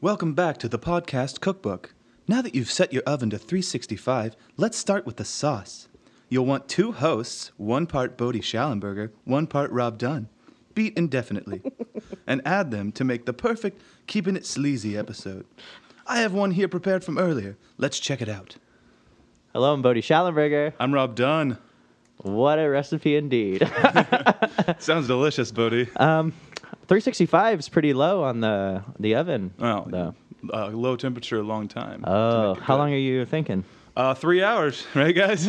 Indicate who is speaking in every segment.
Speaker 1: Welcome back to the podcast cookbook. Now that you've set your oven to 365, let's start with the sauce. You'll want two hosts, one part Bodie Schallenberger, one part Rob Dunn. Beat indefinitely and add them to make the perfect Keeping It Sleazy episode. I have one here prepared from earlier. Let's check it out.
Speaker 2: Hello, I'm Bodie Schallenberger.
Speaker 1: I'm Rob Dunn.
Speaker 2: What a recipe indeed.
Speaker 1: Sounds delicious, Bodie.
Speaker 2: 365 is pretty low on the the oven.
Speaker 1: Oh,
Speaker 2: though.
Speaker 1: uh, low temperature, a long time.
Speaker 2: Oh, how long are you thinking?
Speaker 1: Uh, three hours, right, guys?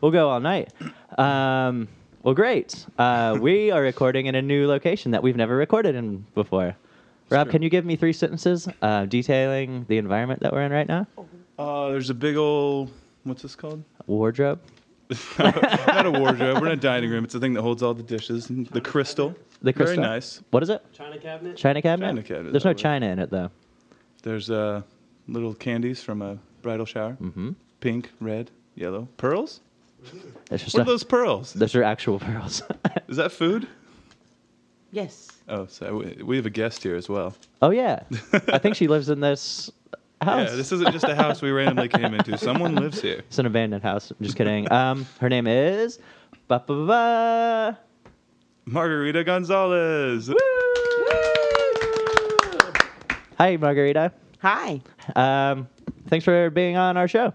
Speaker 2: We'll go all night. Um, well, great. Uh, we are recording in a new location that we've never recorded in before. Rob,
Speaker 1: true.
Speaker 2: can you give me three sentences uh, detailing the environment that we're in right now?
Speaker 1: Uh, there's a big old, what's this called?
Speaker 2: Wardrobe,
Speaker 1: Not a wardrobe. We're in a dining room. It's a thing that holds all the dishes. And the crystal.
Speaker 2: the crystal.
Speaker 1: Very nice.
Speaker 2: What is it?
Speaker 3: China cabinet.
Speaker 2: China cabinet.
Speaker 1: China cabinet,
Speaker 2: There's no
Speaker 1: that way.
Speaker 2: china in it though.
Speaker 1: There's uh, little candies from a bridal shower. Mm-hmm. Pink, red, yellow. Pearls?
Speaker 2: It's just
Speaker 1: What
Speaker 2: a,
Speaker 1: are those pearls?
Speaker 2: those are actual pearls.
Speaker 1: Is that food?
Speaker 3: Yes.
Speaker 1: Oh, so we, we have a guest here as well.
Speaker 2: oh yeah, I think she lives in this house.
Speaker 1: Yeah, this isn't just a house we randomly came into. Someone lives here.
Speaker 2: It's an abandoned house. I'm just kidding. Um, her name is. Ba ba ba.
Speaker 1: Margarita Gonzalez.
Speaker 2: Hi, Margarita.
Speaker 3: Hi.
Speaker 2: Um, thanks for being on our show,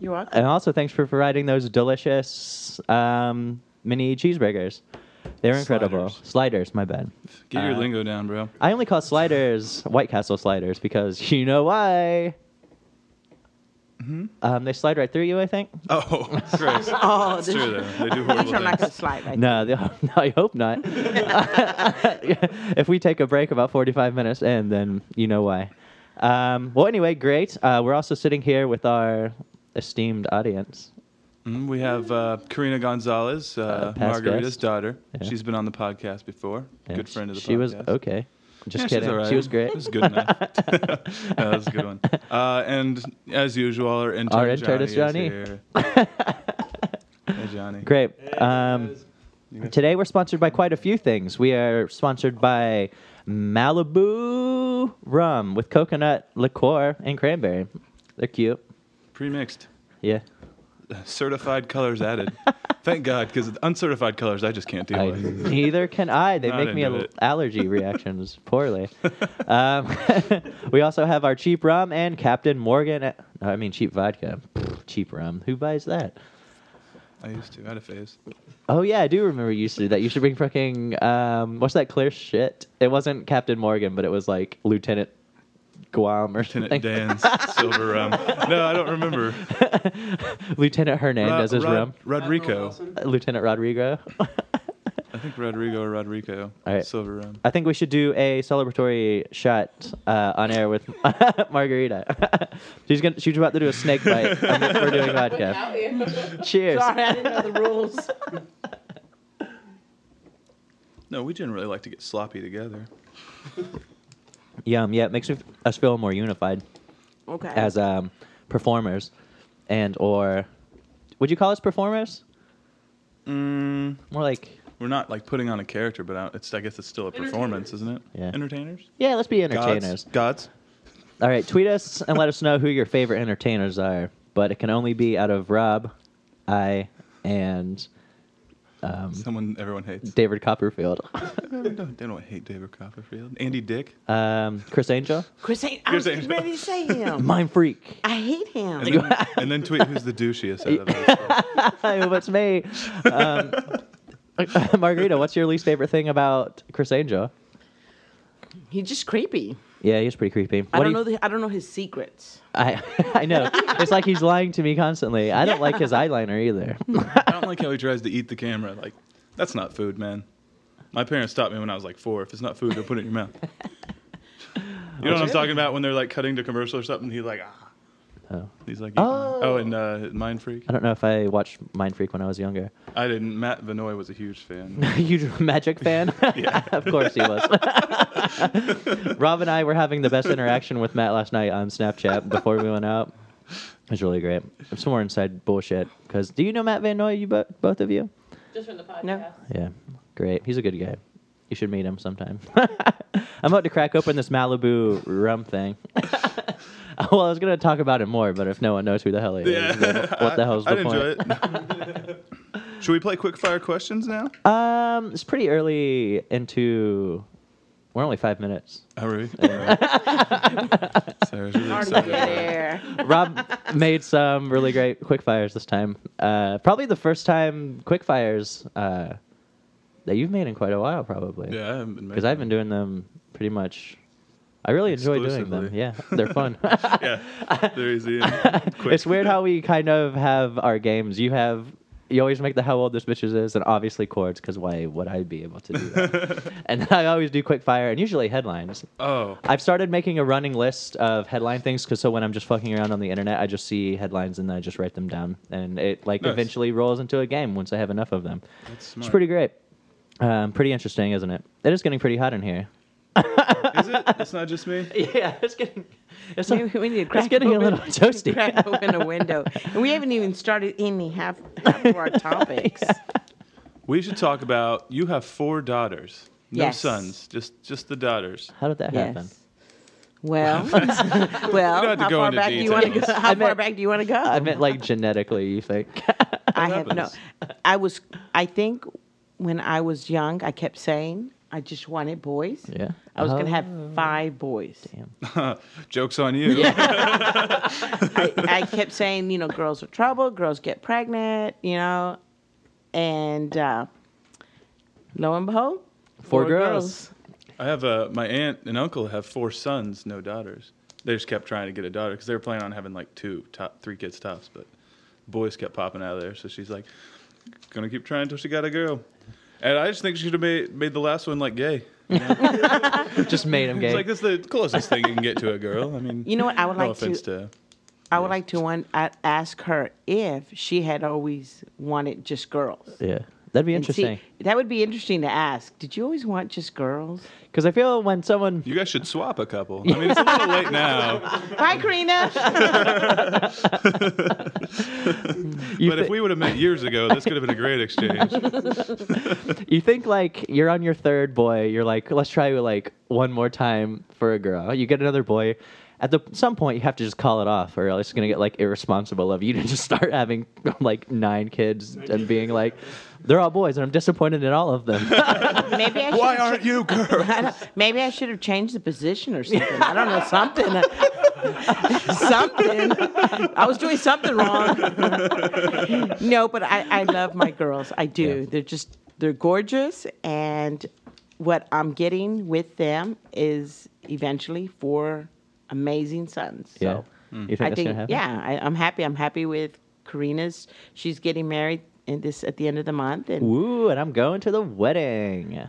Speaker 3: You're welcome.
Speaker 2: and also thanks for providing those delicious um, mini cheeseburgers. They're incredible.
Speaker 1: Sliders.
Speaker 2: Sliders. my bad.
Speaker 1: Get your
Speaker 2: Uh,
Speaker 1: lingo down, bro.
Speaker 2: I only call sliders White Castle sliders because you know why. Um, they slide right through you, I think.
Speaker 1: Oh, Chris.
Speaker 3: Oh,
Speaker 1: It's true, though. They do
Speaker 3: I'm
Speaker 1: horrible
Speaker 3: not gonna
Speaker 1: things.
Speaker 3: slide right.
Speaker 2: No, they- no, I hope not. if we take a break about 45 minutes in, then you know why. Um, well, anyway, great. Uh, we're also sitting here with our esteemed audience.
Speaker 1: Mm, We have uh, Karina Gonzalez, uh,
Speaker 2: past
Speaker 1: Margarita's
Speaker 2: guest.
Speaker 1: daughter.
Speaker 2: Yeah.
Speaker 1: She's been on the podcast before.
Speaker 2: And
Speaker 1: Good friend of the podcast.
Speaker 2: She was okay. Just
Speaker 1: Yeah, she's
Speaker 2: kidding.
Speaker 1: all right.
Speaker 2: She was great.
Speaker 1: It was good enough. Yeah, that was a good one. Uh, and as usual, our intern,
Speaker 2: Our intern is
Speaker 1: Johnny. is here. hey, Johnny.
Speaker 2: Great. Um, Today we're sponsored by quite a few things. We are sponsored by Malibu rum with coconut liqueur and cranberry. They're cute.
Speaker 1: Pre-mixed,
Speaker 2: Yeah.
Speaker 1: certified colors added. Thank God, because uncertified colors, I just can't deal
Speaker 2: I,
Speaker 1: with.
Speaker 2: neither can I. They
Speaker 1: Not
Speaker 2: make me
Speaker 1: into
Speaker 2: al-
Speaker 1: it.
Speaker 2: allergy reactions poorly. Um, we also have our cheap rum and Captain Morgan. uh, I mean, cheap vodka. Pfft, cheap rum. Who buys that?
Speaker 1: I used to. I had a phase.
Speaker 2: Oh yeah, I do remember you used to do that. You should bring fucking um, what's that clear shit? It wasn't Captain Morgan, but it was like Lieutenant Guam or something.
Speaker 1: Lieutenant Dan's silver rum. No, I don't remember. Uh,
Speaker 2: Lieutenant Hernandez is
Speaker 1: Rod-
Speaker 2: rum.
Speaker 1: Rodrigo.
Speaker 2: Uh, Lieutenant Rodrigo.
Speaker 1: I think Rodrigo or Rodrigo.
Speaker 2: All right.
Speaker 1: Silver rum.
Speaker 2: I think we should do a celebratory shot uh, on air with Margarita. she's gonna, she's about to do a snake bite. and We're doing vodka. Cheers.
Speaker 3: Sorry, I didn't know the rules.
Speaker 1: No, we generally like to get sloppy together.
Speaker 2: Yum. Yeah, it makes us- us feel more unified
Speaker 3: Okay.
Speaker 2: as um, performers, and or would you call us performers?
Speaker 1: Mm,
Speaker 2: More like
Speaker 1: we're not like putting on a character, but I, it's, I guess it's still a performance, isn't it?
Speaker 2: Yeah.
Speaker 1: Entertainers?
Speaker 2: yeah, let's be
Speaker 1: Gods?
Speaker 2: entertainers.
Speaker 1: Gods?
Speaker 2: All right, tweet us and let us know who your favorite entertainers are. But it can only be out of Rob, I, and Um,
Speaker 1: Someone everyone hates.
Speaker 2: David Copperfield,
Speaker 1: No, they don't, they don't hate David Copperfield. Andy Dick.
Speaker 2: um, Chris Angel,
Speaker 3: Chris, ain't, I
Speaker 1: Chris
Speaker 3: was
Speaker 1: ain't-
Speaker 3: ready to say him.
Speaker 2: Mind Freak.
Speaker 3: I hate him.
Speaker 1: And then, and then tweet who's the douchiest out of us.
Speaker 2: Hi, what's me? Um, Margarita, what's your least favorite thing about Chris Angel?
Speaker 3: He's just creepy.
Speaker 2: Yeah, he's pretty creepy.
Speaker 3: I
Speaker 2: What do
Speaker 3: don't know.
Speaker 2: you-
Speaker 3: The, I don't know his secrets.
Speaker 2: I, I know. It's like he's lying to me constantly. I don't like his eyeliner either.
Speaker 1: I don't like how he tries to eat the camera. Like, that's not food, man. My parents taught me when I was like four. If it's not food, don't put it in your mouth. You know what I'm talking about when they're like cutting to commercial or something? He's like, ah.
Speaker 2: Oh.
Speaker 1: He's like, eating. oh, and uh, Mind Freak.
Speaker 2: I don't know if I watched Mind Freak when I was younger.
Speaker 1: I didn't. Matt Vanoy was a huge fan.
Speaker 2: Huge Magic fan? of course he was. Rob and I were having the best interaction with Matt last night on Snapchat before we went out. It was really great. Some more inside bullshit. Because do you know Matt Van Noy? You bo- both of you?
Speaker 4: Just from the podcast.
Speaker 3: No.
Speaker 2: Yeah, great. He's a good guy. You should meet him sometime. I'm about to crack open this Malibu rum thing. well, I was gonna talk about it more, but if no one knows who the hell he is, then what the hell's the
Speaker 1: I'd
Speaker 2: point?
Speaker 1: enjoy it. Should we play quick fire questions now?
Speaker 2: Um, it's pretty early into. We're only five minutes.
Speaker 1: Oh, really? Sorry, I was
Speaker 2: Mm,
Speaker 1: really excited. about it.
Speaker 3: there.
Speaker 2: Rob made some really great quickfires this time. Uh, probably the first time quickfires uh, that you've made in quite a while, probably.
Speaker 1: Yeah, I haven't been
Speaker 2: Because I've been doing them pretty much. I really enjoy doing them.
Speaker 1: Exclusively.
Speaker 2: Yeah, they're fun.
Speaker 1: Yeah, there is Ian. Quick.
Speaker 2: it's weird how we kind of have our games. You have. You always make the how old this bitches is, and obviously chords, because why would I be able to do that? and I always do quickfire and usually headlines.
Speaker 1: Oh,
Speaker 2: I've started making a running list of headline things because so when I'm just fucking around on the internet, I just see headlines and then I just write them down, and it like
Speaker 1: Nice.
Speaker 2: eventually rolls into a game once I have enough of them.
Speaker 1: that's smart.
Speaker 2: It's pretty great, um, pretty interesting, isn't it? It is getting pretty hot in here.
Speaker 1: Is it? It's not just me.
Speaker 2: Yeah, it's getting. It's,
Speaker 3: Maybe we need to crack
Speaker 2: getting a
Speaker 3: open,
Speaker 2: little toasty.
Speaker 3: Crack open a window. And we haven't even started any half, half of our topics.
Speaker 1: We should talk about. You have four daughters, no
Speaker 3: Yes.
Speaker 1: sons, just just the daughters.
Speaker 2: How did that happen?
Speaker 3: Yes. Well, well,
Speaker 1: have to
Speaker 3: how
Speaker 1: go
Speaker 3: far
Speaker 1: into
Speaker 3: back do you want to
Speaker 1: details.
Speaker 3: go? How
Speaker 2: I
Speaker 3: far
Speaker 2: meant-
Speaker 3: back do you want to go?
Speaker 2: I meant like genetically, you think?
Speaker 3: I have no.
Speaker 1: happens?
Speaker 3: I was. I think when I was young, I kept saying I just wanted boys.
Speaker 2: yeah.
Speaker 3: I was gonna have
Speaker 2: Oh,
Speaker 3: five boys.
Speaker 1: Jokes on you.
Speaker 3: I, I kept saying, you know, girls are trouble. Girls get pregnant. You know, and uh, lo and behold,
Speaker 2: Four, girls.
Speaker 1: I have a my aunt and uncle have four sons, no daughters. They just kept trying to get a daughter because they were planning on having like two, top three kids tops, but boys kept popping out of there. So she's like, gonna keep trying until she got a girl. And I just think she should have made, made the last one like gay.
Speaker 2: Just made him
Speaker 1: It's
Speaker 2: gay.
Speaker 1: like this is the closest thing you can get to a girl. I mean,
Speaker 3: You know what? I would
Speaker 1: no
Speaker 3: like
Speaker 1: offense
Speaker 3: to.
Speaker 1: to.
Speaker 3: I would like to one I ask her if she had always wanted just girls.
Speaker 2: yeah, that'd be
Speaker 3: And see,
Speaker 2: interesting.
Speaker 3: that would be interesting to ask. Did you always want just girls?
Speaker 2: Because I feel when someone
Speaker 1: You guys should swap a couple. I mean, it's a little late now,
Speaker 3: Hi, Karina.
Speaker 2: you
Speaker 1: but if
Speaker 2: thi-
Speaker 1: we would have met years ago, this could have been a great exchange.
Speaker 2: You think like you're on your third boy. You're like, let's try like one more time for a girl. You get another boy. At the some point, you have to just call it off, or else it's gonna get like irresponsible of you to just start having like nine kids and being like, they're all boys, and I'm disappointed in all of them.
Speaker 3: Maybe I should.
Speaker 1: Why aren't you girls?
Speaker 3: I don't- maybe I should have changed the position or something. I don't know something. something. I was doing something wrong. no, but I, I love my girls. I do. They're just they're gorgeous, and what I'm getting with them is eventually four amazing sons. So
Speaker 2: yeah, you think
Speaker 3: I
Speaker 2: that's gonna
Speaker 3: think
Speaker 2: happen?
Speaker 3: yeah, I, I'm happy. I'm happy with Karina's. She's getting married in this at the end of the month, and
Speaker 2: Woo, and I'm going to the wedding.
Speaker 3: yeah,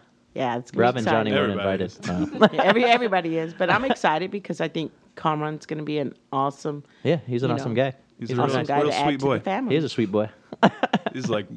Speaker 3: it's gonna be
Speaker 2: Rob and Johnny
Speaker 3: exciting.
Speaker 2: weren't
Speaker 1: Everybody
Speaker 2: invited.
Speaker 1: is.
Speaker 2: No.
Speaker 3: Yeah, Every everybody is, but I'm excited because I think Conron's going to be an awesome,
Speaker 2: Yeah, he's an
Speaker 3: You
Speaker 2: awesome
Speaker 3: know.
Speaker 2: guy.
Speaker 1: He's
Speaker 2: He's
Speaker 1: a
Speaker 2: an
Speaker 3: awesome
Speaker 1: Real-
Speaker 2: awesome.
Speaker 3: guy
Speaker 1: real
Speaker 3: to add
Speaker 1: sweet
Speaker 3: to
Speaker 1: boy.
Speaker 3: the family.
Speaker 2: He is a sweet boy.
Speaker 1: He's like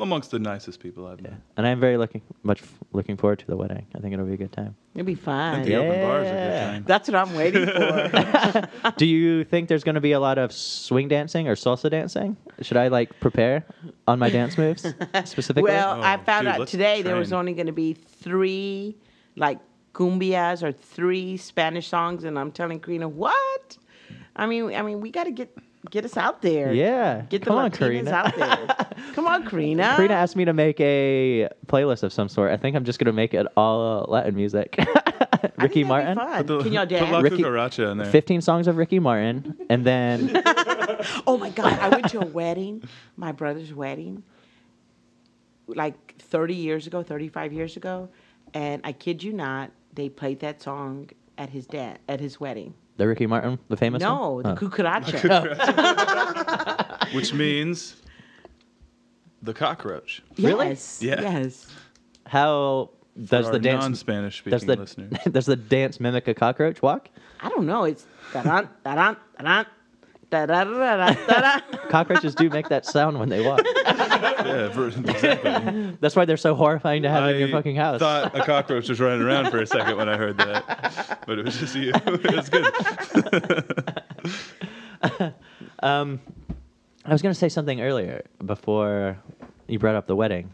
Speaker 1: amongst the nicest people I've met.
Speaker 2: And I am very looking much f- looking forward to the wedding. I think it'll be a good time.
Speaker 3: It'll be
Speaker 1: I
Speaker 3: fun.
Speaker 1: think the open bars are
Speaker 2: Yeah.
Speaker 1: a good time.
Speaker 3: That's what I'm waiting for.
Speaker 2: Do you think there's going to be a lot of swing dancing or salsa dancing? Should I like prepare on my dance moves specifically?
Speaker 3: well, I
Speaker 1: Oh,
Speaker 3: found
Speaker 1: dude,
Speaker 3: out
Speaker 1: let's
Speaker 3: today there was
Speaker 1: train.
Speaker 3: only going to be three, like cumbias or three Spanish songs, and I'm telling Karina, what? I mean, I mean, we got to get get us out there.
Speaker 2: yeah.
Speaker 3: get the
Speaker 2: Come on,
Speaker 3: Latinas
Speaker 2: Karina.
Speaker 3: out there. Come on, Karina.
Speaker 2: Karina asked me to make a playlist of some sort. I think I'm just going to make it all Latin music.
Speaker 3: I think
Speaker 2: Ricky
Speaker 3: that'd be
Speaker 2: Martin.
Speaker 3: fun.
Speaker 1: The-
Speaker 3: Can y'all
Speaker 1: Put La
Speaker 3: dance?
Speaker 2: Ricky-
Speaker 1: Cucaracha in there.
Speaker 2: 15 songs of Ricky Martin and then
Speaker 3: Oh my God, I went to a wedding, my brother's wedding, like 30 years ago, 35 years ago. And I kid you not, they played that song at his dad at his wedding.
Speaker 2: the Ricky Martin, the famous
Speaker 3: No,
Speaker 2: one.
Speaker 3: the
Speaker 2: Oh.
Speaker 3: cucaracha.
Speaker 1: which means the cockroach.
Speaker 2: Really?
Speaker 3: Yes.
Speaker 1: Yeah.
Speaker 3: Yes.
Speaker 2: How does
Speaker 1: For
Speaker 2: the
Speaker 1: our
Speaker 2: dance
Speaker 1: non-Spanish
Speaker 2: does
Speaker 1: speaking
Speaker 2: the
Speaker 1: listeners?
Speaker 2: does the dance mimic a cockroach walk?
Speaker 3: I don't know. It's da-dun, da-dun, da-dun, da-da-da-da, da-da.
Speaker 2: Cockroaches do make that sound when they walk.
Speaker 1: yeah, ver- exactly.
Speaker 2: That's why they're so horrifying to have in your
Speaker 1: I
Speaker 2: fucking house.
Speaker 1: Thought a cockroach was running around for a second when I heard that, but it was just you. it was good.
Speaker 2: Um, I was going to say something earlier before you brought up the wedding.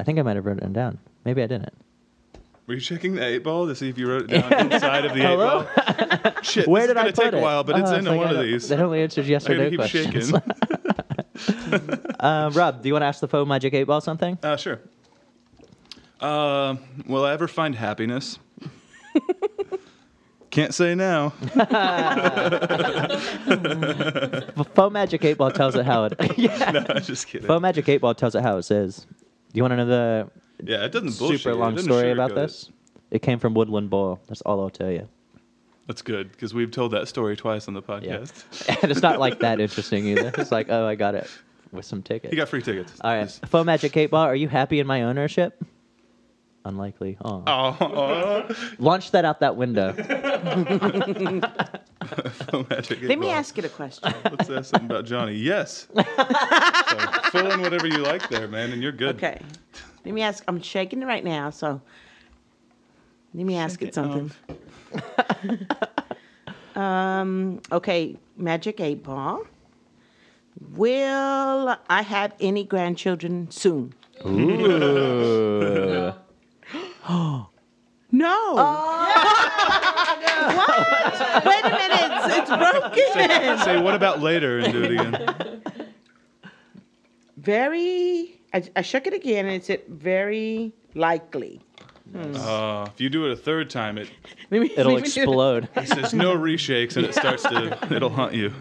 Speaker 2: I think I might have written it down. Maybe I didn't.
Speaker 1: Were you checking the eight ball to see if you wrote it down inside of the eight
Speaker 2: Hello?
Speaker 1: ball? Shit,
Speaker 2: Where
Speaker 1: this
Speaker 2: did
Speaker 1: is
Speaker 2: I
Speaker 1: gonna
Speaker 2: put
Speaker 1: take
Speaker 2: it?
Speaker 1: a while, but it's
Speaker 2: Oh,
Speaker 1: in
Speaker 2: like,
Speaker 1: one
Speaker 2: I
Speaker 1: of
Speaker 2: don't-
Speaker 1: these.
Speaker 2: That only answers yes
Speaker 1: I
Speaker 2: or
Speaker 1: gotta
Speaker 2: no
Speaker 1: keep
Speaker 2: questions.
Speaker 1: shaking.
Speaker 2: Um, Rob, do you want to ask the faux magic eight ball something?
Speaker 1: uh, sure. Uh, will I ever find happiness? Can't say now.
Speaker 2: Faux magic eight ball tells it how it. yeah.
Speaker 1: no, I'm just kidding.
Speaker 2: Faux magic eight ball tells it how it says. Do you want to know the
Speaker 1: Yeah, it doesn't bullshit.
Speaker 2: super
Speaker 1: you, it
Speaker 2: long
Speaker 1: doesn't
Speaker 2: story about
Speaker 1: sugarcoat it.
Speaker 2: this? It. came from Woodland Bowl. That's all I'll tell you.
Speaker 1: That's good because we've told that story twice on the podcast.
Speaker 2: and it's not like that interesting either. It's like, oh, I got it with some tickets.
Speaker 1: You got free tickets.
Speaker 2: all right,
Speaker 1: Just-
Speaker 2: faux magic eight ball. Are you happy in my ownership? Unlikely. Oh.
Speaker 1: Oh,
Speaker 2: Launch that out that window.
Speaker 1: oh, magic.
Speaker 3: Let me
Speaker 1: eight ball.
Speaker 3: ask it a question.
Speaker 1: Let's ask something about Johnny. Yes. so, fill in whatever you like there, man, and you're good.
Speaker 3: Okay. Let me ask. I'm shaking it right now, so let me ask it something. Um, okay, Magic Eight Ball. Will I have any grandchildren soon?
Speaker 2: Ooh.
Speaker 3: No. what? Wait a minute. It's, it's broken.
Speaker 1: Say what about later and do it again.
Speaker 3: Very. I, I shook it again, and it said very likely.
Speaker 1: Uh, if you do it a third time, it
Speaker 3: Let me,
Speaker 2: It'll
Speaker 3: let me do-
Speaker 2: explode.
Speaker 1: there's no reshakes and it starts to it'll haunt you.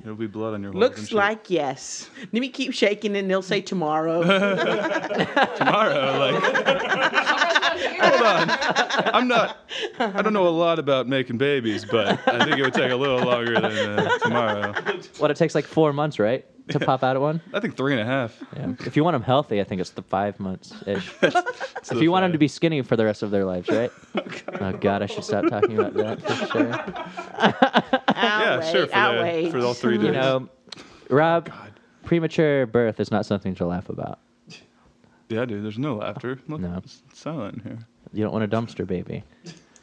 Speaker 1: It'll be blood on your horns and
Speaker 3: Looks
Speaker 1: shit.
Speaker 3: like yes. Let me keep shaking, and they'll say tomorrow.
Speaker 1: tomorrow. Like, hold on, I'm not. I don't know a lot about making babies, but I think it would take a little longer than uh, tomorrow.
Speaker 2: what it takes like four months, right, to pop out of one.
Speaker 1: I think three and a half.
Speaker 2: Yeah. If you want them healthy, I think it's the five months ish. if you want them to be skinny for the rest of their lives, right? oh God, I should stop talking about that. For sure.
Speaker 3: I'll
Speaker 1: yeah,
Speaker 3: wait,
Speaker 1: sure for,
Speaker 3: I'll
Speaker 1: the-
Speaker 3: wait.
Speaker 1: for all three days.
Speaker 2: You know, Rob,
Speaker 1: Oh,
Speaker 2: premature birth is not something to laugh about.
Speaker 1: yeah, dude. There's no laughter. Look,
Speaker 2: No.
Speaker 1: it's silent here.
Speaker 2: You don't want a dumpster baby.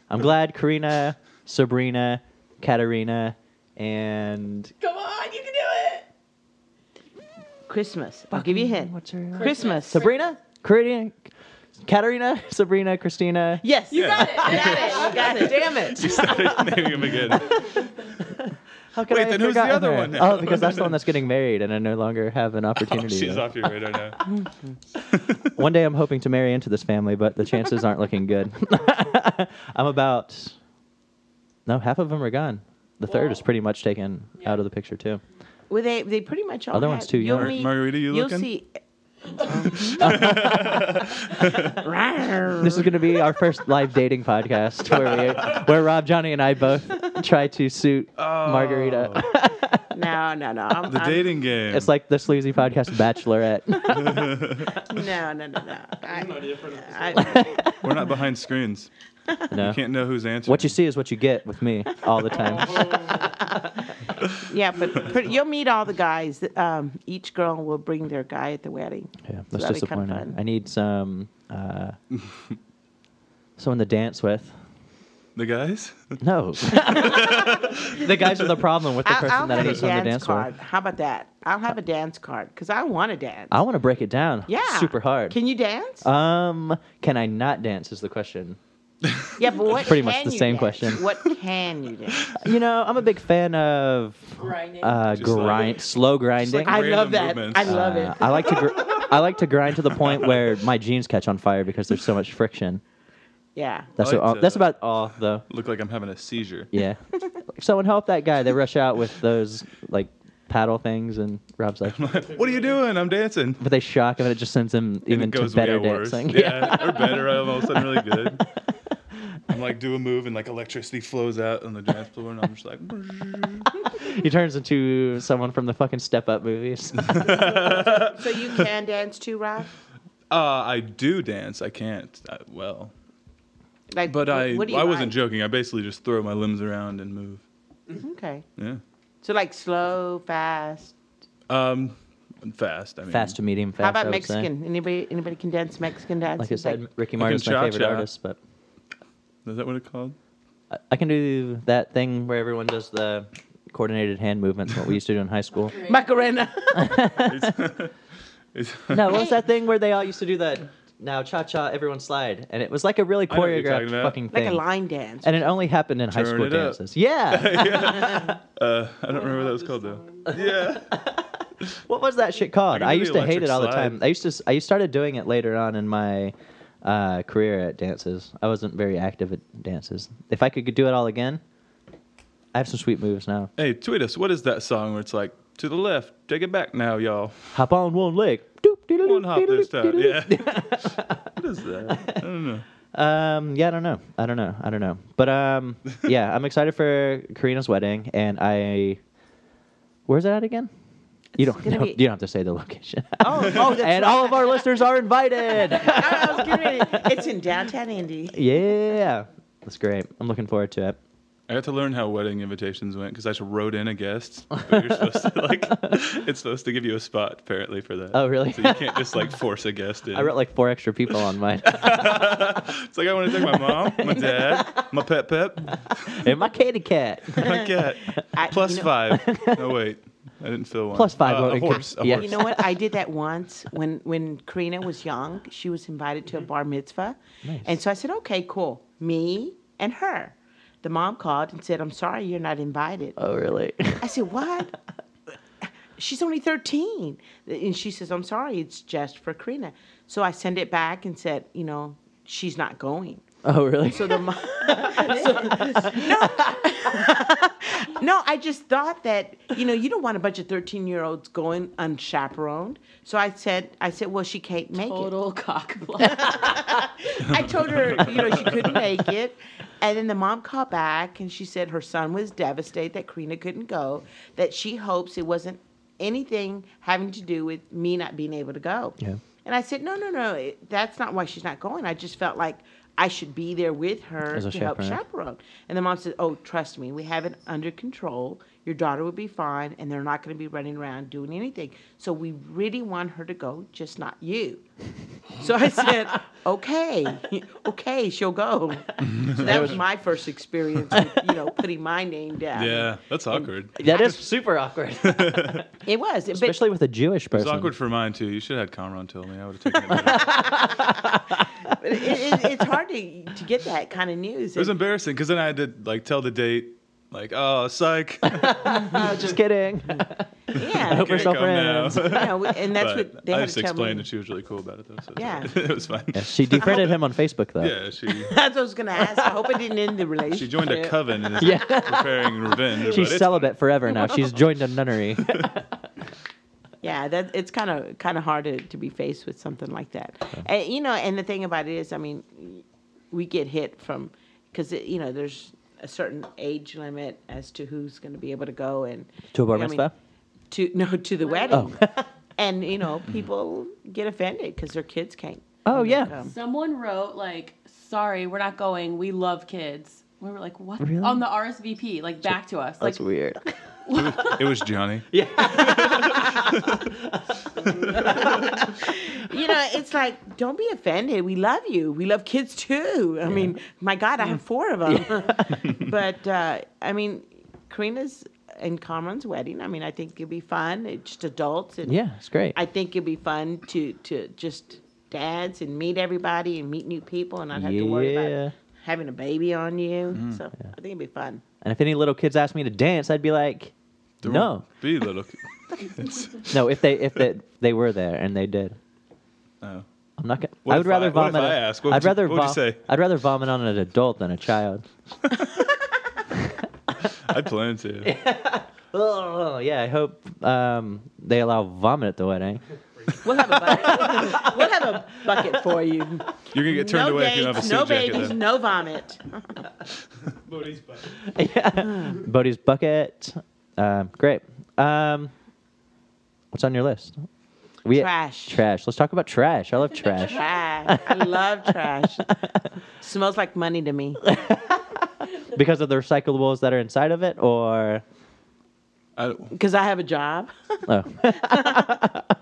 Speaker 2: I'm glad Karina, Sabrina, Katarina, and
Speaker 4: Come on, you can do it.
Speaker 3: Christmas. I'll give you a hint.
Speaker 2: what's her
Speaker 3: Christmas.
Speaker 2: Sabrina, Karina, Katarina, Sabrina, Christina.
Speaker 3: Yes. You
Speaker 1: got
Speaker 3: it. You got it. You got it. Damn it.
Speaker 1: You started naming them again.
Speaker 2: How could
Speaker 1: Wait,
Speaker 2: I have
Speaker 1: then who's the
Speaker 2: forgotten
Speaker 1: other
Speaker 2: her?
Speaker 1: one now?
Speaker 2: Oh, because that's the one that's getting married, and I no longer have an opportunity.
Speaker 1: She's
Speaker 2: to-
Speaker 1: off your radar now.
Speaker 2: One day I'm hoping to marry into this family, but the chances aren't looking good. I'm about no half of them are gone. The third is pretty much taken out of the picture too.
Speaker 3: Well, they they pretty much all.
Speaker 2: Other
Speaker 3: have,
Speaker 2: one's too
Speaker 3: you'll
Speaker 2: young.
Speaker 3: meet-
Speaker 1: Margarita, you
Speaker 3: you'll
Speaker 1: looking?
Speaker 3: see.
Speaker 2: This is going to be our first live dating podcast where we, where Rob, Johnny, and I both try to suit
Speaker 3: Oh.
Speaker 2: Margarita.
Speaker 3: No, no, no. I'm,
Speaker 1: The
Speaker 3: I'm-
Speaker 1: dating game.
Speaker 2: it's like the sleazy podcast Bachelorette.
Speaker 3: No, no, no, no. I, I,
Speaker 1: we're not behind screens.
Speaker 2: No.
Speaker 1: Can't know who's answering.
Speaker 2: What you see is what you get with me all the
Speaker 3: Oh,
Speaker 2: time.
Speaker 3: yeah, but pretty, you'll meet all the guys. Um, each girl will bring their guy at the wedding.
Speaker 2: Yeah,
Speaker 3: So
Speaker 2: that's
Speaker 3: that'd be kinda
Speaker 2: disappointing.
Speaker 3: fun.
Speaker 2: I need some uh, someone to dance with.
Speaker 1: the guys?
Speaker 2: No. the guys are the problem with the person
Speaker 3: I, will
Speaker 2: that I
Speaker 3: have a
Speaker 2: need someone to
Speaker 3: dance
Speaker 2: dance
Speaker 3: card.
Speaker 2: with.
Speaker 3: How about that? I'll have a dance card because I want to dance.
Speaker 2: I want to break it down.
Speaker 3: yeah,
Speaker 2: Super hard.
Speaker 3: Can you dance?
Speaker 2: um, can I not dance is the question.
Speaker 3: yeah, but what?
Speaker 2: pretty much
Speaker 3: can
Speaker 2: the
Speaker 3: you
Speaker 2: same
Speaker 3: dance?
Speaker 2: question.
Speaker 3: What can you dance?
Speaker 2: You know, I'm a big fan of
Speaker 4: Grinding.
Speaker 2: uh,
Speaker 1: Just like-
Speaker 2: grind, slow grinding.
Speaker 1: like
Speaker 3: I
Speaker 1: Random
Speaker 3: love that.
Speaker 1: movements.
Speaker 3: I love
Speaker 2: Uh,
Speaker 3: it.
Speaker 2: I like to gr- I like to grind to the point where my jeans catch on fire because there's so much friction.
Speaker 3: Yeah.
Speaker 2: That's
Speaker 1: I like
Speaker 2: all,
Speaker 1: to-
Speaker 2: that's about all though.
Speaker 1: Look like I'm having a seizure.
Speaker 2: Yeah. Someone help that guy. They rush out with those like paddle things, and Rob's like,
Speaker 1: What are you doing? I'm dancing.
Speaker 2: but they shock him, and it just sends him
Speaker 1: And
Speaker 2: even
Speaker 1: it
Speaker 2: to
Speaker 1: goes
Speaker 2: better
Speaker 1: way worse.
Speaker 2: dancing.
Speaker 1: Yeah, or better. I'm all of a sudden really good. I'm like, do a move, and like electricity flows out on the dance floor, and I'm just like,
Speaker 2: He turns into someone from the fucking Step Up movies.
Speaker 3: So you can dance too, Rob?
Speaker 1: uh, I do dance. I can't. I, well,
Speaker 3: Like,
Speaker 1: but
Speaker 3: wh-
Speaker 1: I,
Speaker 3: what do you
Speaker 1: I wasn't
Speaker 3: like?
Speaker 1: joking. I basically just throw my limbs around and move.
Speaker 3: Okay.
Speaker 1: Yeah,
Speaker 3: So like slow, fast.
Speaker 1: um, fast. I mean,
Speaker 2: fast to medium fast.
Speaker 3: How
Speaker 2: I
Speaker 3: about
Speaker 2: would say.
Speaker 3: Mexican? Anybody anybody can dance Mexican dance?
Speaker 2: Like I said, Ricky
Speaker 1: Like a
Speaker 2: Martin's my favorite
Speaker 1: cha-cha.
Speaker 2: artist, but
Speaker 1: Is that what it's called?
Speaker 2: I- I can do that thing where everyone does the coordinated hand movements, what we used to do in high school.
Speaker 3: Macarena.
Speaker 1: It's,
Speaker 2: No, what was that thing where they all used to do that now cha cha, everyone slide, and it was like a really
Speaker 4: know what you're talking
Speaker 2: choreographed
Speaker 4: about.
Speaker 2: fucking
Speaker 3: like
Speaker 2: thing.
Speaker 3: a line dance.
Speaker 2: And it only happened in high
Speaker 4: Turn
Speaker 2: school
Speaker 4: it up.
Speaker 2: dances. Yeah.
Speaker 1: Uh, I don't remember
Speaker 4: Remember
Speaker 1: what that was called though. Yeah.
Speaker 2: what was that shit called? I,
Speaker 4: I can do
Speaker 2: used
Speaker 4: the
Speaker 2: to hate it
Speaker 4: electric
Speaker 2: all the
Speaker 4: slide.
Speaker 2: time. I used to. s- I started doing it later on in my uh, career at dances. I wasn't very active at dances. If I could do it all again, I have some sweet moves now.
Speaker 1: Hey, tweet us. What is that song where it's like to the left, take it back now, y'all?
Speaker 2: Hop on one leg. Doop, doodle,
Speaker 1: One hop this
Speaker 2: doodle,
Speaker 1: time.
Speaker 2: doodle.
Speaker 1: Yeah. what is that? I don't know.
Speaker 2: Um, yeah, I don't know. I don't know. I don't know. But um, yeah, I'm excited for Karina's wedding, and I. Where's that at again? You don't.
Speaker 3: gonna
Speaker 2: know-
Speaker 3: be-
Speaker 2: you don't have to say the location.
Speaker 3: oh, oh, that's
Speaker 2: and
Speaker 3: right.
Speaker 2: all of our listeners are invited.
Speaker 3: I was getting ready. It's in downtown Indy.
Speaker 2: yeah, that's great. I'm looking forward to it.
Speaker 1: I got to learn how wedding invitations went because I just wrote in a guest. But you're supposed to like, it's supposed to give you a spot apparently for that.
Speaker 2: Oh, really?
Speaker 1: So you can't just like force a guest in.
Speaker 2: I wrote like four extra people on mine.
Speaker 1: it's like I want to take my mom, my dad, my pet pep,
Speaker 2: and my kitty cat.
Speaker 1: my cat.
Speaker 3: I-
Speaker 1: Plus
Speaker 3: you know-
Speaker 1: five. No wait, I didn't fill one.
Speaker 2: Plus five
Speaker 1: Uh, a
Speaker 2: won't
Speaker 1: horse. A
Speaker 2: count. Yeah.
Speaker 1: horse.
Speaker 3: You know what? I did that once when when Karina was young. She was invited to a bar mitzvah, and so I said, "Okay, cool." Me and her. The mom called and said, "I'm sorry, you're not invited."
Speaker 2: Oh, really?
Speaker 3: I said, "What?" She's only 13, and she says, "I'm sorry, it's just for Karina." So I send it back and said, "You know, she's not going."
Speaker 2: Oh, really?
Speaker 3: So the mom. no. no, I just thought that you know you don't want a bunch of thirteen year olds going unchaperoned. So I said, I said, well, she can't make
Speaker 5: Total cock block.
Speaker 3: it. I told her, you know, she couldn't make it. And then the mom called back and she said her son was devastated that Karina couldn't go. That she hopes it wasn't anything having to do with me not being able to go.
Speaker 2: Yeah.
Speaker 3: And I said, no, no, no, it- that's not why she's not going. I just felt like I should be there with her
Speaker 2: As a
Speaker 3: to help
Speaker 2: chaperone.
Speaker 3: chaperone. And the mom said, oh, trust me, we have it under control. Your daughter will be fine, and they're not going to be running around doing anything. So we really want her to go, just not you. So I said, okay, okay, she'll go. So that was my first experience, with, you know, putting my name down.
Speaker 1: Yeah, that's
Speaker 2: Um,
Speaker 1: awkward.
Speaker 2: that is super awkward,
Speaker 3: It was. but-
Speaker 2: especially with a Jewish person.
Speaker 1: It's awkward for mine too. You should have had Conron tell me. I would have taken it. better.
Speaker 3: but it, it, it's hard to, to get that kind of news.
Speaker 1: it was embarrassing because then I had to like tell the date, like, oh, psych.
Speaker 2: Oh, just kidding.
Speaker 3: yeah.
Speaker 2: hope we're
Speaker 1: Can't
Speaker 2: so
Speaker 1: come now.
Speaker 3: Yeah, we- and that's
Speaker 1: But
Speaker 3: what they
Speaker 1: I
Speaker 3: had
Speaker 1: just
Speaker 3: to tell
Speaker 1: explained,
Speaker 3: me.
Speaker 1: and she was really cool about it though. So it's
Speaker 3: Yeah.
Speaker 1: all right. it was fine.
Speaker 2: She defriended him on Facebook though.
Speaker 1: Yeah, she
Speaker 3: That's what I was gonna ask. I hope it didn't end the relationship.
Speaker 1: she joined a coven and is
Speaker 2: Yeah.
Speaker 1: preparing revenge.
Speaker 2: She's
Speaker 1: but it's-
Speaker 2: celibate forever now. She's joined a nunnery.
Speaker 3: Yeah, that it's kind of kind of hard to, to be faced with something like that. And you know, and the thing about it is, I mean, we get hit from because you know there's a certain age limit as to who's going to be able to go and
Speaker 2: To a bar
Speaker 3: I mean,
Speaker 2: mitzvah? Oh.
Speaker 3: to no to the wedding, and you know people get offended because their kids can't.
Speaker 2: Oh,
Speaker 3: can't
Speaker 2: yeah.
Speaker 3: come.
Speaker 5: Someone wrote like, "Sorry, we're not going. We love kids." We were like, "What?"
Speaker 2: Really?
Speaker 5: On the RSVP, like back to us. Like,
Speaker 2: weird.
Speaker 1: it was Johnny.
Speaker 3: you know, it's like don't be offended. We love you. We love kids too. I mean, my God, I have four of them. but uh, I mean, Karina's and Cameron's wedding. I mean, I think it'd be fun. It's just adults and
Speaker 2: Yeah, it's great.
Speaker 3: I think it'd be fun to to just dance and meet everybody and meet new people and not have to worry
Speaker 2: Yeah.
Speaker 3: about having a baby on you.
Speaker 1: Mm.
Speaker 3: so I think it'd be fun.
Speaker 2: and if any little kids asked me to dance, I'd be like,
Speaker 1: There
Speaker 2: no,
Speaker 1: won't be little. ki-
Speaker 2: no. If they if they, they were there and they did,
Speaker 1: Oh.
Speaker 2: I'm not gonna.
Speaker 1: What
Speaker 2: I would
Speaker 1: if
Speaker 2: rather
Speaker 1: I- what if
Speaker 2: vomit.
Speaker 1: I
Speaker 2: a-
Speaker 1: ask? What
Speaker 2: I'd
Speaker 1: would you-
Speaker 2: rather
Speaker 1: what would you
Speaker 2: vom-
Speaker 1: say?
Speaker 2: I'd rather vomit on an adult than a child.
Speaker 1: I plan to.
Speaker 2: Oh yeah, I hope um, they allow vomit at the wedding.
Speaker 3: We'll have a bucket. we'll have a bucket for you.
Speaker 1: You're gonna get turned
Speaker 3: no
Speaker 1: away if you don't have a
Speaker 3: dates,
Speaker 1: suit
Speaker 3: no
Speaker 1: jacket.
Speaker 3: babies,
Speaker 1: then.
Speaker 3: no vomit.
Speaker 2: Bodie's bucket. Um, great. Um, what's on your list? We
Speaker 3: Trash.
Speaker 2: Trash. Let's talk about trash. I love trash.
Speaker 3: trash. I love trash. Smells like money to me.
Speaker 2: because of the recyclables that are inside of it, or
Speaker 1: I don't-
Speaker 3: Because I have a job.
Speaker 2: oh,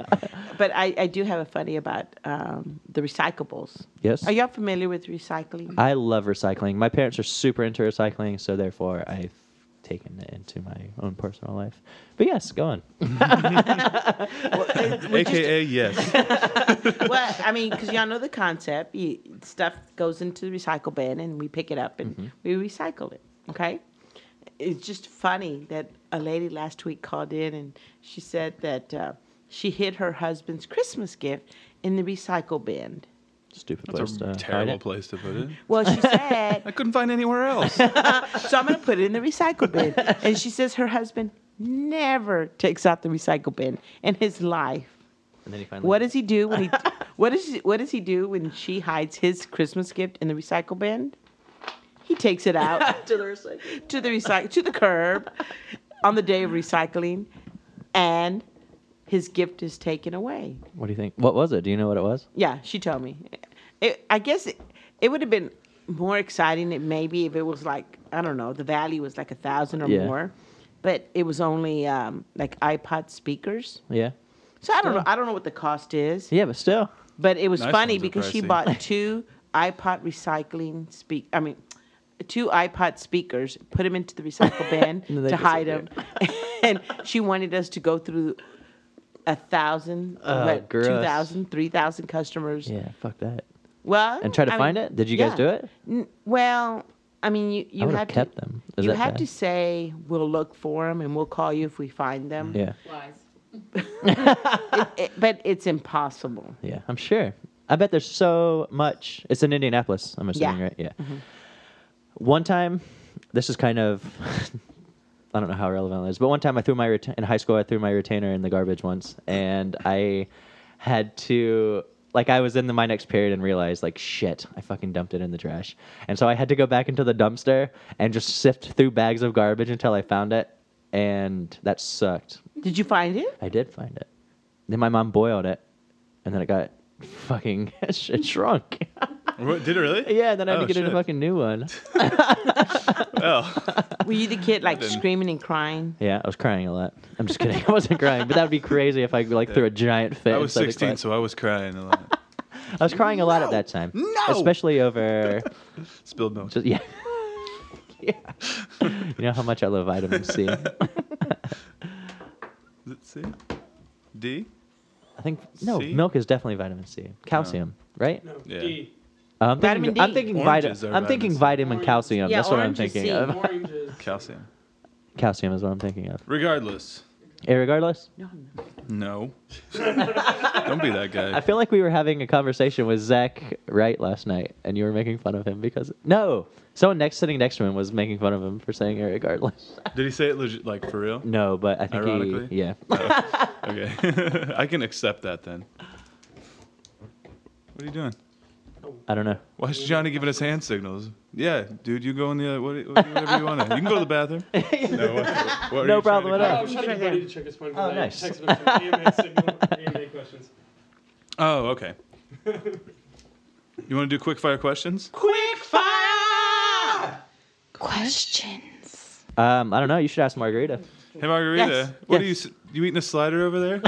Speaker 3: But I, I do have a funny about um, the recyclables.
Speaker 2: yes.
Speaker 3: Are y'all familiar with recycling?
Speaker 2: I love recycling. My parents are super into recycling, so therefore I taken it into my own personal life. But yes, go on.
Speaker 1: AKA,
Speaker 2: uh,
Speaker 1: yes.
Speaker 3: well, I mean, because y'all know the concept. You, stuff goes into the recycle bin, and we pick it up and we recycle it. Okay. It's just funny that a lady last week called in and she said that uh, she hid her husband's Christmas gift in the recycle bin.
Speaker 2: Stupid
Speaker 1: That's
Speaker 2: place to
Speaker 1: a
Speaker 2: uh, hide
Speaker 1: terrible
Speaker 2: it.
Speaker 1: place to put it.
Speaker 3: Well, she
Speaker 1: I
Speaker 3: said,
Speaker 1: couldn't find anywhere else.
Speaker 3: so I'm going to put it in the recycle bin. And she says her husband never takes out the recycle bin in his life.
Speaker 2: And then you find
Speaker 3: What does he do when he? what does what does he do when she hides his Christmas gift in the recycle bin? He takes it out to the recycle to the recycle to the curb on the day of recycling, and his gift is taken away.
Speaker 2: What do you think? What was it? Do you know what it was?
Speaker 3: Yeah, she told me. It, I guess it, it would have been more exciting if maybe if it was like I don't know the value was like a thousand or
Speaker 2: Yeah.
Speaker 3: more, but it was only um, like iPod speakers.
Speaker 2: Yeah.
Speaker 3: So I don't know. I don't know what the cost is.
Speaker 2: Yeah, but still.
Speaker 3: But it was
Speaker 1: Nice
Speaker 3: funny
Speaker 1: ones are
Speaker 3: because she
Speaker 1: pricey.
Speaker 3: bought two iPod recycling speak. I mean, two iPod speakers, put them into the recycle bin
Speaker 2: And they
Speaker 3: to hide them,
Speaker 2: disappeared.
Speaker 3: and she wanted us to go through a thousand,
Speaker 2: Oh,
Speaker 3: what, two
Speaker 2: gross.
Speaker 3: thousand, three thousand customers.
Speaker 2: Yeah, fuck that.
Speaker 3: Well,
Speaker 2: And try to
Speaker 3: I mean,
Speaker 2: find it? Did you guys
Speaker 3: yeah.
Speaker 2: do it?
Speaker 3: N- well, I mean, you you
Speaker 2: would've
Speaker 3: have to-
Speaker 2: kept them. Is
Speaker 3: you
Speaker 2: that
Speaker 3: have
Speaker 2: bad?
Speaker 3: to say we'll look for them and we'll call you if we find them.
Speaker 2: Yeah.
Speaker 5: Lies.
Speaker 3: It- but it's impossible.
Speaker 2: Yeah, I'm sure. I bet there's so much. It's in Indianapolis, I'm assuming,
Speaker 3: Yeah.
Speaker 2: right? Yeah. One time, this is kind of, I don't know how relevant it is, but one time I threw my, reta- in high school, I threw my retainer in the garbage once, and I had to, like, I was in the, my next period and realized, like, shit, I fucking dumped it in the trash. And so I had to go back into the dumpster and just sift through bags of garbage until I found it, and that sucked.
Speaker 3: Did you find it?
Speaker 2: I did find it. Then my mom boiled it, and then it got fucking it shrunk.
Speaker 1: What, did it really?
Speaker 2: yeah, and then I had
Speaker 1: Oh,
Speaker 2: to get a
Speaker 1: shit.
Speaker 2: fucking new one.
Speaker 1: Well,
Speaker 3: Were you the kid like
Speaker 1: didn't.
Speaker 3: screaming and crying?
Speaker 2: Yeah, I was crying a lot. I'm just kidding. I wasn't crying, but that would be crazy if I like threw a giant fit.
Speaker 1: I was
Speaker 2: inside the
Speaker 1: 16,
Speaker 2: class.
Speaker 1: so I was crying a lot.
Speaker 2: I was crying a lot at that time,
Speaker 1: No!
Speaker 2: especially over
Speaker 1: Spilled milk.
Speaker 2: just yeah. Yeah. you know how much I love vitamin C. I
Speaker 1: Let's see. D?
Speaker 2: think no
Speaker 1: C?
Speaker 2: milk is definitely vitamin C, calcium, right?
Speaker 4: No,
Speaker 1: Yeah.
Speaker 4: D.
Speaker 2: Uh, I'm thinking,
Speaker 3: Vitamin D.
Speaker 2: I'm thinking, vita-
Speaker 1: Oranges are
Speaker 2: I'm thinking
Speaker 4: vitamin
Speaker 2: vitamin
Speaker 4: C.
Speaker 2: calcium.
Speaker 3: Yeah,
Speaker 2: That's what I'm
Speaker 3: orange is
Speaker 2: thinking
Speaker 3: C.
Speaker 2: of.
Speaker 4: Oranges.
Speaker 1: Calcium.
Speaker 2: Calcium is what I'm thinking of.
Speaker 1: Regardless.
Speaker 2: Irregardless,
Speaker 3: No, no.
Speaker 1: No. Don't be that
Speaker 2: I
Speaker 1: guy.
Speaker 2: feel like we were having a conversation with Zach Wright last night, and you were making fun of him because no, someone next sitting next to him was making fun of him for saying irregardless.
Speaker 1: Did he say it legit, like for real?
Speaker 2: No, but I think
Speaker 1: Ironically?
Speaker 2: he, yeah,
Speaker 1: Okay. I can accept that then. What are you doing?
Speaker 2: I don't know.
Speaker 1: Why is Johnny giving us hand signals? Yeah, dude, you go in the other, what, whatever you want to. You can go to the bathroom. No, what- what are
Speaker 2: No
Speaker 1: you
Speaker 2: problem
Speaker 1: trying to
Speaker 2: at
Speaker 4: Oh,
Speaker 2: all.
Speaker 4: I'm trying to get ready to check this one.
Speaker 2: Oh, nice.
Speaker 4: Text him some AMA signal, AMA questions.
Speaker 1: do? Oh, okay. You want to do quick fire questions?
Speaker 6: Questions.
Speaker 2: Um, I don't know. You should ask Margarita.
Speaker 1: Hey, Margarita,
Speaker 3: Yes,
Speaker 1: what are you, s- you eating a slider over there?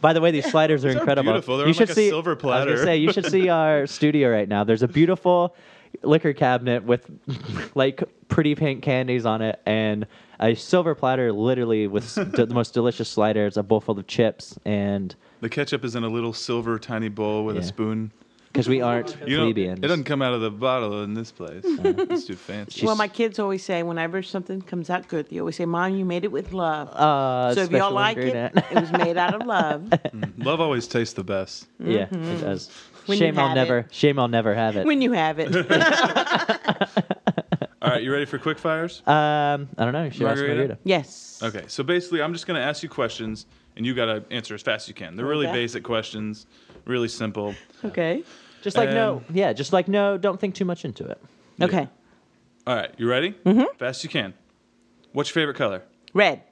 Speaker 2: By the way, these sliders are
Speaker 1: are
Speaker 2: incredible.
Speaker 1: beautiful. They're
Speaker 2: you
Speaker 1: on,
Speaker 2: should
Speaker 1: like, a
Speaker 2: see
Speaker 1: silver
Speaker 2: I was
Speaker 1: platter.
Speaker 2: gonna say you should see our studio right now. There's a beautiful liquor cabinet with like pretty pink candies on it and a silver platter literally with s- d- the most delicious sliders, a bowl full of chips and
Speaker 1: The ketchup is in a little silver tiny bowl with a
Speaker 2: Yeah.
Speaker 1: spoon.
Speaker 2: because we aren't
Speaker 1: You know, it
Speaker 2: plebeians.
Speaker 1: doesn't come out of the bottle in this place.
Speaker 2: Uh-huh.
Speaker 1: it's too fancy.
Speaker 3: Well, my kids always say whenever something comes out good, they always say, "Mom, you made it with love."
Speaker 2: uh,
Speaker 3: so if y'all
Speaker 2: special
Speaker 3: like it,
Speaker 2: ingredient.
Speaker 3: it was made out of love.
Speaker 1: Love always tastes the best.
Speaker 2: yeah, it does.
Speaker 3: mm-hmm. When you
Speaker 2: shame I'll
Speaker 3: have
Speaker 2: never
Speaker 3: it.
Speaker 2: shame I'll never have it.
Speaker 3: when you have it,
Speaker 1: All right, you ready for quick fires?
Speaker 2: um I don't know, you should ask
Speaker 1: Margarita?
Speaker 2: Margarita.
Speaker 3: yes.
Speaker 1: Okay, so basically, I'm just going to ask you questions, and you got to answer as fast as you can. They're really
Speaker 3: Okay.
Speaker 1: basic questions, really simple.
Speaker 3: Okay.
Speaker 2: Just like no
Speaker 1: Um,
Speaker 2: yeah, just like no, don't think too much into it.
Speaker 3: Okay.
Speaker 1: All right, you ready? Mm-hmm. Fast as you can. What's your favorite color?
Speaker 3: Red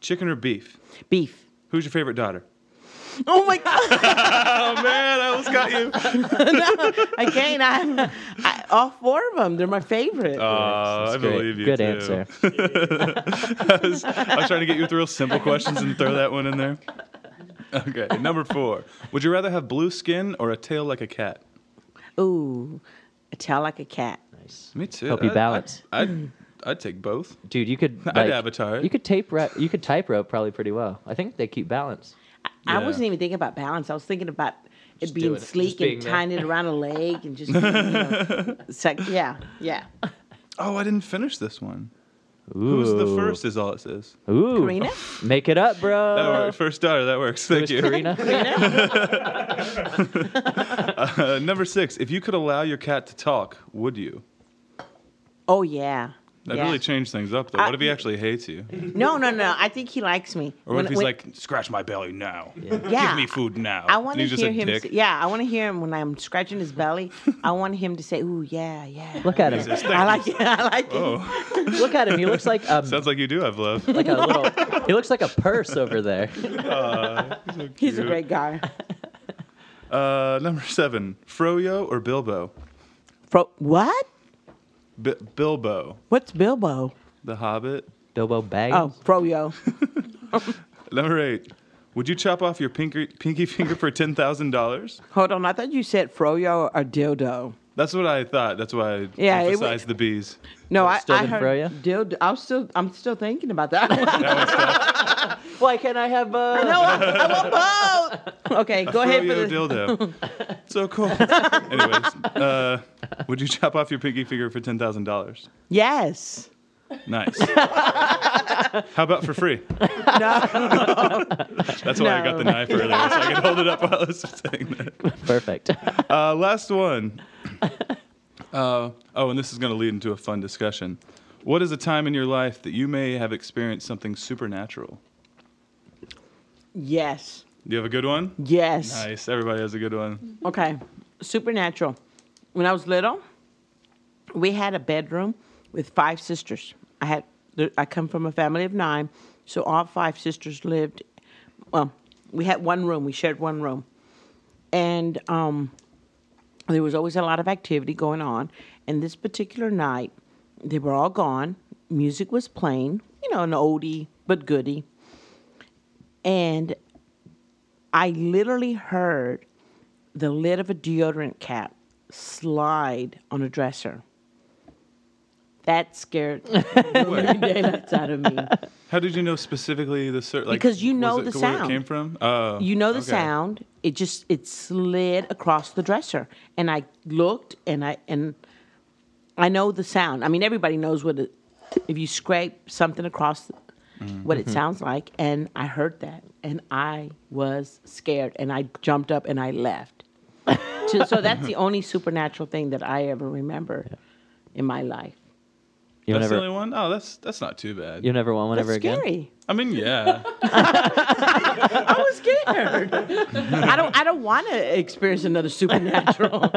Speaker 1: Chicken or beef?
Speaker 3: beef.
Speaker 1: Who's your favorite daughter?
Speaker 3: Oh my god!
Speaker 1: Oh man, I almost got you.
Speaker 3: I can't. I, I, all four of them. They're my favorite.
Speaker 1: Aw, Oh, I
Speaker 2: That's great.
Speaker 1: believe you.
Speaker 2: Good
Speaker 1: too.
Speaker 2: answer.
Speaker 1: I, was, I was trying to get you with real simple questions and throw that one in there. Okay, number four. Would you rather have blue skin or a tail like a cat?
Speaker 3: Ooh, a tail like a cat.
Speaker 2: Nice.
Speaker 1: Me too.
Speaker 2: Help you
Speaker 1: I-
Speaker 2: balance.
Speaker 1: I, I, I'd take both.
Speaker 2: Dude, you could
Speaker 1: I'd
Speaker 2: like,
Speaker 1: avatar it.
Speaker 2: You could tape ra- you could type rope probably pretty well. I think they keep balance.
Speaker 3: I
Speaker 1: Yeah.
Speaker 3: wasn't even thinking about balance. I was thinking about it being
Speaker 2: doing it. Just
Speaker 3: sleek
Speaker 2: being
Speaker 3: and
Speaker 2: there.
Speaker 3: tying it around a leg and just, you know, sec- yeah, yeah.
Speaker 1: Oh, I didn't finish this one.
Speaker 2: Ooh.
Speaker 1: Who's the first? Is all it says.
Speaker 2: Ooh.
Speaker 3: Karina?
Speaker 2: Make it up,
Speaker 1: That
Speaker 2: bro.
Speaker 1: works. First daughter. That works. Thank you.
Speaker 2: Karina.
Speaker 1: Uh, number six. If you could allow your cat to talk, would you?
Speaker 3: Oh, yeah.
Speaker 1: That
Speaker 3: yeah.
Speaker 1: really changed things up, though.
Speaker 3: I-
Speaker 1: What if he actually hates you?
Speaker 3: No, no, no. I think he likes me.
Speaker 1: Or what if he's like, scratch my belly now?
Speaker 3: yeah,
Speaker 1: Give me food now.
Speaker 3: I
Speaker 1: And
Speaker 3: want to
Speaker 1: he's just a
Speaker 3: hear him.
Speaker 1: dick.
Speaker 3: Say, yeah, I want to hear him when I'm scratching his belly. I want him to say, "Ooh, yeah, yeah."
Speaker 2: Look at
Speaker 1: Jesus,
Speaker 2: him.
Speaker 1: thank
Speaker 3: I
Speaker 1: you.
Speaker 3: like it. I like it.
Speaker 1: Oh,
Speaker 2: Look at him. He looks like um,
Speaker 1: sounds like you do have love.
Speaker 2: like a little. He looks like a purse over there.
Speaker 3: Oh. He's
Speaker 1: cute.
Speaker 3: a great guy.
Speaker 1: Uh, number seven. Froyo or Bilbo?
Speaker 3: Fro- what?
Speaker 1: B- Bilbo,
Speaker 3: What's Bilbo?
Speaker 1: the Hobbit.
Speaker 2: Bilbo Baggins.
Speaker 3: Oh, Froyo.
Speaker 1: Number eight. Would you chop off your pinky, pinky finger for ten thousand dollars?
Speaker 3: Hold on, I thought you said Froyo or dildo.
Speaker 1: That's what I thought. That's why I
Speaker 3: Yeah, it
Speaker 1: emphasized
Speaker 3: would-
Speaker 1: the bees.
Speaker 3: No, I,
Speaker 2: still
Speaker 3: I
Speaker 2: been
Speaker 3: heard
Speaker 2: Froyo?
Speaker 3: dildo. I'm still, I'm still thinking about that. no,
Speaker 2: Why can't I have uh,
Speaker 3: I, I want both. Oh, Okay, go ahead for
Speaker 1: Froyo
Speaker 3: the
Speaker 1: dildo. so cool. Anyways, uh, would you chop off your pinky finger for ten thousand dollars?
Speaker 3: yes.
Speaker 1: Nice. How about for free?
Speaker 3: No,
Speaker 1: That's why I got
Speaker 3: No.
Speaker 1: the knife earlier, so I could hold it up while I was saying that.
Speaker 2: Perfect.
Speaker 1: Uh, last one. Uh, oh, and this is going to lead into a fun discussion. What is a time in your life that you may have experienced something supernatural?
Speaker 3: yes,
Speaker 1: Do you have a good one?
Speaker 3: yes.
Speaker 1: Nice. Everybody has a good one.
Speaker 3: Okay, supernatural. When I was little, we had a bedroom with five sisters. I had th- I come from a family of nine, so all five sisters lived. Well, we had one room. We shared one room, and um, there was always a lot of activity going on. And this particular night, they were all gone. Music was playing, you know, an oldie but goodie. And I literally heard the lid of a deodorant cap slide on a dresser. That scared the daylights out of me.
Speaker 1: How did you know specifically the cer- like
Speaker 3: Because you
Speaker 1: was
Speaker 3: know
Speaker 1: it
Speaker 3: the
Speaker 1: where
Speaker 3: sound.
Speaker 1: it came from? Oh,
Speaker 3: You know the
Speaker 1: okay.
Speaker 3: sound. It just it slid across the dresser, and I looked, and I and I know the sound. I mean, everybody knows what it, if you scrape something across, the, what
Speaker 2: Mm-hmm.
Speaker 3: it sounds like. And I heard that, and I was scared, and I jumped up and I left. To- so that's the only supernatural thing that I ever remember in my life.
Speaker 2: You'll
Speaker 1: That's the
Speaker 2: never.
Speaker 1: only one. Oh, that's that's not too bad.
Speaker 2: You'll never want one
Speaker 3: That's
Speaker 2: ever again.
Speaker 3: scary.
Speaker 1: I mean, yeah.
Speaker 3: I was scared. I don't. I don't want to experience another supernatural.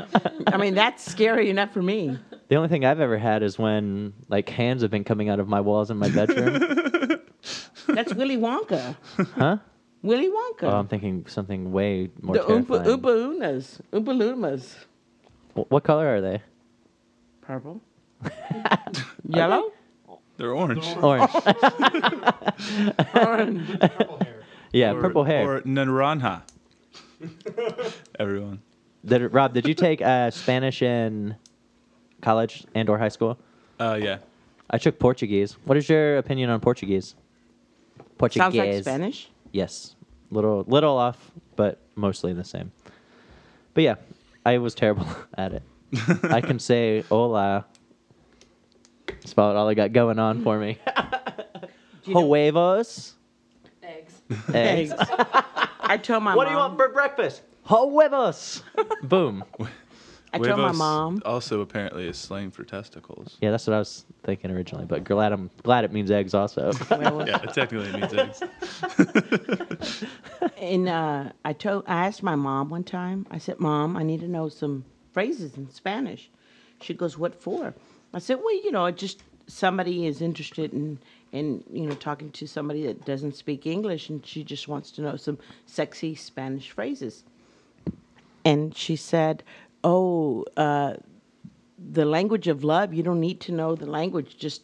Speaker 3: I mean, that's scary enough for me.
Speaker 2: The only thing I've ever had is when like hands have been coming out of my walls in my bedroom.
Speaker 3: That's Willy Wonka.
Speaker 2: huh?
Speaker 3: Willy Wonka.
Speaker 2: Oh, I'm thinking something way more
Speaker 3: the Oompa,
Speaker 2: terrifying.
Speaker 3: Oompa Unas. Oompa Lumas.
Speaker 2: Wh- What color are they?
Speaker 3: Purple. Yellow.
Speaker 1: They're orange.
Speaker 2: Orange.
Speaker 3: Orange.
Speaker 4: Purple hair.
Speaker 2: yeah,
Speaker 1: Or-
Speaker 2: purple hair.
Speaker 1: Or naranja. Everyone.
Speaker 2: Did- Rob, did you take uh, Spanish in college and or high school?
Speaker 1: Uh, yeah.
Speaker 2: I took Portuguese. What is your opinion on Portuguese? Portuguese.
Speaker 3: Sounds like Spanish.
Speaker 2: Yes. Little little off, but mostly the same. But yeah, I was terrible at it. I can say hola. That's about all I got going on for me. Huevos.
Speaker 5: Eggs.
Speaker 2: Eggs.
Speaker 3: Eggs. I told my
Speaker 2: What
Speaker 3: mom.
Speaker 2: do you want for breakfast? Huevos. Boom.
Speaker 3: I told my
Speaker 1: Huevos
Speaker 3: mom.
Speaker 1: Also, apparently, is slang for testicles.
Speaker 2: Yeah, that's what I was thinking originally, but glad I'm glad it means eggs also.
Speaker 3: Well,
Speaker 1: Yeah, it technically means eggs.
Speaker 3: And uh, I told, I asked my mom one time. I said, "Mom, I need to know some phrases in Spanish." She goes, "What for?" I said, "Well, you know, it just somebody is interested in in you know talking to somebody that doesn't speak English, and she just wants to know some sexy Spanish phrases." And she said, "Oh, uh, the language of love. You don't need to know the language. Just."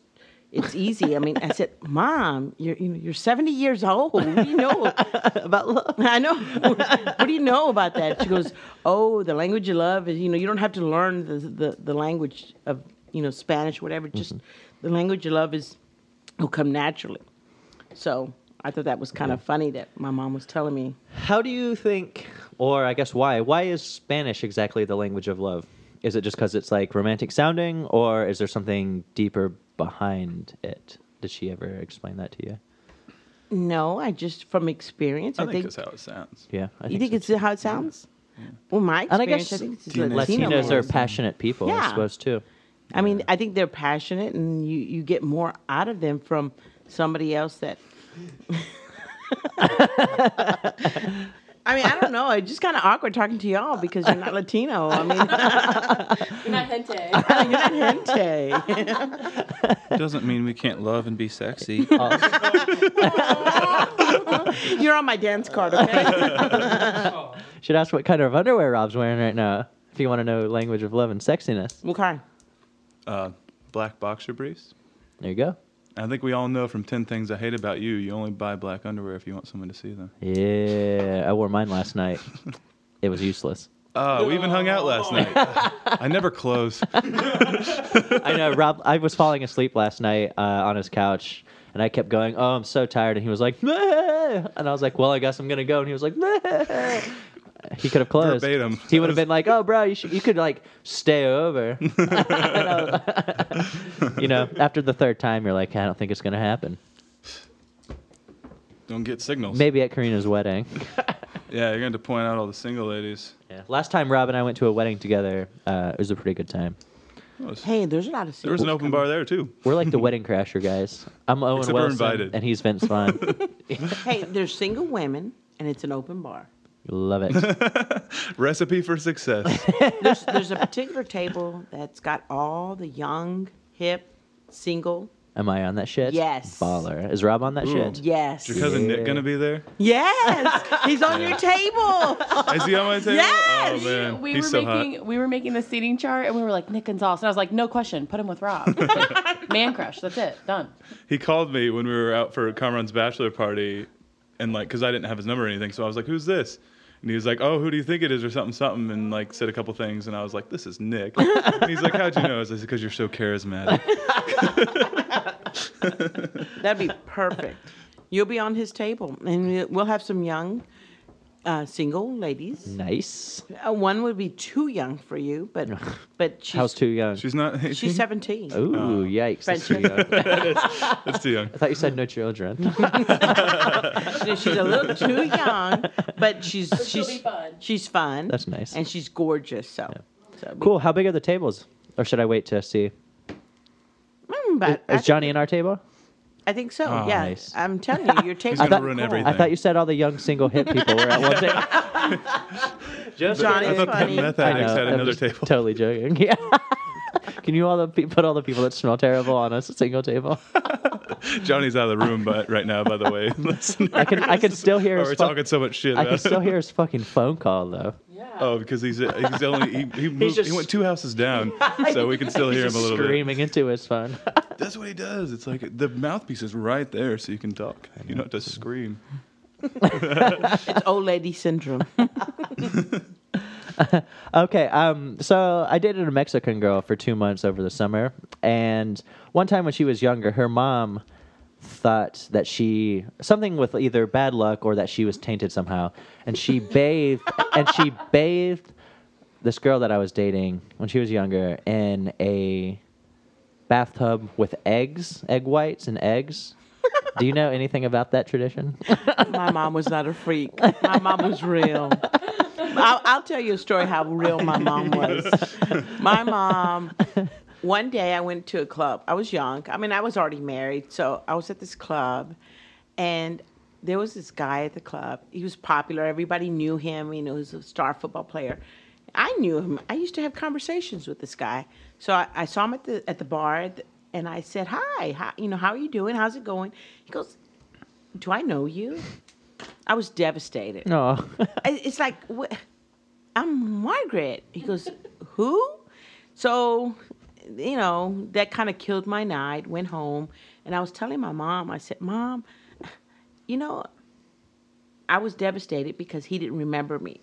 Speaker 3: It's easy. I mean, I said, "Mom, you're you know, you're 70 years old. What do you know about love. I know. what do you know about that? She goes, "Oh, the language you love is you know you don't have to learn the the, the language of you know, Spanish, whatever. Just
Speaker 2: Mm-hmm.
Speaker 3: the language you love is will come naturally. So I thought that was kind of funny that my mom was telling me.
Speaker 2: How do you think, or I guess why, why is Spanish exactly the language of love? Is it just because it's like romantic sounding, or is there something deeper behind it? Did she ever explain that to you?
Speaker 3: No, I just from experience. I,
Speaker 1: I think that's how it sounds.
Speaker 2: Yeah, I
Speaker 3: you
Speaker 2: think
Speaker 3: think it's how it sounds. Well, my
Speaker 2: And I
Speaker 3: experience,
Speaker 2: guess
Speaker 3: I, think it's just
Speaker 1: Latinas-
Speaker 3: Latino
Speaker 2: Latinos are
Speaker 3: more.
Speaker 2: passionate people, I
Speaker 3: Yeah.
Speaker 2: suppose too.
Speaker 3: I mean, I think they're passionate, and you you get more out of them from somebody else that. I mean, I don't know. It's just kind of awkward talking to y'all because you're not Latino. I mean,
Speaker 5: You're not gente.
Speaker 3: you're not gente.
Speaker 1: Doesn't mean we can't love and be sexy.
Speaker 3: You're on my dance card, okay?
Speaker 4: Oh,
Speaker 2: Should ask what kind of underwear Rob's wearing right now if you want to know language of love and sexiness.
Speaker 3: okay.
Speaker 1: uh, black boxer briefs.
Speaker 2: There you go.
Speaker 1: I think we all know from 10 Things I Hate About You, you only buy black underwear if you want someone to see them.
Speaker 2: Yeah, I wore mine last night. It was useless.
Speaker 1: Uh, we even hung out last night. I never close.
Speaker 2: I know Rob. I was falling asleep last night uh, on his couch, and I kept going. Oh, I'm so tired, and he was like, "Meh." and I was like, "Well, I guess I'm gonna go." And he was like, "Meh." He could have closed.
Speaker 1: Verbatim.
Speaker 2: He would have been like, "Oh, bro, you should, you could like stay over." And I was- you know, after the third time, you're like, "I don't think it's gonna happen."
Speaker 1: Don't get signals.
Speaker 2: Maybe at Karina's wedding.
Speaker 1: Yeah, you're going to point out all the single ladies.
Speaker 2: Yeah. Last time Rob and I went to a wedding together, uh, it was a pretty good time.
Speaker 1: That was-
Speaker 3: Hey, there's a lot of
Speaker 1: there was an open bar there, too.
Speaker 2: We're like the wedding crasher guys. I'm Owen
Speaker 1: Except we're
Speaker 2: Wilson,
Speaker 1: invited.
Speaker 2: and he's Vince Vaughn.
Speaker 3: Hey, there's single women, and it's an open bar.
Speaker 2: Love it.
Speaker 1: Recipe for success.
Speaker 3: There's, there's a particular table that's got all the young, hip, single.
Speaker 2: Am I on that shit?
Speaker 3: Yes.
Speaker 2: Baller. Is Rob on that
Speaker 1: Ooh.
Speaker 2: shit?
Speaker 3: Yes.
Speaker 1: Your cousin Nick going to be there?
Speaker 3: Yes. He's on your table.
Speaker 1: Is he on my table?
Speaker 3: Yes!
Speaker 1: Oh, man.
Speaker 5: We
Speaker 1: He's
Speaker 5: were
Speaker 1: so
Speaker 5: making
Speaker 1: hot.
Speaker 5: we were making the seating chart and we were like Nick Gonzalez. And I was like, no question, put him with Rob. Man crush. That's it. Done.
Speaker 1: He called me when we were out for Kamran's bachelor party, and like, because I didn't have his number or anything, so I was like, who's this? And he was like, oh, who do you think it is, or something, something, and like said a couple things, and I was like, this is Nick. and he's like, how'd you know? I was like, because you're so charismatic.
Speaker 3: That'd be perfect. You'll be on his table, and we- we'll have some young, uh, single ladies.
Speaker 2: Nice.
Speaker 3: Uh, one would be too young for you, but but she's
Speaker 2: How's Oh. too young?
Speaker 1: She's uh, not.
Speaker 3: she's seventeen.
Speaker 2: Ooh, yikes. That's too
Speaker 3: French.
Speaker 2: young. I
Speaker 1: That's too young.
Speaker 2: thought you said no children.
Speaker 3: She- She's a little too young, but she's she's
Speaker 5: be fun.
Speaker 3: she's fun.
Speaker 2: That's nice.
Speaker 3: and she's gorgeous. So, so we-
Speaker 2: cool. How big are the tables? Or should I wait to see?
Speaker 3: Mm, but I
Speaker 2: Is
Speaker 3: think-
Speaker 2: Johnny in our table?
Speaker 3: I think so.
Speaker 1: Oh,
Speaker 3: yeah,
Speaker 2: nice.
Speaker 3: I'm telling you, your table.
Speaker 1: gonna
Speaker 3: is
Speaker 1: ruin
Speaker 3: cool.
Speaker 1: everything.
Speaker 2: I thought you said all the young single hip people were at one table. Just
Speaker 3: Johnny
Speaker 1: I
Speaker 3: is
Speaker 1: thought that
Speaker 3: funny.
Speaker 1: meth
Speaker 2: I
Speaker 1: addicts
Speaker 2: know,
Speaker 1: had
Speaker 2: I'm
Speaker 1: another
Speaker 2: just
Speaker 1: table.
Speaker 2: Totally joking. Yeah. Can you all the pe- put all the people that smell terrible on a single table?
Speaker 1: Johnny's out of the room, but right now, by the way, listen.
Speaker 2: I can I can still hear
Speaker 1: Oh,
Speaker 2: his
Speaker 1: we're
Speaker 2: fu-
Speaker 1: talking so much shit.
Speaker 2: I can
Speaker 1: about-
Speaker 2: still hear his fucking phone call though.
Speaker 5: Yeah.
Speaker 1: Oh, because he's he's only he he, moved,
Speaker 2: just-
Speaker 1: he went two houses down, so we can still hear him a little bit.
Speaker 2: Screaming into his phone.
Speaker 1: That's what he does. It's like the mouthpiece is right there, so you can talk. You don't have to scream.
Speaker 3: It's old lady syndrome.
Speaker 2: Okay, um, so I dated a Mexican girl for two months over the summer, and one time when she was younger, her mom thought that she something with either bad luck or that she was tainted somehow, and she bathed and she bathed this girl that I was dating when she was younger in a bathtub with eggs, egg whites, and eggs. Do you know anything about that tradition?
Speaker 3: My mom was not a freak. My mom was real. I'll, I'll tell you a story how real my mom was. My mom, one day I went to a club. I was young. I mean, I was already married. So I was at this club, and there was this guy at the club. He was popular. Everybody knew him. You know, he was a star football player. I knew him. I used to have conversations with this guy. So I, I saw him at the at the bar, at the- and I said, "Hi, how, you know, how are you doing? How's it going?" He goes, "Do I know you?" I was devastated.
Speaker 2: No.
Speaker 3: I- it's like wh- I'm Margaret. He goes, who? So, you know, that kind of killed my night. Went home, and I was telling my mom. I said, Mom, you know, I was devastated because he didn't remember me.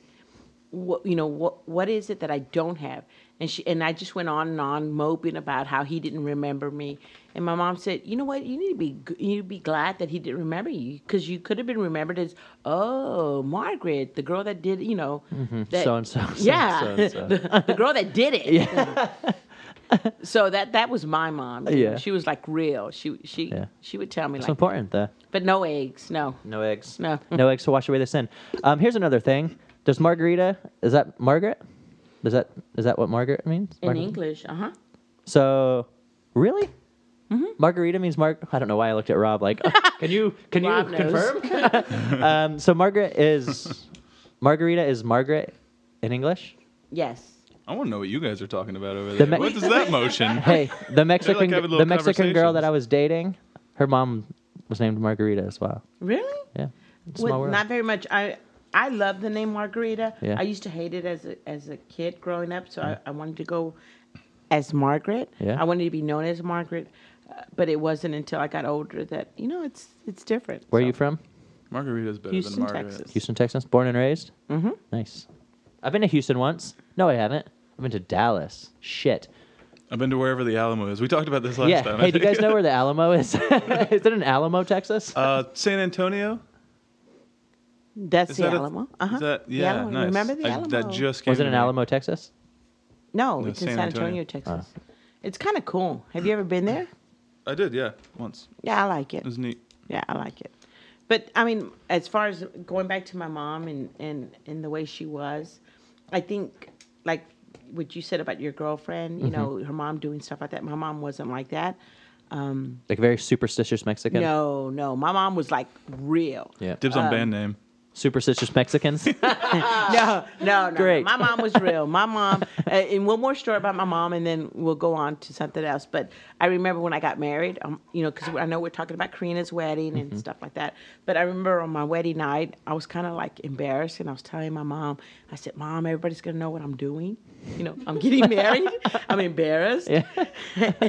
Speaker 3: what you know what what is it that I don't have? And she and I just went on and on moping about how he didn't remember me. And my mom said, you know what? You need to be g- you need to be glad that he didn't remember you because you could have been remembered as oh Margaret, the girl that did you know that-
Speaker 2: Mm-hmm. So and so, so and
Speaker 3: yeah,
Speaker 2: so and so.
Speaker 3: the, the girl that did it. so that that was my mom. you know.
Speaker 2: Yeah.
Speaker 3: she was like real. She she
Speaker 2: Yeah.
Speaker 3: she would tell me
Speaker 2: It's
Speaker 3: like,
Speaker 2: important though.
Speaker 3: but no eggs, no.
Speaker 2: No eggs.
Speaker 3: No.
Speaker 2: no eggs to wash away the sin. Um, here's another thing. Does margarita is that Margaret? Is that is that what Margaret means?
Speaker 3: In
Speaker 2: Margaret-
Speaker 3: English, uh huh.
Speaker 2: So, really?
Speaker 3: Mm-hmm.
Speaker 2: Margarita means Marg. I don't know why I looked at Rob. Like, can you can
Speaker 3: Rob
Speaker 2: you
Speaker 3: knows.
Speaker 2: confirm? um, so Margaret is Margarita is Margaret in English.
Speaker 3: Yes.
Speaker 1: I want to know what you guys are talking about over there.
Speaker 2: me-
Speaker 1: what is that motion?
Speaker 2: Hey, the Mexican
Speaker 1: having little
Speaker 2: the Mexican girl
Speaker 1: conversations.
Speaker 2: that I was dating, her mom was named Margarita as well.
Speaker 3: Really?
Speaker 2: Yeah, It's
Speaker 3: Well,
Speaker 2: small world.
Speaker 3: not very much. I I love the name Margarita.
Speaker 2: Yeah. Mm.
Speaker 3: I used to hate it as a as a kid growing up, so I, I wanted to go as Margaret.
Speaker 2: Yeah.
Speaker 3: I wanted to be known as Margaret, uh, but it wasn't until I got older that you know it's it's different.
Speaker 2: Where are
Speaker 3: So,
Speaker 2: you from?
Speaker 1: Margarita's better
Speaker 3: Houston,
Speaker 1: than Margaret.
Speaker 3: Texas.
Speaker 2: Houston, Texas. Born and raised. Mm-hmm. Nice. I've been to Houston once. No, I haven't. I've been to Dallas. Shit.
Speaker 1: I've been to wherever the Alamo is. We talked about this last
Speaker 2: yeah.
Speaker 1: time. I
Speaker 2: Hey, do you
Speaker 1: think.
Speaker 2: guys know where the Alamo is? is it in Alamo, Texas?
Speaker 1: Uh, San Antonio.
Speaker 3: That's
Speaker 1: Is
Speaker 3: the
Speaker 1: that a-
Speaker 3: Alamo. Uh huh.
Speaker 1: Is that yeah? nice.
Speaker 3: Remember the
Speaker 1: I-
Speaker 3: Alamo?
Speaker 1: That just came.
Speaker 2: was it
Speaker 1: to
Speaker 2: in
Speaker 1: me.
Speaker 2: Alamo, Texas?
Speaker 3: No,
Speaker 1: No,
Speaker 3: it's in
Speaker 1: San
Speaker 3: San
Speaker 1: Antonio.
Speaker 3: Antonio, Texas.
Speaker 2: Ah.
Speaker 3: It's kind of cool. Have you ever been there?
Speaker 1: I did, yeah, once.
Speaker 3: Yeah, I like it.
Speaker 1: It was neat.
Speaker 3: Yeah, I like it. But I mean, as far as going back to my mom and and and the way she was, I think like what you said about your girlfriend, you know, her mom doing stuff like that. My mom wasn't like that. Um,
Speaker 2: Like very superstitious Mexican.
Speaker 3: no, no, my mom was like real.
Speaker 2: Yeah.
Speaker 1: Dibs
Speaker 3: Um,
Speaker 1: on band name.
Speaker 2: Superstitious Mexicans.
Speaker 3: no, no, no.
Speaker 2: Great.
Speaker 3: My mom was real. My mom, uh, and one more story about my mom, and then we'll go on to something else. But I remember when I got married, um, you know, because I know we're talking about Karina's wedding
Speaker 2: Mm-hmm.
Speaker 3: and stuff like that. But I remember on my wedding night, I was kind of like embarrassed, and I was telling my mom, I said, Mom, everybody's going to know what I'm doing. You know, I'm getting married. I'm embarrassed. and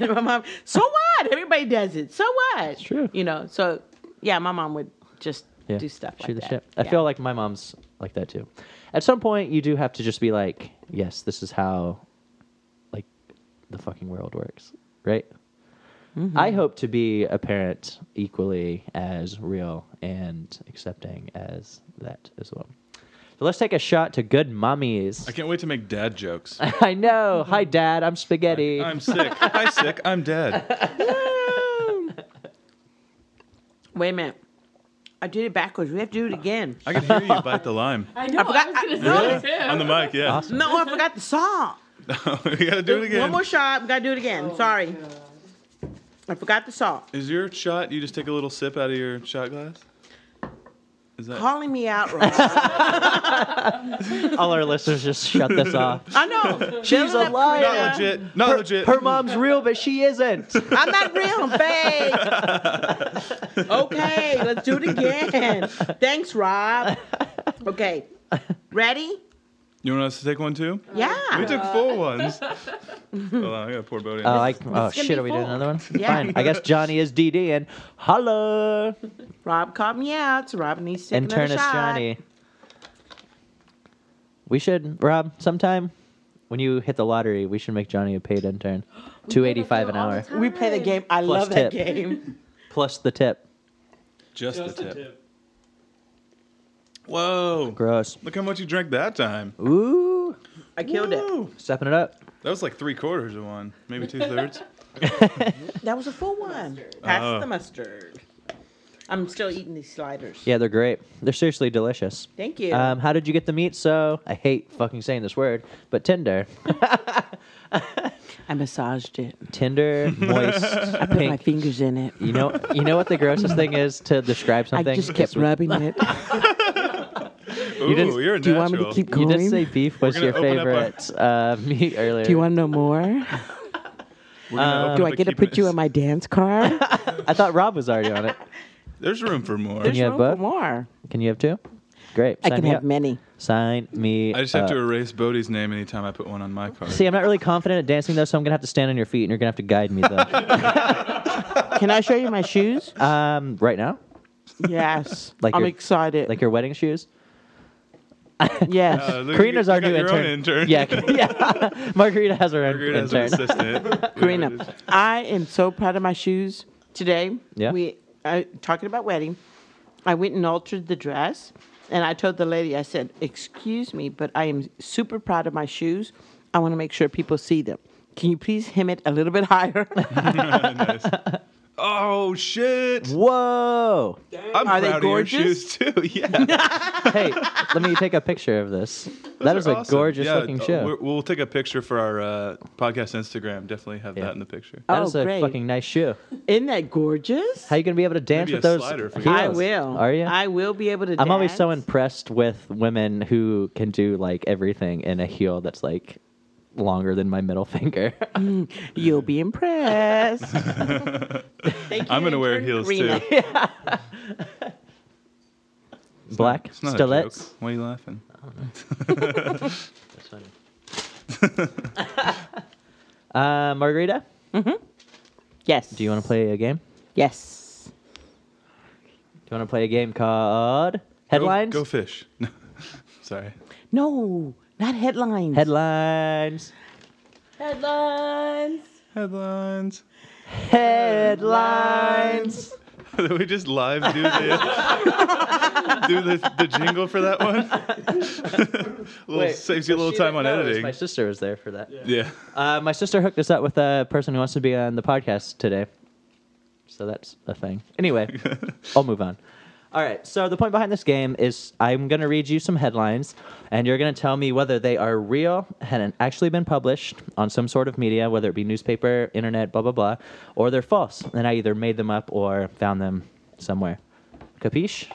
Speaker 3: my mom, so what? Everybody does it. So what? It's
Speaker 2: true.
Speaker 3: You know, so yeah, my mom would just
Speaker 2: Yeah.
Speaker 3: do stuff like
Speaker 2: Shoot the
Speaker 3: that.
Speaker 2: shit. I
Speaker 3: Yeah.
Speaker 2: feel like my mom's like that too. At some point, you do have to just be like, yes, this is how, like, the fucking world works, right?
Speaker 3: Mm-hmm.
Speaker 2: I hope to be a parent equally as real and accepting as that as well. So let's take a shot to good mummies.
Speaker 1: I can't wait to make dad jokes.
Speaker 2: I know.
Speaker 3: Mm-hmm.
Speaker 2: Hi, Dad. I'm spaghetti.
Speaker 1: I'm sick. Hi, sick. I'm dead.
Speaker 3: Wait a minute. I did it backwards. We have to do it again.
Speaker 1: I can hear you bite the lime
Speaker 5: I know. I,
Speaker 3: forgot-
Speaker 5: was gonna say
Speaker 1: on the
Speaker 5: too.
Speaker 1: mic. Yeah,
Speaker 2: Awesome.
Speaker 3: No, I forgot the song.
Speaker 1: we gotta do it again.
Speaker 3: One more shot. We gotta do it again. Sorry. I forgot the song.
Speaker 1: Is your shot? You just take a little sip out of your shot glass. Is that?
Speaker 3: Calling me out, Ross.
Speaker 2: All our listeners just shut this off.
Speaker 3: I know.
Speaker 2: She's
Speaker 3: Building
Speaker 2: a
Speaker 3: up
Speaker 2: liar.
Speaker 1: Not
Speaker 3: Karina.
Speaker 1: legit. Not legit.
Speaker 2: Her mom's real, but she isn't.
Speaker 3: I'm not real. I'm fake. okay, let's do it again. Thanks, Rob. Okay. Ready?
Speaker 1: you want us to take one too? We
Speaker 3: Yeah.
Speaker 1: took four ones. Hold on, I gotta pour Bodie. in.
Speaker 2: Oh,
Speaker 3: Uh,
Speaker 2: I, oh
Speaker 3: gonna be
Speaker 2: shit! Are we doing
Speaker 3: full.
Speaker 2: another one?
Speaker 3: Yeah.
Speaker 2: Fine. I guess Johnny is DD and holla
Speaker 3: Rob called me out, so Rob needs to take another
Speaker 2: internist
Speaker 3: shot.
Speaker 2: Johnny. We should Rob sometime when you hit the lottery. We should make Johnny a paid intern, two eighty five an hour
Speaker 3: We play the game. I
Speaker 2: Plus
Speaker 3: love that
Speaker 2: tip.
Speaker 3: game.
Speaker 2: plus the tip.
Speaker 1: just,
Speaker 4: Just
Speaker 1: the
Speaker 4: a
Speaker 1: tip.
Speaker 4: tip.
Speaker 1: Whoa!
Speaker 2: Gross.
Speaker 1: Look how much you drank that time.
Speaker 2: Ooh,
Speaker 3: I killed it.
Speaker 1: Whoa.
Speaker 2: stepping it up.
Speaker 1: That was like three quarters of one, maybe two thirds.
Speaker 3: That was a full one. Pass
Speaker 1: Oh.
Speaker 3: the mustard. I'm still eating these sliders.
Speaker 2: Yeah, they're great. They're seriously delicious.
Speaker 3: Thank you.
Speaker 2: Um, how did you get the meat? So I hate fucking saying this word, but Tinder,
Speaker 3: I massaged it.
Speaker 2: Tinder, moist,
Speaker 3: Put my
Speaker 2: pink.
Speaker 3: fingers in it.
Speaker 2: You know, you know what the grossest thing is to describe
Speaker 3: I
Speaker 2: something.
Speaker 3: just
Speaker 2: It's
Speaker 3: kept rubbing it.
Speaker 1: Ooh, you
Speaker 2: didn't-
Speaker 1: are a
Speaker 3: Do
Speaker 1: natural.
Speaker 3: you want me to keep
Speaker 2: You
Speaker 3: going?
Speaker 2: did say beef was
Speaker 1: gonna
Speaker 2: your
Speaker 1: open up our-
Speaker 2: favorite uh, meat earlier.
Speaker 3: Do you want to know more?
Speaker 1: We're gonna open
Speaker 3: uh, Do
Speaker 1: up
Speaker 3: I
Speaker 1: a
Speaker 3: get to
Speaker 1: keeping
Speaker 3: put you
Speaker 1: it-
Speaker 3: in my dance card?
Speaker 2: I thought Rob was already on it.
Speaker 1: There's room for more.
Speaker 3: There's
Speaker 2: you have
Speaker 3: room
Speaker 2: both?
Speaker 3: for more.
Speaker 2: Can you have two? Great.
Speaker 3: I
Speaker 2: Sign
Speaker 3: can
Speaker 2: me
Speaker 3: have
Speaker 2: up.
Speaker 3: many.
Speaker 2: Sign me.
Speaker 1: I just have
Speaker 2: up.
Speaker 3: Uh,
Speaker 1: to erase Bodie's name anytime I put one on my card.
Speaker 2: See, I'm not really confident at dancing though, so I'm gonna have to stand on your feet, and you're gonna have to guide me though.
Speaker 3: Can I show you my shoes?
Speaker 2: um, right now,
Speaker 3: yes.
Speaker 2: Like
Speaker 3: I'm
Speaker 2: your-
Speaker 3: excited.
Speaker 2: like your wedding shoes.
Speaker 3: Yes.
Speaker 1: Uh,
Speaker 2: Karina's our new intern. Yeah, yeah. Margarita has her own
Speaker 1: Karina has an
Speaker 2: intern.
Speaker 1: assistant.
Speaker 3: Karina, I am so proud of my shoes today.
Speaker 2: Yeah.
Speaker 3: We uh, talking about wedding. I went and altered the dress, and I told the lady, I said, "Excuse me, but I am super proud of my shoes. I want to make sure people see them. Can you please hem it a little bit higher?
Speaker 1: Nice. Oh shit!
Speaker 2: Whoa!
Speaker 1: I'm
Speaker 3: Are
Speaker 1: proud of
Speaker 3: they
Speaker 1: your
Speaker 3: gorgeous?
Speaker 1: shoes too. Yeah,
Speaker 2: hey, let me take a picture of this. that is
Speaker 1: Those are
Speaker 2: a
Speaker 1: awesome.
Speaker 2: gorgeous
Speaker 1: Yeah,
Speaker 2: looking
Speaker 1: uh,
Speaker 2: show.
Speaker 1: we're- We'll take a picture for our uh, podcast Instagram. Definitely have
Speaker 2: Yeah.
Speaker 1: that in the picture.
Speaker 2: That
Speaker 3: Oh,
Speaker 2: is a
Speaker 3: great.
Speaker 2: fucking nice shoe.
Speaker 3: Isn't that gorgeous?
Speaker 2: How you gonna be able to dance
Speaker 1: Maybe
Speaker 2: with
Speaker 1: a
Speaker 2: those?
Speaker 1: slider for you.
Speaker 2: heels?
Speaker 3: I will.
Speaker 2: Are you?
Speaker 3: I will be able to.
Speaker 2: I'm always so
Speaker 3: dance.
Speaker 2: impressed with women who can do like everything in a heel that's like longer than my middle finger.
Speaker 3: You'll be impressed. Thank
Speaker 1: I'm
Speaker 3: you,
Speaker 1: gonna wear
Speaker 3: intern
Speaker 1: heels
Speaker 3: Karina.
Speaker 1: too.
Speaker 2: Black
Speaker 1: It's not a
Speaker 2: stilettes.
Speaker 1: joke. Why are you laughing?
Speaker 2: That's funny. uh, Margarita,
Speaker 3: Yes.
Speaker 2: do you want to play a game?
Speaker 3: Yes.
Speaker 2: Do you want to play a game called Headlines?
Speaker 1: Go, go fish. Sorry.
Speaker 3: No, not headlines.
Speaker 2: Headlines.
Speaker 5: Headlines.
Speaker 1: Headlines.
Speaker 2: Headlines.
Speaker 1: Did we just live do the do the, the jingle for that one? little, saves you a little time on
Speaker 2: My
Speaker 1: editing.
Speaker 2: sister was there for that.
Speaker 1: Yeah.
Speaker 2: Uh, my sister hooked us up with a person who wants to be on the podcast today. So that's a thing. Anyway, I'll move on. All right. So the point behind this game is I'm going to read you some headlines, and you're going to tell me whether they are real, had actually been published on some sort of media, whether it be newspaper, internet, blah, blah, blah, or they're false. And I either made them up or found them somewhere. Capiche?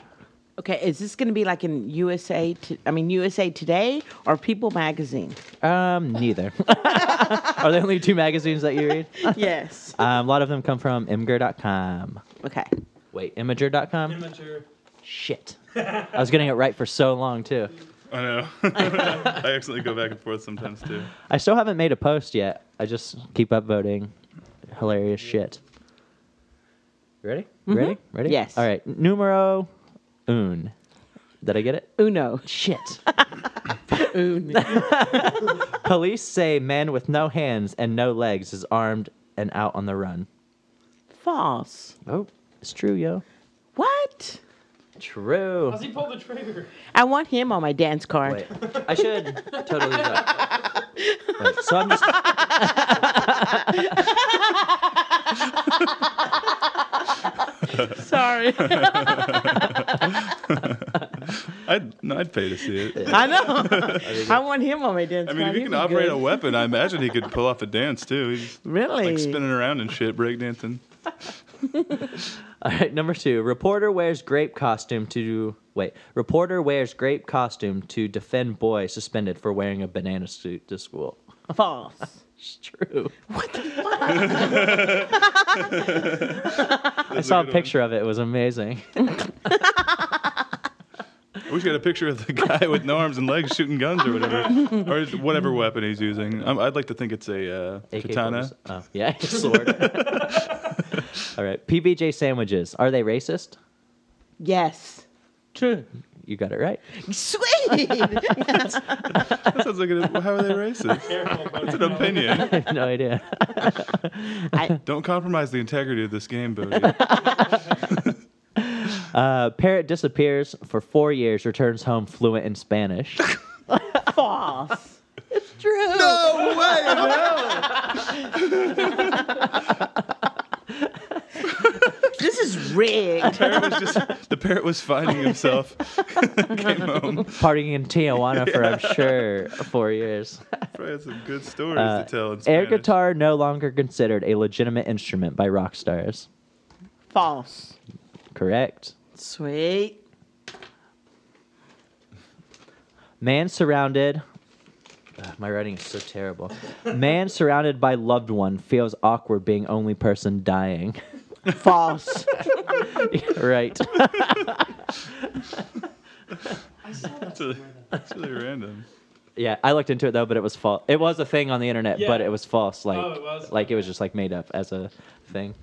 Speaker 3: Okay, is this going to be like in USA? To, I mean USA Today or People Magazine?
Speaker 2: Um, neither. are there only two magazines that you read?
Speaker 3: yes.
Speaker 2: Um, a lot of them come from imgur.com.
Speaker 3: Okay.
Speaker 2: Wait, imager.com?
Speaker 4: Immature.
Speaker 2: Shit. I was getting it right for so long, too.
Speaker 1: I know. I accidentally go back and forth sometimes too.
Speaker 2: I still haven't made a post yet. I just keep upvoting. Hilarious shit. Ready? Ready? Ready?
Speaker 3: Yes.
Speaker 2: All right. Numero un. Did I get it?
Speaker 3: Uno.
Speaker 2: Shit.
Speaker 3: Uno.
Speaker 2: Police say man with no hands and no legs is armed and out on the run.
Speaker 3: False.
Speaker 2: Oh, it's true, yo.
Speaker 3: What?
Speaker 2: True.
Speaker 4: How's he pulled the trigger?
Speaker 3: I want him on my dance card.
Speaker 2: Wait, I should totally. Wait, so I'm just.
Speaker 3: Sorry.
Speaker 1: I'd no, I'd pay to see it.
Speaker 3: I know. I want him on my dance
Speaker 1: I
Speaker 3: card.
Speaker 1: mean, if you
Speaker 3: He'd
Speaker 1: can
Speaker 3: be
Speaker 1: operate
Speaker 3: good.
Speaker 1: a weapon, I imagine he could pull off a dance too. He's
Speaker 3: Really?
Speaker 1: like spinning around and shit, breakdancing.
Speaker 2: All right, number two. Reporter wears grape costume to wait. Reporter wears grape costume to defend boy suspended for wearing a banana suit to school.
Speaker 3: False.
Speaker 2: It's true. I
Speaker 1: That's
Speaker 2: saw a
Speaker 1: good one.
Speaker 2: picture of it. It was amazing.
Speaker 1: We should get a picture of the guy with no arms and legs shooting guns or whatever, or whatever weapon he's using. i I'd like to think it's a uh, katana.
Speaker 2: AK-47. Oh, yeah, sword. All right. PBJ sandwiches. Are they racist?
Speaker 3: Yes. True.
Speaker 2: You got it right.
Speaker 3: Sweet.
Speaker 1: That sounds like a, how are they racist?
Speaker 4: Careful, buddy.
Speaker 1: An opinion.
Speaker 2: I have no idea.
Speaker 1: Don't compromise the integrity of this game, Bodie.
Speaker 2: Uh, parrot disappears for four years, returns home fluent in Spanish.
Speaker 3: False.
Speaker 2: True.
Speaker 1: no way in hell!
Speaker 3: This is rigged.
Speaker 1: Parrot was just, the parrot was finding himself. Came home.
Speaker 2: Partying in Tijuana for, I'm sure, four years.
Speaker 1: Probably had some good stories to tell. In
Speaker 2: Air
Speaker 1: Spanish.
Speaker 2: Uh, guitar no longer considered a legitimate instrument by rock stars.
Speaker 3: False.
Speaker 2: Correct.
Speaker 3: Sweet.
Speaker 2: Man surrounded. Ugh, my writing is so terrible. Man surrounded by loved one feels awkward being only person dying.
Speaker 3: False.
Speaker 2: right.
Speaker 1: It's really, it's really random.
Speaker 2: yeah, I looked into it though, but it was false. It was a thing on the internet, but
Speaker 4: Yeah.
Speaker 2: it was false. Like,
Speaker 4: Oh, it was?
Speaker 2: like it was just like made up as a thing.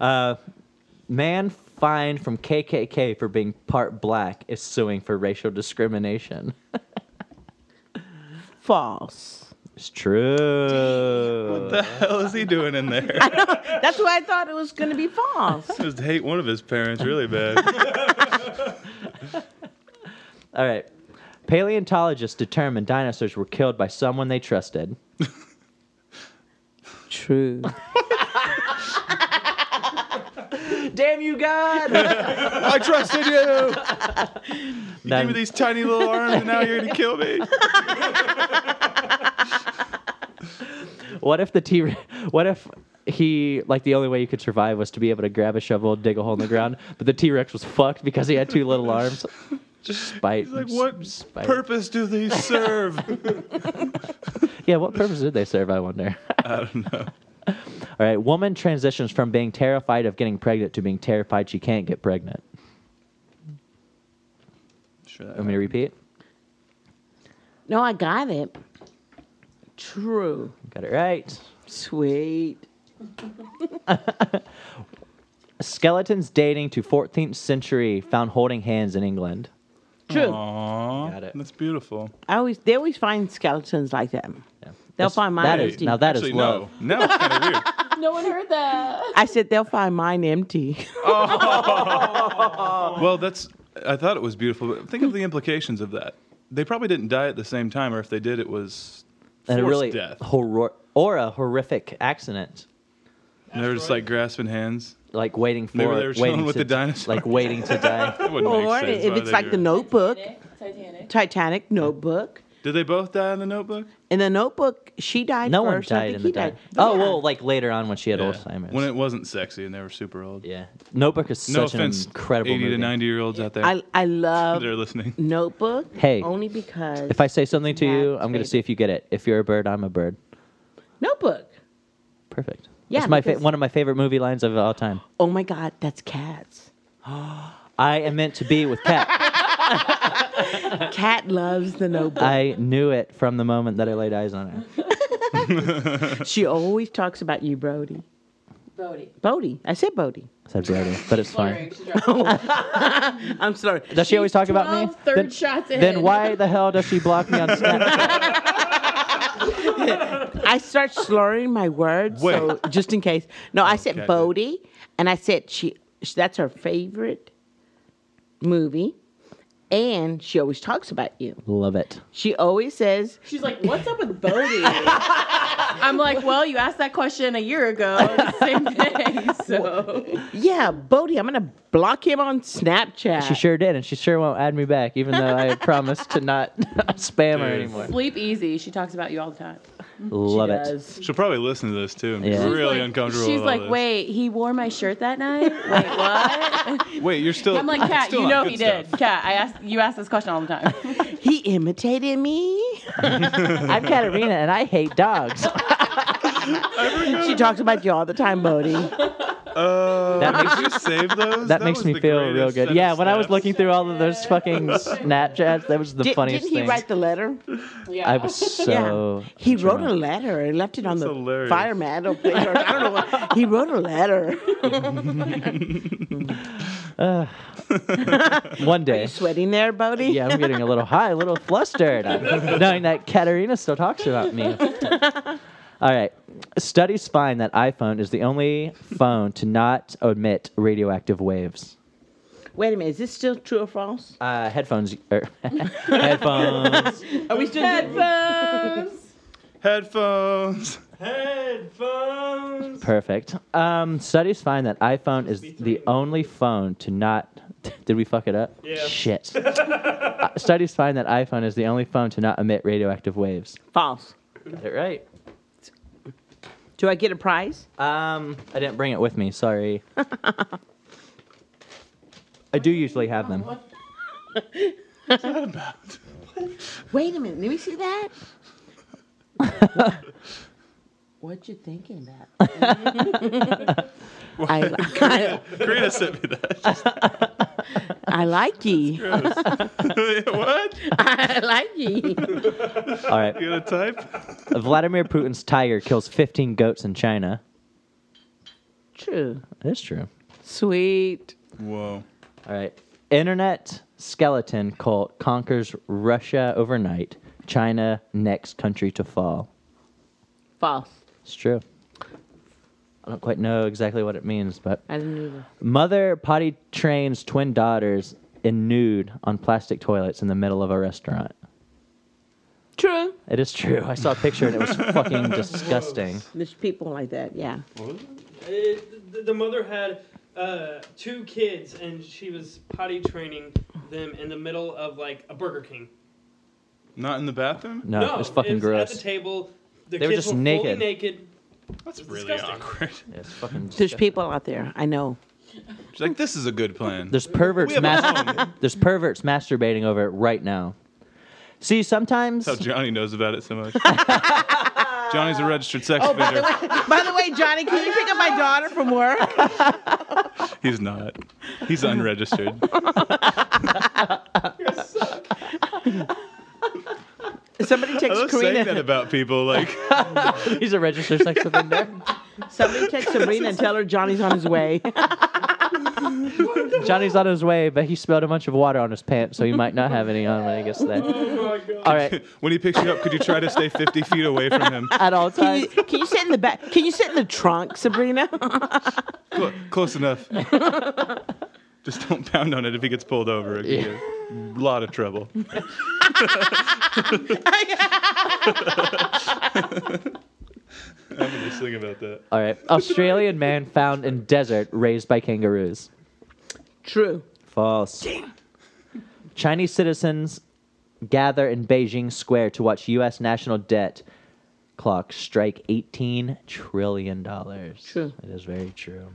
Speaker 2: uh, man fined from KKK for being part black is suing for racial discrimination.
Speaker 3: False.
Speaker 2: It's true.
Speaker 1: What the hell is he doing in there?
Speaker 3: That's why I thought it was going to be false.
Speaker 1: Just hate one of his parents really bad.
Speaker 2: All right. Paleontologists determined dinosaurs were killed by someone they trusted.
Speaker 3: True.
Speaker 2: Damn you, God!
Speaker 1: I trusted you. You
Speaker 2: That-
Speaker 1: gave me these tiny little arms, and now you're gonna kill me.
Speaker 2: what if the T? What if he like the only way you could survive was to be able to grab a shovel, dig a hole in the ground, but the T Rex was fucked because he had two little arms. Just spite.
Speaker 1: Like,
Speaker 2: s-
Speaker 1: what
Speaker 2: spite.
Speaker 1: purpose do these serve?
Speaker 2: Yeah, what purpose did they serve? I wonder.
Speaker 1: I don't know.
Speaker 2: All right, woman transitions from being terrified of getting pregnant to being terrified she can't get pregnant.
Speaker 1: Sure,
Speaker 2: Want me to repeat?
Speaker 3: no, I got it. True.
Speaker 2: Got it right.
Speaker 3: Sweet.
Speaker 2: Skeletons dating to 14th century found holding hands in England.
Speaker 3: True.
Speaker 1: Aw,
Speaker 2: Got it.
Speaker 1: that's beautiful.
Speaker 3: I always they always find skeletons like that. They'll
Speaker 2: That's-
Speaker 3: find mine
Speaker 2: that is-
Speaker 3: empty.
Speaker 2: now that is
Speaker 1: Actually,
Speaker 2: love.
Speaker 1: no. Now it's kind of weird.
Speaker 5: No one heard that.
Speaker 3: I said they'll find mine empty.
Speaker 1: Well, that's. I thought it was beautiful. But think of the implications of that. They probably didn't die at the same time, or if they did, it was
Speaker 2: And
Speaker 1: forced
Speaker 2: a really
Speaker 1: death.
Speaker 5: Oh,
Speaker 2: horror or a horrific accident,
Speaker 1: And they were just like grasping hands.
Speaker 2: like waiting for
Speaker 1: Maybe they were chilling
Speaker 2: waiting
Speaker 1: with
Speaker 2: to,
Speaker 1: the dinosaur.
Speaker 2: like waiting to die.
Speaker 1: That wouldn't
Speaker 3: or
Speaker 1: make sense.
Speaker 3: if
Speaker 1: Why
Speaker 3: it's
Speaker 1: they
Speaker 3: like the
Speaker 1: do it?
Speaker 3: Notebook,
Speaker 5: Titanic. Titanic.
Speaker 3: Titanic Notebook.
Speaker 1: Did they both die in the Notebook?
Speaker 3: In the Notebook, she died
Speaker 2: No one
Speaker 3: first. I
Speaker 2: died
Speaker 3: think
Speaker 2: in
Speaker 3: he
Speaker 2: the died.
Speaker 3: died.
Speaker 2: Oh
Speaker 3: Yeah.
Speaker 2: well, like later on when she had
Speaker 1: Yeah.
Speaker 2: Alzheimer's.
Speaker 1: When it wasn't sexy and they were super old.
Speaker 2: yeah, Notebook is
Speaker 1: No
Speaker 2: such
Speaker 1: offense,
Speaker 2: an incredible
Speaker 1: 80
Speaker 2: movie.
Speaker 1: to 90 year olds out there
Speaker 3: I I
Speaker 1: that
Speaker 3: love
Speaker 1: are listening.
Speaker 3: Notebook.
Speaker 2: Hey,
Speaker 3: only because
Speaker 2: If I say something to you, I'm gonna
Speaker 3: Activated.
Speaker 2: see if you get it. If you're a bird, I'm a bird.
Speaker 3: Notebook.
Speaker 2: Perfect.
Speaker 3: Yeah,
Speaker 2: it's my fa-
Speaker 3: because-
Speaker 2: one of my favorite movie lines of all time.
Speaker 3: Oh my God, that's cats.
Speaker 2: I am meant to be with Cat.
Speaker 3: Cat loves the Notebook.
Speaker 2: I knew it from the moment that I laid eyes on her.
Speaker 3: she always talks about you, Brody.
Speaker 5: Bodhi.
Speaker 3: Bodie. I said Bodie.
Speaker 2: Said Brody, but it's fine.
Speaker 5: Flaring. She dropped it.
Speaker 3: I'm sorry.
Speaker 2: Does she always talk about me?
Speaker 5: 12 Third
Speaker 2: Then-
Speaker 5: shots in.
Speaker 2: Then why the hell does she block me on Snapchat?
Speaker 3: I start slurring my words, so just in case. No, I said
Speaker 1: Okay.
Speaker 3: Bodie, and I said she. sh- That's her favorite movie, and she always talks about you.
Speaker 2: Love it.
Speaker 3: She always says,
Speaker 5: She's like, "What's up with Bodhi?" I'm like, "Well, you asked that question a year ago. It's the Same thing." So
Speaker 3: "Yeah, Bodie, I'm gonna block him on Snapchat."
Speaker 2: She sure did, and she sure won't add me back, even though I promised to not spam her
Speaker 1: Dude.
Speaker 2: anymore.
Speaker 5: sleep easy. She talks about you all the time.
Speaker 2: Love it.
Speaker 1: She'll probably listen to this too and
Speaker 2: Yeah.
Speaker 1: be
Speaker 2: She's
Speaker 1: really
Speaker 5: like,
Speaker 1: uncomfortable.
Speaker 5: She's
Speaker 1: with all
Speaker 5: like,
Speaker 1: this.
Speaker 5: "Wait, he wore my shirt that night. Wait, what?"
Speaker 1: Wait, you're still.
Speaker 5: I'm like, "Cat,
Speaker 1: still
Speaker 5: you
Speaker 1: on
Speaker 5: know
Speaker 1: good
Speaker 5: he
Speaker 1: stuff."
Speaker 5: did. Cat, I asked you ask this question all the time."
Speaker 3: He imitated me.
Speaker 2: I'm Katarina, and I hate dogs.
Speaker 3: she talks about you all the time, Bodie.
Speaker 1: Uh,
Speaker 2: That
Speaker 1: did you save those?
Speaker 2: That, makes
Speaker 1: was
Speaker 2: me
Speaker 1: the
Speaker 2: feel real
Speaker 1: greatest set
Speaker 2: good.
Speaker 1: of
Speaker 2: Yeah, when I was
Speaker 1: snaps.
Speaker 2: looking through all of those fucking Snapchats, that was the
Speaker 3: Did,
Speaker 2: funniest
Speaker 3: didn't he
Speaker 2: thing.
Speaker 3: write the letter?
Speaker 5: yeah.
Speaker 2: I was so.
Speaker 3: He wrote a letter and left it on
Speaker 1: That's
Speaker 3: the
Speaker 1: hilarious.
Speaker 3: fire mantle. plate, or I don't know what. He wrote a letter.
Speaker 2: One day.
Speaker 3: Sweating there, Bodie?
Speaker 2: Yeah, I'm getting a little high, a little flustered, I'm- knowing that Katarina still talks about me. All right. Studies find that iPhone is the only phone to not emit radioactive waves.
Speaker 3: Wait a minute. Is this still true or false?
Speaker 2: Uh, headphones. Er, headphones.
Speaker 5: Are we still headphones?
Speaker 1: Headphones.
Speaker 4: Headphones.
Speaker 2: Perfect. Um, studies find that iPhone is the only phone to not. Did we fuck it up?
Speaker 4: Yeah.
Speaker 2: Shit. Uh, studies find that iPhone is the only phone to not emit radioactive waves.
Speaker 3: False.
Speaker 2: Got it right.
Speaker 3: Do I get a prize?
Speaker 2: Um, I didn't bring it with me. Sorry. I do usually have them.
Speaker 3: Wait a minute. Let me see that. what you thinking about? I, I,
Speaker 1: Karina sent me that.
Speaker 3: I like ye.
Speaker 1: what?
Speaker 3: I like ye.
Speaker 2: All right.
Speaker 1: You got a type?
Speaker 2: Vladimir Putin's tiger kills 15 goats in China.
Speaker 3: True.
Speaker 2: That is true.
Speaker 3: Sweet.
Speaker 1: Whoa.
Speaker 2: All right. Internet skeleton cult conquers Russia overnight. China next country to fall.
Speaker 5: False.
Speaker 2: It's true. I don't quite know exactly what it means, but
Speaker 5: I didn't either.
Speaker 2: mother potty trains twin daughters in nude on plastic toilets in the middle of a restaurant.
Speaker 3: True.
Speaker 2: It is true. I saw a picture and it was fucking disgusting.
Speaker 3: There's people like that. Yeah.
Speaker 4: It, the, the mother had uh, two kids, and she was potty training them in the middle of like a Burger King.
Speaker 1: Not in the bathroom?
Speaker 2: No, it was fucking
Speaker 4: At the
Speaker 2: gross.
Speaker 4: table, the
Speaker 2: They were
Speaker 4: kids
Speaker 2: just
Speaker 4: were
Speaker 2: naked.
Speaker 4: fully naked.
Speaker 1: That's
Speaker 4: It's
Speaker 1: really
Speaker 4: disgusting.
Speaker 1: awkward.
Speaker 2: It's fucking
Speaker 3: There's
Speaker 2: disgusting.
Speaker 3: people out there. I know.
Speaker 1: She's like, this is a good plan.
Speaker 2: There's perverts
Speaker 1: We have a
Speaker 2: mas- There's perverts masturbating over it right now. See, sometimes
Speaker 1: That's how Johnny knows about it so much. Johnny's a registered sex offender.
Speaker 3: Oh, By the way, Johnny, can you pick up my daughter from work?
Speaker 1: He's not. He's unregistered.
Speaker 3: Somebody
Speaker 1: I
Speaker 3: takes
Speaker 1: love saying that
Speaker 3: Karina.
Speaker 1: about people. Like,
Speaker 2: he's a registered sex offender.
Speaker 3: Somebody text Sabrina and tell her Johnny's on his way.
Speaker 2: Johnny's on his way, but he spilled a bunch of water on his pants, so he might not have any on when he gets there.
Speaker 4: Oh my god.
Speaker 2: All right,
Speaker 1: when he picks you up, could you try to stay 50 feet away from him?
Speaker 2: at all
Speaker 3: Can you,
Speaker 2: times.
Speaker 3: can you sit in the back? Can you sit in the trunk, Sabrina?
Speaker 1: Cl- close enough. Just don't pound on it if he gets pulled over. It could
Speaker 2: Yeah.
Speaker 1: be a lot of trouble. I'm gonna sing about that.
Speaker 2: All right, Australian man found in desert raised by kangaroos.
Speaker 3: True.
Speaker 2: False. Chinese citizens gather in Beijing Square to watch U.S. national debt clock strike $18 trillion. True. It is very true.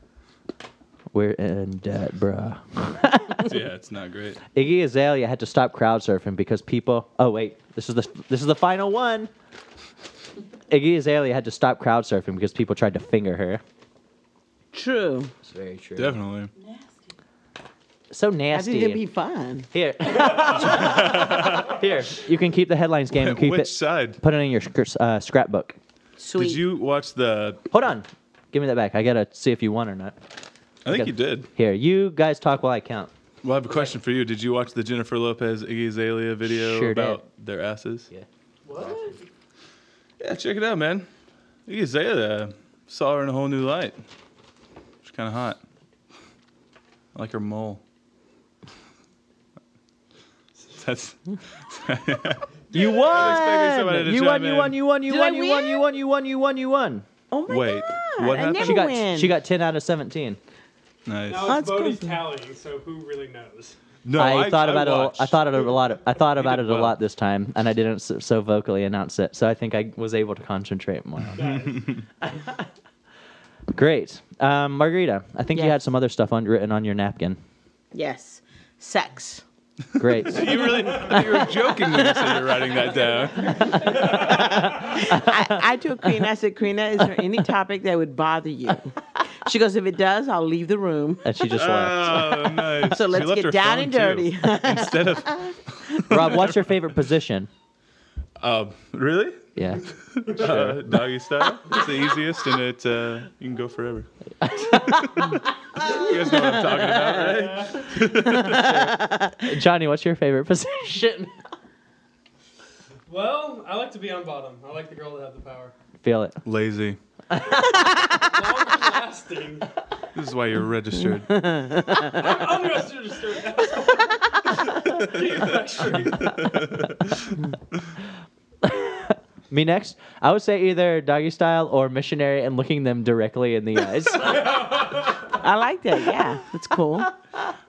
Speaker 2: We're in debt, bruh.
Speaker 1: Yeah, it's not great.
Speaker 2: Iggy Azalea had to stop crowd surfing because people. Oh wait, this is the this is the final one. Iggy Azalea had to stop crowd surfing because people tried to finger her.
Speaker 3: True.
Speaker 2: It's very true.
Speaker 1: Definitely.
Speaker 2: So
Speaker 3: I
Speaker 2: nasty.
Speaker 3: think it'd be fun.
Speaker 2: Here. Here. You can keep the headlines game and keep
Speaker 1: Which
Speaker 2: it.
Speaker 1: side?
Speaker 2: Put it in your sc- uh, scrapbook.
Speaker 3: Sweet.
Speaker 1: Did you watch the?
Speaker 2: Hold on. Give me that back. I gotta see if you won or not.
Speaker 1: I think
Speaker 2: Okay.
Speaker 1: you did.
Speaker 2: Here, you guys talk while I count.
Speaker 1: Well, I have a question for you. Did you watch the Jennifer Lopez Iggy Azalea video
Speaker 2: Sure
Speaker 1: about their asses?
Speaker 2: Yeah.
Speaker 4: What?
Speaker 1: Yeah, check it out, man. Iggy Azalea saw her in a whole new light. She's kind of hot. I like her mole. That's
Speaker 2: You
Speaker 1: expecting somebody
Speaker 2: won!
Speaker 1: to
Speaker 2: You
Speaker 1: chime
Speaker 2: won! You
Speaker 1: in.
Speaker 2: won! You won! You
Speaker 3: Did
Speaker 2: won!
Speaker 3: I
Speaker 2: You won!
Speaker 3: win?
Speaker 2: You won! You won! You won! You won!
Speaker 3: oh my
Speaker 1: wait.
Speaker 3: God,
Speaker 1: What
Speaker 3: I
Speaker 1: happened?
Speaker 3: never
Speaker 2: She got
Speaker 3: win.
Speaker 2: she got ten out of seventeen.
Speaker 1: nice.
Speaker 4: Now it's
Speaker 3: That's
Speaker 4: Bodhi's
Speaker 3: good.
Speaker 4: tallying, so who really knows?
Speaker 1: No,
Speaker 2: I, thought about it.
Speaker 1: watched.
Speaker 2: A, I thought about it a lot. I thought about
Speaker 1: did
Speaker 2: it a
Speaker 1: well.
Speaker 2: lot this time, and I didn't so, so vocally announce it. So I think I was able to concentrate more. on it.
Speaker 4: That-
Speaker 2: Great, um, Margarita. I think you had
Speaker 3: Yes.
Speaker 2: some other stuff on, written on your napkin.
Speaker 3: Yes. Sex.
Speaker 2: Great.
Speaker 1: You really? You were joking when you said you're writing that down.
Speaker 3: I, I told Karina, I said, Karina, is there any topic that would bother you? She goes, if it does, I'll leave the room.
Speaker 2: and she just left.
Speaker 1: Oh, nice.
Speaker 3: So
Speaker 1: She
Speaker 3: let's
Speaker 1: left her
Speaker 3: get down
Speaker 1: phone,
Speaker 3: and
Speaker 1: too.
Speaker 3: dirty.
Speaker 1: Instead of,
Speaker 2: Rob, what's your favorite position?
Speaker 1: um, really?
Speaker 2: Yeah.
Speaker 1: Uh, doggy style. It's the easiest, and it uh, you can go forever. you guys know what I'm talking about, right?
Speaker 2: Johnny, what's your favorite position?
Speaker 4: Well, I like to be on bottom. I like the girl that have the power.
Speaker 2: Feel it.
Speaker 1: Lazy.
Speaker 4: Long lasting.
Speaker 1: This is why you're registered.
Speaker 4: Unregistered. asshole.
Speaker 2: Me next. I would say either doggy style or missionary and looking them directly in the eyes.
Speaker 3: I like that. Yeah, that's cool.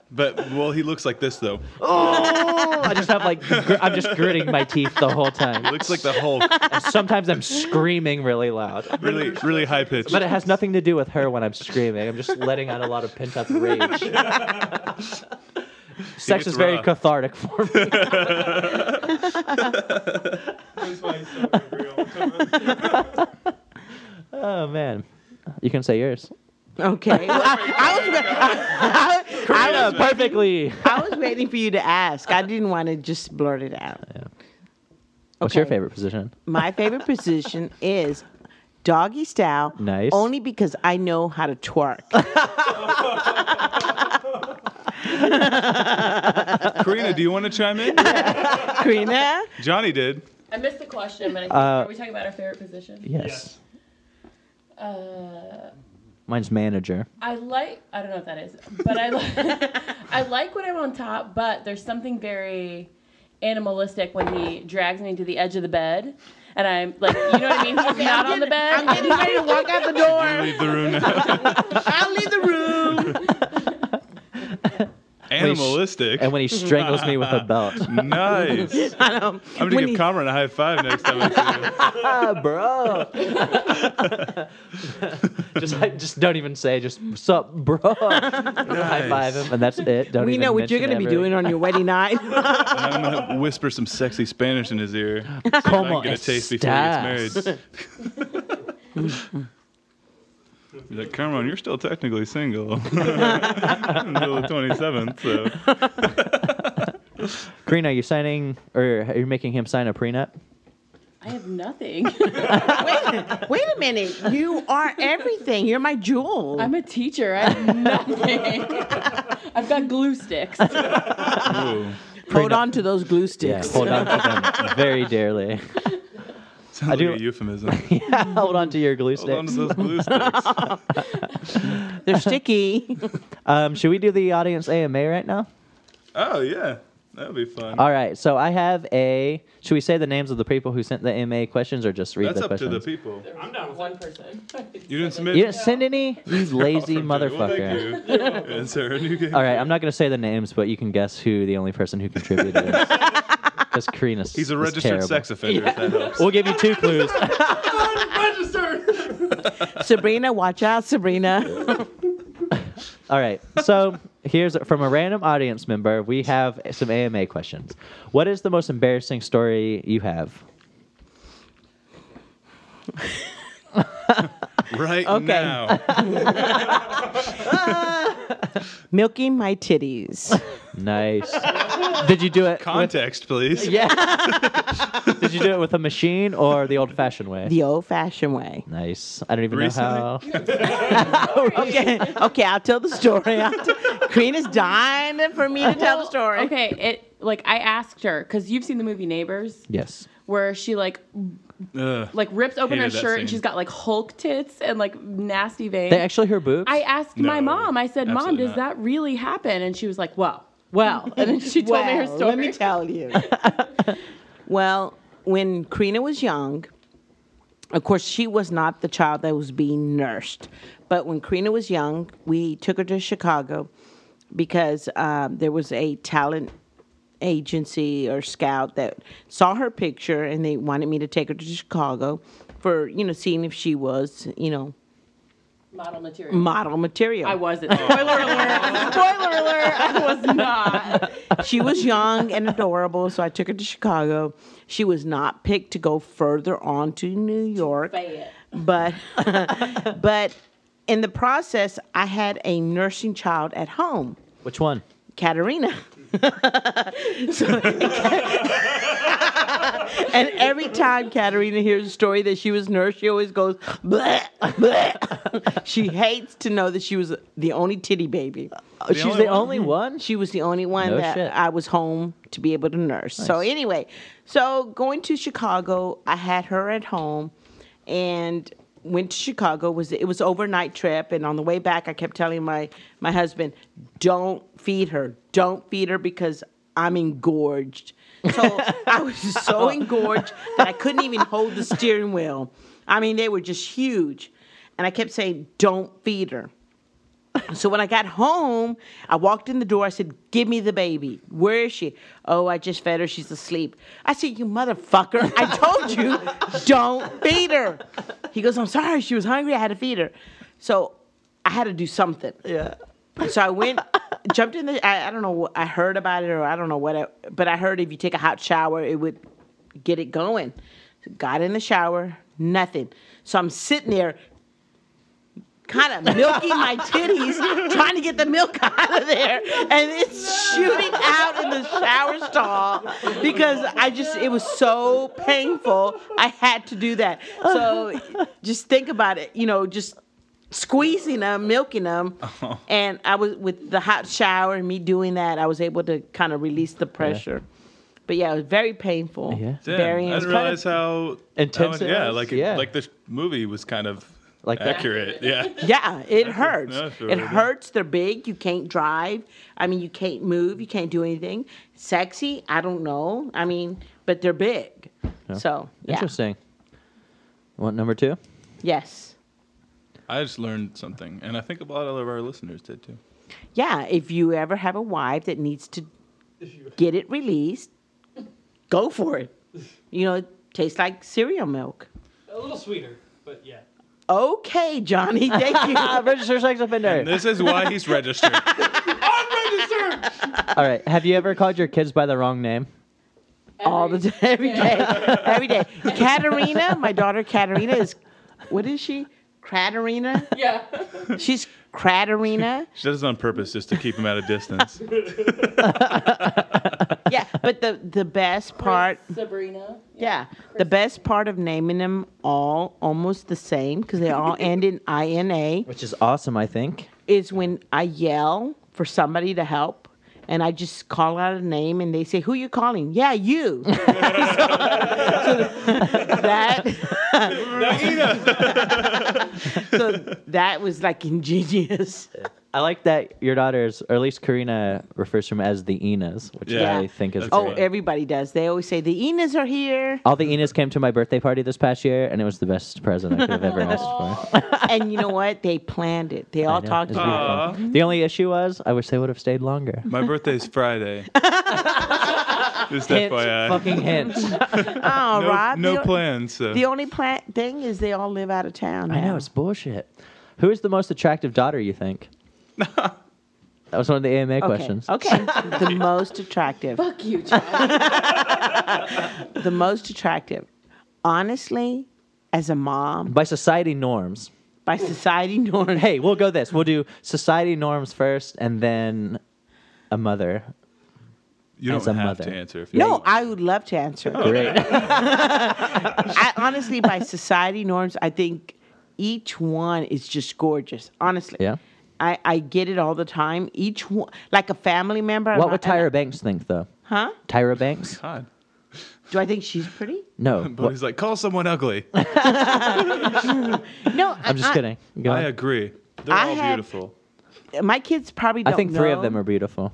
Speaker 1: But well, he looks like this though.
Speaker 2: I just have like gr- I'm just gritting my teeth the whole
Speaker 1: He
Speaker 2: time.
Speaker 1: looks like the Hulk.
Speaker 2: Sometimes I'm screaming really loud.
Speaker 1: Really, really high pitched.
Speaker 2: But it has nothing to do with her when I'm screaming. I'm just letting out a lot of pent up rage. Sex
Speaker 1: gets
Speaker 2: is very
Speaker 1: raw.
Speaker 2: cathartic for me.
Speaker 4: That's why he's so angry all the time.
Speaker 2: Oh man. You can say yours.
Speaker 3: Okay. Well, I, I was, wait- I, I- I was,
Speaker 2: perfectly.
Speaker 3: I was waiting for you to ask. I didn't want to just blurt it out.
Speaker 2: What's your
Speaker 3: Okay.
Speaker 2: favorite position?
Speaker 3: My favorite position is doggy style.
Speaker 2: Nice.
Speaker 3: Only because I know how to twerk.
Speaker 1: Karina, do you want to chime in?
Speaker 3: Karina,
Speaker 1: Johnny did.
Speaker 5: I missed the question, but I think,
Speaker 2: Uh,
Speaker 5: are we talking about our favorite position?
Speaker 2: Yes.
Speaker 4: Yes.
Speaker 5: Uh,
Speaker 2: Mine's manager.
Speaker 5: I like. I don't know what that is, but I like. I like when I'm on top, but there's something very animalistic when he drags me to the edge of the bed, and I'm like, you know what I mean? He's not on the bed.
Speaker 3: I'm getting ready to walk out the door.
Speaker 1: Leave the room now.
Speaker 3: I'll leave the room.
Speaker 1: Animalistic.
Speaker 2: And when he strangles me with a belt.
Speaker 1: nice.
Speaker 3: I know.
Speaker 1: I'm
Speaker 3: When
Speaker 1: gonna
Speaker 3: he-
Speaker 1: give Cameron a high five next time I see him.
Speaker 2: Ah, bro. just I just don't even say just sup, bro. High five him, and that's it. Don't
Speaker 3: we
Speaker 2: even
Speaker 3: know what you're
Speaker 2: mention
Speaker 3: going to be
Speaker 2: ever-
Speaker 3: doing on your wedding night.
Speaker 1: And I'm gonna whisper some sexy Spanish in his ear. So I
Speaker 2: Como
Speaker 1: can get a taste before he gets
Speaker 2: estás?
Speaker 1: married. He's like, Cameron, you're still technically single. Until the 27th, so.
Speaker 2: Karina, are you signing or are you making him sign a prenup?
Speaker 5: I have nothing.
Speaker 3: Wait a minute. You are everything. You're my jewel.
Speaker 5: I'm a teacher. I have nothing. I've got glue sticks.
Speaker 1: Ooh.
Speaker 3: Hold on to those glue
Speaker 2: Yeah,
Speaker 3: sticks.
Speaker 2: hold on to them very dearly.
Speaker 1: Sounds
Speaker 2: do-
Speaker 1: like a euphemism.
Speaker 2: yeah, hold on to your glue
Speaker 1: Hold on to
Speaker 2: sticks.
Speaker 1: those glue sticks.
Speaker 3: They're sticky.
Speaker 2: Um, should we do the audience AMA right now?
Speaker 1: Oh, yeah. That would be fun.
Speaker 2: All right. So I have a. Should we say the names of the people who sent the AMA questions, or just read
Speaker 1: That's
Speaker 2: the
Speaker 1: up to
Speaker 2: questions?
Speaker 1: the people.
Speaker 4: I'm down with
Speaker 5: One
Speaker 4: one.
Speaker 5: person.
Speaker 1: You didn't submit.
Speaker 2: You didn't send any? You lazy
Speaker 1: Well, thank
Speaker 2: motherfucker.
Speaker 1: you. And Sarah Newgate.
Speaker 2: All right, I'm not going to say the names, but you can guess who the only person who contributed is. Because Karina
Speaker 1: He's a registered sex offender, if that helps.
Speaker 2: We'll give you two clues.
Speaker 4: Registered.
Speaker 3: Sabrina, watch out, Sabrina.
Speaker 2: All right, so here's from a random audience member. We have some AMA questions. What is the most embarrassing story you have?
Speaker 1: Right
Speaker 3: Okay.
Speaker 1: now.
Speaker 3: Milking my titties.
Speaker 2: Nice. Did you do it? With,
Speaker 1: Context, please.
Speaker 2: yeah. Did you do it with a machine or the old-fashioned way?
Speaker 3: The old fashioned way.
Speaker 2: nice. I don't even
Speaker 1: Recently?
Speaker 2: know how. Oh,
Speaker 3: Okay, okay, I'll tell the story. I'll t- Karina's dying for me to tell the story.
Speaker 5: Okay, it like I asked her because you've seen the movie Neighbors,
Speaker 2: Yes.
Speaker 5: where she like
Speaker 1: Ugh.
Speaker 5: like rips open her
Speaker 1: Hated that
Speaker 5: shirt and
Speaker 1: scene.
Speaker 5: she's got like Hulk tits and like nasty veins.
Speaker 2: They actually her boobs.
Speaker 5: I asked my
Speaker 1: No,
Speaker 5: mom. I said, "Mom,
Speaker 1: absolutely
Speaker 5: does
Speaker 1: not.
Speaker 5: that really happen?" And she was like, "Well, well." And then she told me her
Speaker 3: Well,
Speaker 5: story.
Speaker 3: Let me tell you. well, when Karina was young, of course, she was not the child that was being nursed. But when Karina was young, we took her to Chicago because um, there was a talent agency or scout that saw her picture and they wanted me to take her to Chicago for, you know, seeing if she was, you know,
Speaker 5: Model material.
Speaker 3: model material.
Speaker 5: I wasn't. Spoiler alert! Spoiler alert! I was not.
Speaker 3: she was young and adorable, so I took her to Chicago. She was not picked to go further on to New York, but but in the process, I had a nursing child at home,
Speaker 2: Which one?
Speaker 3: Katerina. So- and every time Katerina hears a story that she was nursed, she always goes, bleh, bleh. she hates to know that she was the only titty baby.
Speaker 2: Oh, She's
Speaker 1: only
Speaker 2: the
Speaker 1: one?
Speaker 2: only one.
Speaker 3: She was the only one
Speaker 2: No
Speaker 3: that
Speaker 2: shit.
Speaker 3: I was home to be able to nurse. So
Speaker 2: Nice.
Speaker 3: anyway, so going to Chicago, I had her at home and went to Chicago was it was overnight trip and on the way back I kept telling my my husband, "Don't feed her. Don't feed her because I'm engorged." So I was so engorged that I couldn't even hold the steering wheel. I mean, they were just huge. And I kept saying, "Don't feed her." So when I got home, I walked in the door. I said, "Give me the baby. Where is she? Oh, I just fed her. She's asleep." I said, "You motherfucker! I told you, don't feed her." He goes, "I'm sorry. She was hungry. I had to feed her." So I had to do something.
Speaker 2: Yeah.
Speaker 3: So I went, jumped in the. I, I don't know. what- I heard about it, or I don't know what. I, but I heard if you take a hot shower, it would get it going. Got in the shower, nothing. So I'm sitting there kind of milking my titties, trying to get the milk out of there, and it's shooting out in the shower stall because I just it was so painful. I had to do that. So just think about it. You know, just squeezing them, milking them, and I was with the hot shower and me doing that. I was able to kind of release the pressure. But yeah, it was very painful.
Speaker 2: Yeah.
Speaker 3: Yeah, very
Speaker 7: I didn't
Speaker 3: intense.
Speaker 7: realize how
Speaker 2: Intense
Speaker 7: how-
Speaker 2: it
Speaker 7: yeah,
Speaker 2: was,
Speaker 7: like
Speaker 2: yeah.
Speaker 7: like this movie was kind of
Speaker 2: Like that.
Speaker 7: accurate. Yeah.
Speaker 3: Yeah, it hurts.
Speaker 7: that's what
Speaker 3: it
Speaker 7: it is.
Speaker 3: hurts. They're big. You can't drive. I mean, you can't move. You can't do anything. Sexy? I don't know. I mean, but they're big. So yeah.
Speaker 2: Interesting. Want number two?
Speaker 3: Yes.
Speaker 7: I just learned something, and I think a lot of our listeners did too.
Speaker 3: Yeah. If you ever have a wife that needs to
Speaker 4: If you-
Speaker 3: get it released, go for it. You know, it tastes like cereal milk.
Speaker 4: a little sweeter, but yeah.
Speaker 3: Okay, Johnny. Thank you.
Speaker 2: Ah, registered sex offender.
Speaker 7: This is why he's registered.
Speaker 2: All right. Have you ever called your kids by the wrong name?
Speaker 3: all the time, every day, every day. Katerina, my daughter Katerina is, what is she? Katerina.
Speaker 5: Yeah.
Speaker 3: She's Katerina.
Speaker 7: She does it on purpose just to keep him at a distance.
Speaker 3: Yeah, but the the best part,
Speaker 5: Sabrina.
Speaker 3: yeah, the best part of naming them all almost the same because they all end in ina
Speaker 2: Which is awesome, I think.
Speaker 3: is when I yell for somebody to help. And I just call out a name, and they say, "Who you calling?" Yeah, you. so, so that so that was like ingenious.
Speaker 2: I like that your daughters, or at least Karina, refers to them as the Enas, which
Speaker 7: Yeah.
Speaker 2: I think is
Speaker 3: Oh,
Speaker 2: great.
Speaker 3: everybody does. They always say the Enas are here,
Speaker 2: All the Enas came to my birthday party this past year, and it was the best present I could have ever asked for.
Speaker 3: and you know what? They planned it. They all
Speaker 2: know,
Speaker 3: talked
Speaker 2: it's
Speaker 3: about it.
Speaker 7: Aw.
Speaker 2: The only issue was, I wish they would have stayed longer.
Speaker 7: My birthday's Friday. just
Speaker 2: Hint,
Speaker 7: FYI.
Speaker 2: fucking hint.
Speaker 3: Oh,
Speaker 7: no,
Speaker 3: Rob,
Speaker 7: no
Speaker 3: the-
Speaker 7: plans. So.
Speaker 1: uh,
Speaker 3: The only plant thing is they all live out of town.
Speaker 2: I know
Speaker 3: now.
Speaker 2: it's bullshit. Who is the most attractive daughter you think? that was one of the AMA
Speaker 3: okay.
Speaker 2: questions.
Speaker 3: Okay, the most attractive.
Speaker 5: Fuck you, Chad.
Speaker 3: The most attractive, honestly, as a mom
Speaker 2: By society norms.
Speaker 3: by society norms.
Speaker 2: Hey, we'll go this. We'll do society norms first, and then a mother.
Speaker 7: you don't
Speaker 2: as a
Speaker 7: have
Speaker 2: mother.
Speaker 7: to answer if you
Speaker 3: No, I would love to answer.
Speaker 2: Great.
Speaker 3: I honestly, by society norms, I think each one is just gorgeous. Honestly,
Speaker 2: Yeah.
Speaker 3: I, I get it all the time. Each one, like a family member. I'm
Speaker 2: what would
Speaker 3: not- and I-
Speaker 2: Tyra Banks think, though?
Speaker 3: Huh?
Speaker 2: Tyra Banks?
Speaker 7: God.
Speaker 3: Do I think she's pretty?
Speaker 2: No.
Speaker 7: But
Speaker 2: what-
Speaker 7: he's like, call someone ugly.
Speaker 3: No,
Speaker 2: I'm just kidding. Go
Speaker 7: I
Speaker 2: on.
Speaker 7: agree. They're
Speaker 3: I
Speaker 7: all
Speaker 3: have-
Speaker 7: beautiful.
Speaker 3: My kids probably.
Speaker 2: I
Speaker 3: Don't
Speaker 2: think three of
Speaker 3: know.
Speaker 2: them are beautiful.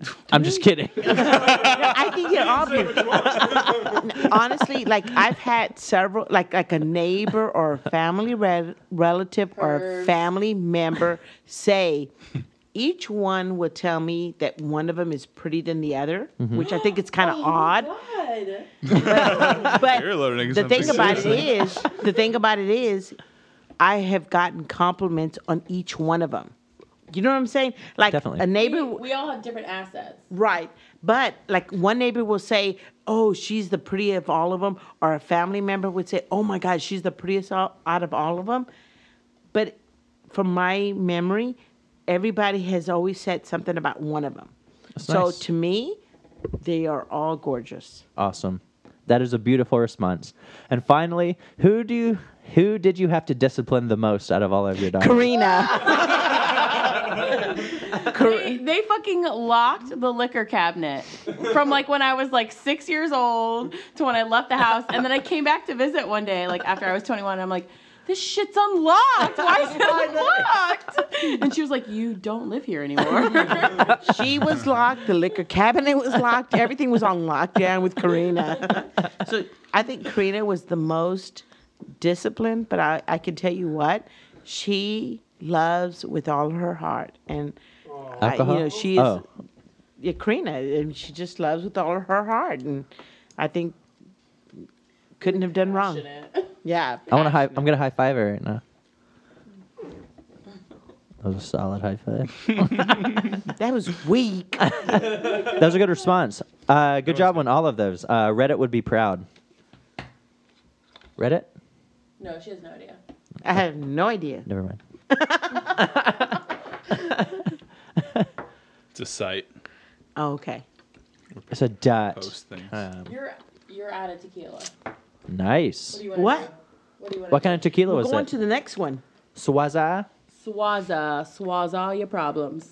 Speaker 2: I'm just kidding.
Speaker 3: I think they're all beautiful. Honestly, like I've had several, like like a neighbor or a family re- relative or a
Speaker 5: Pervs.
Speaker 3: family member say, each one will tell me that one of them is pretty than the other, which I think it's kind of odd.
Speaker 5: God.
Speaker 3: But
Speaker 7: You're learning
Speaker 3: the
Speaker 7: something.
Speaker 3: thing about
Speaker 7: seriously.
Speaker 3: it is, the thing about it is, I have gotten compliments on each one of them. You know what I'm saying? Like
Speaker 2: Definitely.
Speaker 3: a
Speaker 5: We,
Speaker 3: neighbor
Speaker 5: we all have different assets.
Speaker 3: Right. But like one neighbor will say, "Oh, she's the prettiest of all of them," or a family member would say, "Oh my God, she's the prettiest all- out of all of them." But from my memory, everybody has always said something about one of them. so
Speaker 2: nice.
Speaker 3: to me, they are all gorgeous.
Speaker 2: awesome. That is a beautiful response. And finally, who do you, who did you have to discipline the most out of all of your daughters?
Speaker 3: Karina,
Speaker 5: They, they fucking locked the liquor cabinet from like when I was like six years old to when I left the house. And then I came back to visit one day, like after I was 21. I'm like, this shit's unlocked. Why is it unlocked? And she was like, you don't live here anymore.
Speaker 3: she was locked. The liquor cabinet was locked. Everything was on lockdown with Karina. so I think Karina was the most disciplined, but I, I can tell you what, she loves with all her heart. And, I, you
Speaker 2: Alcohol?
Speaker 3: know, she is,
Speaker 2: Oh.
Speaker 3: yeah, Karina, and she just loves with all her heart. And I think couldn't have done wrong. Yeah.
Speaker 2: I want to high. I'm gonna high five her right now. That was a solid high five.
Speaker 3: That was weak.
Speaker 2: that was a good response. Uh, good job on all of those. Uh, Reddit would be proud. Reddit?
Speaker 5: no, she has no idea.
Speaker 3: I have no idea.
Speaker 2: Never mind.
Speaker 1: It's a site
Speaker 3: Oh, okay.
Speaker 2: It's a dot.
Speaker 1: post thing.
Speaker 2: Um,
Speaker 5: You're you're out of tequila. What
Speaker 2: nice.
Speaker 5: do you want?
Speaker 3: What?
Speaker 5: What do you want?
Speaker 2: What kind of tequila
Speaker 3: We're
Speaker 2: was
Speaker 3: going
Speaker 2: it?
Speaker 3: to the next one.
Speaker 2: Swaza.
Speaker 5: Swaza, swaza all your problems.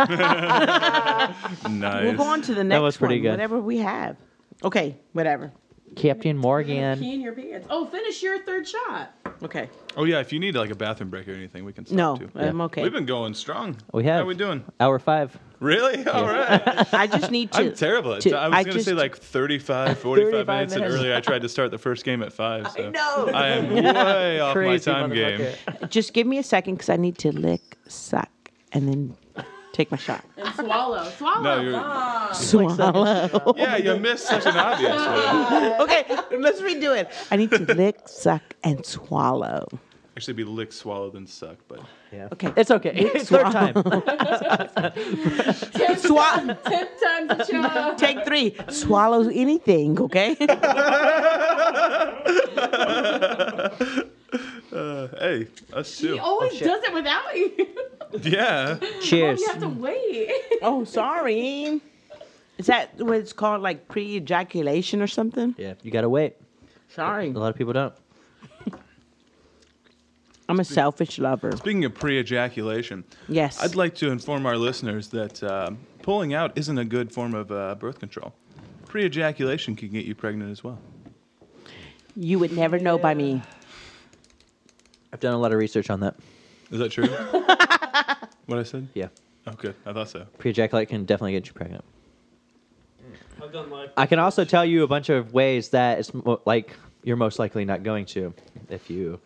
Speaker 1: nice.
Speaker 3: We'll go on to the next
Speaker 2: was pretty
Speaker 3: one,
Speaker 2: good.
Speaker 3: whatever we have. Okay, whatever.
Speaker 2: Captain
Speaker 5: Pee
Speaker 2: Morgan.
Speaker 5: in your pants. Oh, finish your third shot.
Speaker 3: Okay.
Speaker 1: Oh yeah, if you need like a bathroom break or anything, we can. Stop
Speaker 3: No,
Speaker 1: too.
Speaker 3: I'm okay.
Speaker 1: We've been going strong.
Speaker 2: We have.
Speaker 1: How we doing?
Speaker 2: Hour five.
Speaker 1: Really? All right.
Speaker 3: I just need to.
Speaker 1: I'm terrible. At
Speaker 3: to-
Speaker 1: ti- I
Speaker 3: I
Speaker 1: was going to
Speaker 3: just-
Speaker 1: say like 35, 45
Speaker 2: 35
Speaker 1: minutes, and
Speaker 2: minutes.
Speaker 1: earlier I tried to start the first game at five. So I
Speaker 3: know.
Speaker 1: am way off my time game.
Speaker 2: motherfucker.
Speaker 3: Just give me a second because I need to lick, suck, and then take my shot.
Speaker 5: And swallow. Swallow.
Speaker 1: No, you're-
Speaker 5: Ah.
Speaker 3: Swallow.
Speaker 1: Yeah, you missed such an obvious one.
Speaker 3: okay, let's redo it. I need to lick, suck, and swallow.
Speaker 1: Actually, be lick, swallow, then suck. But
Speaker 3: Okay.
Speaker 2: It's okay. It's third time.
Speaker 5: Ten,
Speaker 3: Swallow.
Speaker 5: ten times the charm.
Speaker 3: Take three. Swallow anything, okay?
Speaker 1: uh, hey, us
Speaker 5: He
Speaker 1: too.
Speaker 5: always
Speaker 2: Oh,
Speaker 5: does it without you.
Speaker 1: Yeah.
Speaker 2: Cheers.
Speaker 5: you have to wait.
Speaker 3: oh, sorry. Is that what it's called, like pre ejaculation or something?
Speaker 2: yeah, you gotta wait.
Speaker 3: Sorry.
Speaker 2: A lot of people don't.
Speaker 3: I'm a selfish lover.
Speaker 1: Speaking of pre-ejaculation,
Speaker 3: Yes.
Speaker 1: I'd like to inform our listeners that uh, pulling out isn't a good form of uh, birth control. Pre-ejaculation can get you pregnant as well.
Speaker 3: you would never know by me.
Speaker 2: I've done a lot of research on that.
Speaker 1: Is that true? what I said?
Speaker 2: Yeah.
Speaker 1: Oh, good. I thought so.
Speaker 2: Pre-ejaculate can definitely get you pregnant.
Speaker 4: I've done live.
Speaker 2: I can also tell you a bunch of ways that it's mo- like you're most likely not going to if you.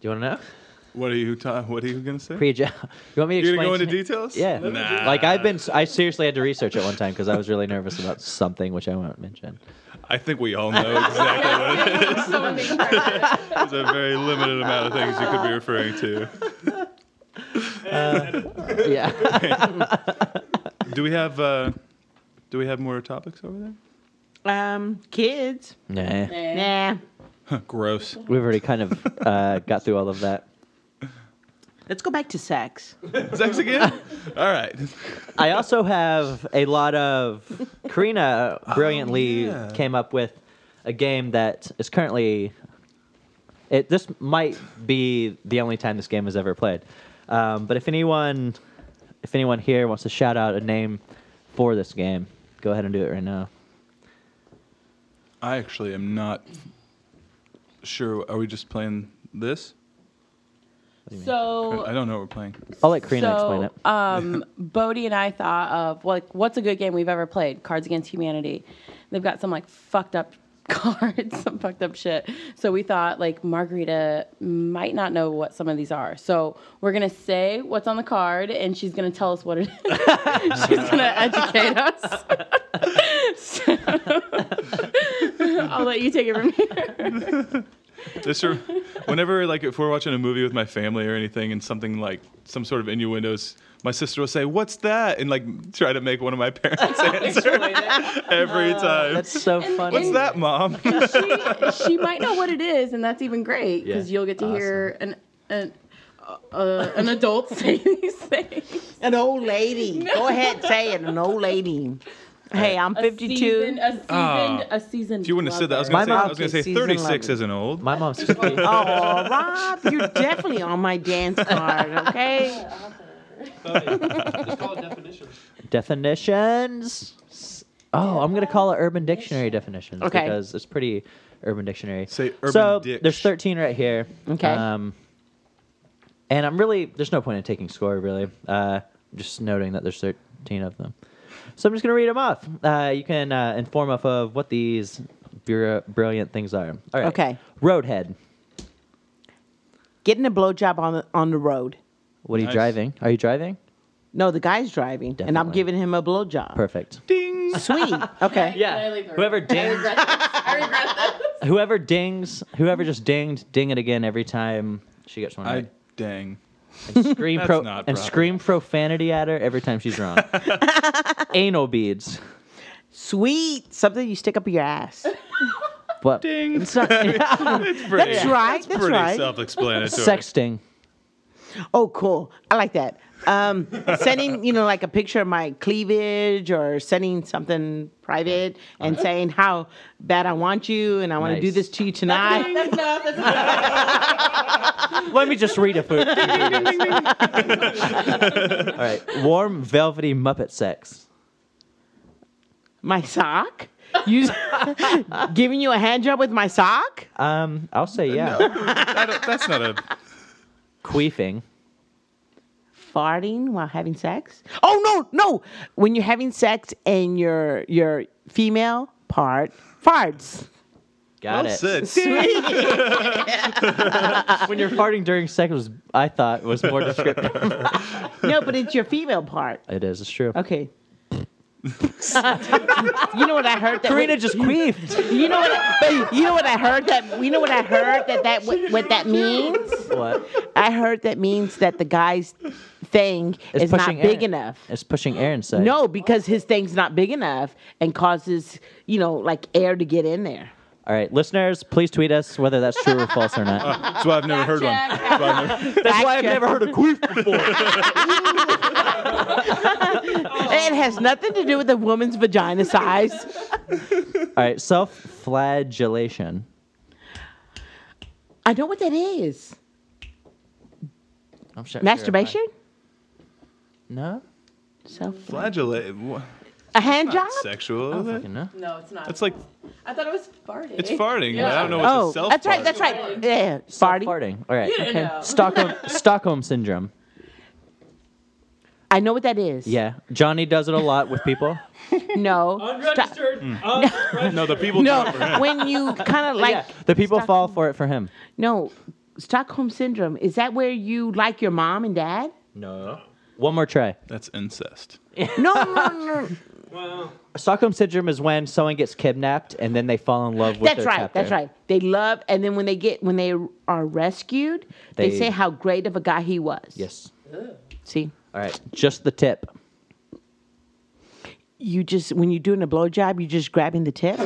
Speaker 2: Do you want to know?
Speaker 1: What are you ta- What are you gonna say?
Speaker 2: Pre eject. You want me to
Speaker 1: You're
Speaker 2: explain?
Speaker 1: gonna go into
Speaker 2: to-
Speaker 1: details?
Speaker 2: Yeah.
Speaker 1: Nah.
Speaker 2: Like I've been, I seriously had to research it one time because I was really nervous about something which I won't mention.
Speaker 1: I think we all know exactly what it is.
Speaker 5: Someone make sure.
Speaker 1: It's a very limited amount of things you could be referring to.
Speaker 2: Yeah.
Speaker 1: Do we have uh, Do we have more topics over there?
Speaker 3: Um, kids.
Speaker 2: nah.
Speaker 3: Nah.
Speaker 1: Gross.
Speaker 2: We've already kind of uh, got through all of that.
Speaker 3: Let's go back to sex.
Speaker 1: Sex again? All right.
Speaker 2: I also have a lot of. Karina brilliantly
Speaker 1: yeah.
Speaker 2: came up with a game that is currently. It, this might be the only time this game is ever played, um, but if anyone, if anyone here wants to shout out a name for this game, go ahead and do it right now.
Speaker 1: I actually am not sure. Are we just playing this? I
Speaker 5: So,
Speaker 1: don't know what we're playing.
Speaker 2: I'll let Karina explain
Speaker 5: so
Speaker 2: it.
Speaker 5: um, Bodhi and I thought of like, what's a good game we've ever played? Cards Against Humanity. They've got some like fucked up cards, some fucked up shit. So we thought like Margarita might not know what some of these are. So we're gonna say what's on the card, and she's gonna tell us what it is. she's gonna educate us. So- I'll let you take it from here.
Speaker 1: This or whenever like if we're watching a movie with my family or anything and something like some sort of innuendos, my sister will say, "What's that?" and like try to make one of my parents answer every
Speaker 3: Oh,
Speaker 1: time.
Speaker 2: That's so funny.
Speaker 1: What's that, mom?
Speaker 5: she, she might know what it is, and that's even great because
Speaker 2: Yeah.
Speaker 5: you'll get to hear an an uh, an adult say these things.
Speaker 3: An old lady. Go ahead, say it. An old lady. Hey, I'm 52.
Speaker 5: A seasoned, a seasoned,
Speaker 1: Ah.
Speaker 5: a seasoned.
Speaker 1: If you wouldn't have said that, I was
Speaker 2: My
Speaker 1: gonna say, I
Speaker 2: mom
Speaker 1: was gonna
Speaker 3: is
Speaker 1: say
Speaker 3: season
Speaker 1: 36
Speaker 3: 11.
Speaker 1: isn't old.
Speaker 2: My mom's 50.
Speaker 3: Oh, Rob, you're definitely on my dance card, okay?
Speaker 4: Just call it definition.
Speaker 2: definitions. S- Oh, I'm gonna call it Urban Dictionary definitions
Speaker 3: Okay.
Speaker 2: because it's pretty Urban Dictionary.
Speaker 1: Say Urban
Speaker 2: so
Speaker 1: Dictionary.
Speaker 2: there's 13 right here.
Speaker 3: Okay.
Speaker 2: Um, and I'm really there's no point in taking score really. Uh, just noting that there's 13 of them. So I'm just gonna read them off. Uh, you can uh, inform us of what these bur- brilliant things are. All right.
Speaker 3: Okay.
Speaker 2: Roadhead.
Speaker 3: Getting a blowjob on the, on the road.
Speaker 2: What are you
Speaker 1: Nice.
Speaker 2: driving? Are you driving?
Speaker 3: No, the guy's driving, and I'm
Speaker 2: Definitely.
Speaker 3: giving him a blowjob.
Speaker 2: Perfect.
Speaker 1: Ding.
Speaker 3: Sweet. Okay.
Speaker 5: I leave her?
Speaker 2: Whoever dings.
Speaker 5: I regret that.
Speaker 2: whoever dings, whoever just dinged, ding it again every time she gets one
Speaker 1: I
Speaker 2: right.
Speaker 1: dang.
Speaker 2: scream
Speaker 1: That's
Speaker 2: pro-
Speaker 1: not
Speaker 2: and
Speaker 1: proper.
Speaker 2: scream profanity at her every time she's wrong. Anal beads.
Speaker 3: Sweet. Something you stick up your ass.
Speaker 2: What?
Speaker 1: Ding.
Speaker 2: It's not-
Speaker 1: Pretty-
Speaker 3: right, that's
Speaker 1: pretty
Speaker 3: right.
Speaker 1: self-explanatory.
Speaker 2: sexting.
Speaker 3: Oh, cool. I like that. Um, sending, you know, like a picture of my cleavage or sending something private and saying how bad I want you and I want to do
Speaker 2: Uh-huh. Nice.
Speaker 3: this to you tonight.
Speaker 5: That's enough. That's enough.
Speaker 2: Let me just read a food. All right, warm, velvety Muppet sex.
Speaker 3: My sock? You giving you a hand job with my sock?
Speaker 2: Um, I'll say yeah.
Speaker 7: I don't- that's not a.
Speaker 2: Queefing.
Speaker 3: farting while having sex? Oh no, no! When you're having sex and your your female part farts.
Speaker 2: Got
Speaker 7: well
Speaker 2: it.
Speaker 7: said.
Speaker 2: When you're farting during sex was, I thought, was more descriptive.
Speaker 3: No, but it's your female part.
Speaker 2: it is. It's true.
Speaker 3: Okay. you know what I heard that
Speaker 2: Karina just queefed.
Speaker 3: you know what I, you know what I heard that you know what I heard that that what, what that means?
Speaker 2: what?
Speaker 3: I heard that means that the guy's thing
Speaker 2: It's
Speaker 3: is not
Speaker 2: pushing
Speaker 3: big
Speaker 2: air.
Speaker 3: enough.
Speaker 2: It's pushing air inside.
Speaker 3: No, because his thing's not big enough and causes, you know, like air to get in there.
Speaker 2: All right, listeners, please tweet us whether that's true or false or not.
Speaker 7: That's why I've never heard one.
Speaker 5: Fact check.
Speaker 7: That's why I've never-
Speaker 2: That's why I've
Speaker 3: Fact check.
Speaker 2: never heard a queef before.
Speaker 3: It has nothing to do with a woman's vagina size.
Speaker 2: All right, self-flagellation.
Speaker 3: I know what that is.
Speaker 2: I'm Oh, sure.
Speaker 3: Masturbation?
Speaker 2: No.
Speaker 3: Self.
Speaker 7: Flagellate. wha-
Speaker 3: A hand job?
Speaker 7: Sexual.
Speaker 3: Oh,
Speaker 7: is it?
Speaker 2: Fucking no.
Speaker 5: No, it's not.
Speaker 7: That's like
Speaker 5: I thought it was farting.
Speaker 7: it's farting.
Speaker 5: Yeah.
Speaker 7: but I don't know. What's
Speaker 3: Oh,
Speaker 7: a self
Speaker 3: that's right.
Speaker 7: fart.
Speaker 3: That's right. Yeah, farting.
Speaker 2: Farting. All right.
Speaker 5: You didn't know.
Speaker 2: Stockholm Stockholm syndrome.
Speaker 3: I know what that is.
Speaker 2: Yeah, Johnny does it a lot with people.
Speaker 3: No. Stop.
Speaker 4: Unregistered. Um, unregistered.
Speaker 7: No, the people.
Speaker 3: No. When you kind of like
Speaker 2: yeah, the people fall for it for him.
Speaker 3: no Stockholm syndrome. Is that where you like your mom and dad?
Speaker 2: No. One more try.
Speaker 7: That's incest.
Speaker 3: No, no, no. no.
Speaker 4: Wow.
Speaker 2: Stockholm syndrome is when someone gets kidnapped and then they fall in love with
Speaker 3: that's
Speaker 2: their
Speaker 3: right.
Speaker 2: captor.
Speaker 3: That's right. They love, and then when they get when they are rescued, they,
Speaker 2: They-
Speaker 3: say how great of a guy he was.
Speaker 2: Yes.
Speaker 3: See.
Speaker 2: All right. Just the tip.
Speaker 3: you just when you're doing a blowjob, you're just grabbing the tip.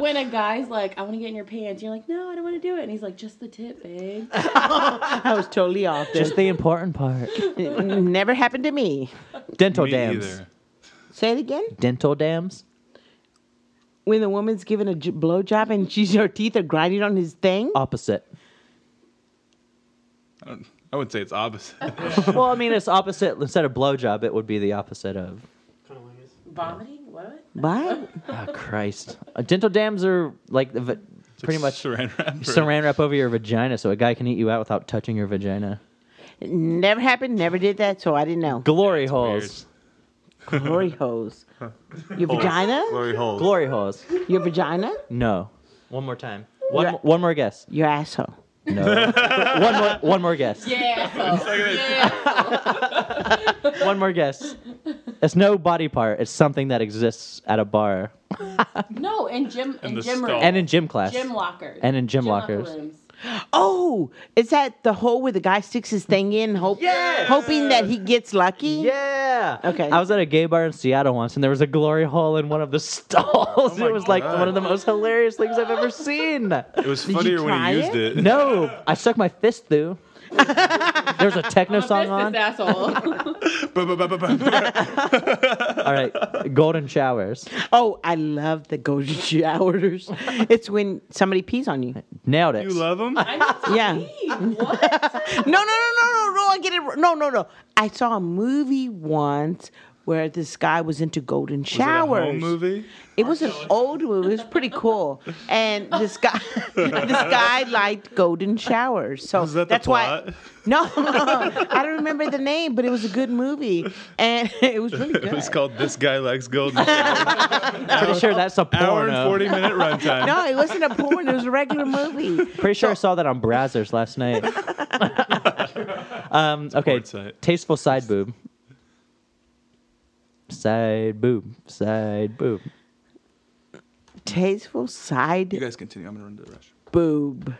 Speaker 5: when a guy's like, I want to get in your pants. You're like, no, I don't want to do it. And he's like, just the tip, babe.
Speaker 3: I was totally off.
Speaker 2: Just the important part.
Speaker 3: Never happened to me.
Speaker 2: Dental
Speaker 3: Oh,
Speaker 7: Me
Speaker 2: dams.
Speaker 7: either.
Speaker 3: Say it again.
Speaker 2: Dental dams.
Speaker 3: When the woman's giving a j- blowjob and she's her teeth are grinding on his thing.
Speaker 2: Opposite.
Speaker 7: I, don't, I would say it's opposite.
Speaker 2: well, I mean, it's opposite. Instead of blowjob, it would be the opposite of.
Speaker 4: Condoms.
Speaker 5: Vomiting? What?
Speaker 3: What?
Speaker 2: Oh, Christ. Uh, dental dams are like the va- pretty much
Speaker 7: saran wrap. or-
Speaker 2: saran wrap over your vagina so a guy can eat you out without touching your vagina.
Speaker 3: Never happened. Never did that, so I didn't know.
Speaker 2: Glory
Speaker 7: weird.
Speaker 2: holes.
Speaker 3: Glory hose. Your vagina.
Speaker 8: Glory holes.
Speaker 2: Glory holes.
Speaker 3: Your vagina.
Speaker 2: No. One more time. One,
Speaker 3: You're-
Speaker 2: mo- one more guess.
Speaker 3: Your asshole.
Speaker 2: No. one more one more guess.
Speaker 5: Yeah. so-
Speaker 2: One more guess. It's no body part. It's something that exists at a bar
Speaker 5: no, in gym in,
Speaker 7: the
Speaker 5: gym
Speaker 7: stall.
Speaker 5: room.
Speaker 2: and in gym class.
Speaker 5: gym lockers.
Speaker 2: And in gym
Speaker 5: locker
Speaker 2: lockers.
Speaker 5: rooms.
Speaker 3: Oh, is that the hole where the guy sticks his thing in, hope,
Speaker 2: Yes!
Speaker 3: hoping that he gets lucky?
Speaker 2: yeah.
Speaker 3: Okay.
Speaker 2: I was at a gay bar in Seattle once, and there was a glory hole in one of the stalls.
Speaker 7: my
Speaker 2: it was like
Speaker 7: God.
Speaker 2: one of the most hilarious things I've ever seen.
Speaker 7: It was
Speaker 3: you
Speaker 7: funnier when
Speaker 3: try
Speaker 7: he used
Speaker 3: it?
Speaker 7: it.
Speaker 2: No, I stuck my fist through. There was a techno song on.
Speaker 5: asshole.
Speaker 7: Ba-ba-ba-ba-ba.
Speaker 2: All right, golden showers.
Speaker 3: Oh, I love the golden showers. it's when somebody pees on you.
Speaker 2: Nailed it.
Speaker 7: you love him?
Speaker 3: Yeah. No, no, no, no,
Speaker 5: what?
Speaker 3: no, no. I get it. wr- No, no, no. I saw a movie once where this guy was into golden
Speaker 7: Was it a
Speaker 3: showers.
Speaker 7: home movie?
Speaker 3: It was an old movie. It was pretty cool. And this guy, this guy liked golden showers. So
Speaker 7: Was that the
Speaker 3: Oh, that's why.
Speaker 7: plot?
Speaker 3: No, no, I don't remember the name, but it was a good movie, and it was really good.
Speaker 7: It was called This Guy Likes Golden. Shower.
Speaker 2: Pretty sure that's a
Speaker 7: Hour and
Speaker 2: porno.
Speaker 7: 40 minute runtime.
Speaker 3: No, it wasn't a porn. It was a regular movie.
Speaker 2: Pretty sure I saw that on Brazzers last night. um, okay,
Speaker 7: porn site.
Speaker 2: tasteful side boob. Side boob, side boob.
Speaker 3: Tasteful side
Speaker 7: You guys continue. I'm going to run to the restroom.
Speaker 3: boob.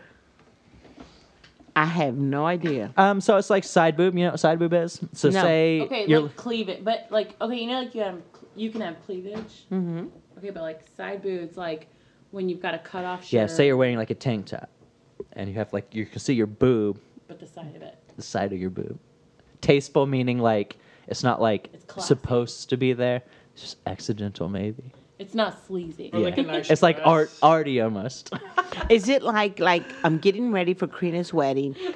Speaker 3: I have no idea.
Speaker 2: Um, so it's like side boob. You know what side boob is? So
Speaker 3: No.
Speaker 2: say
Speaker 5: Okay,
Speaker 2: you're
Speaker 5: like cleavage, but like okay, you know, like you have you can have cleavage. Mm-hmm. Okay, but like side boobs, like when you've got a cut off.
Speaker 2: yeah. Say you're wearing like a tank top, and you have like you can see your boob,
Speaker 5: But the side of it.
Speaker 2: the side of your boob. Tasteful meaning like it's not like
Speaker 5: It's classy.
Speaker 2: supposed to be there. It's just accidental maybe.
Speaker 5: It's not sleazy.
Speaker 4: Or like
Speaker 2: Yeah.
Speaker 4: a nice
Speaker 2: It's like
Speaker 4: dress.
Speaker 2: art arty almost.
Speaker 3: Is it like like I'm getting ready for Krina's wedding and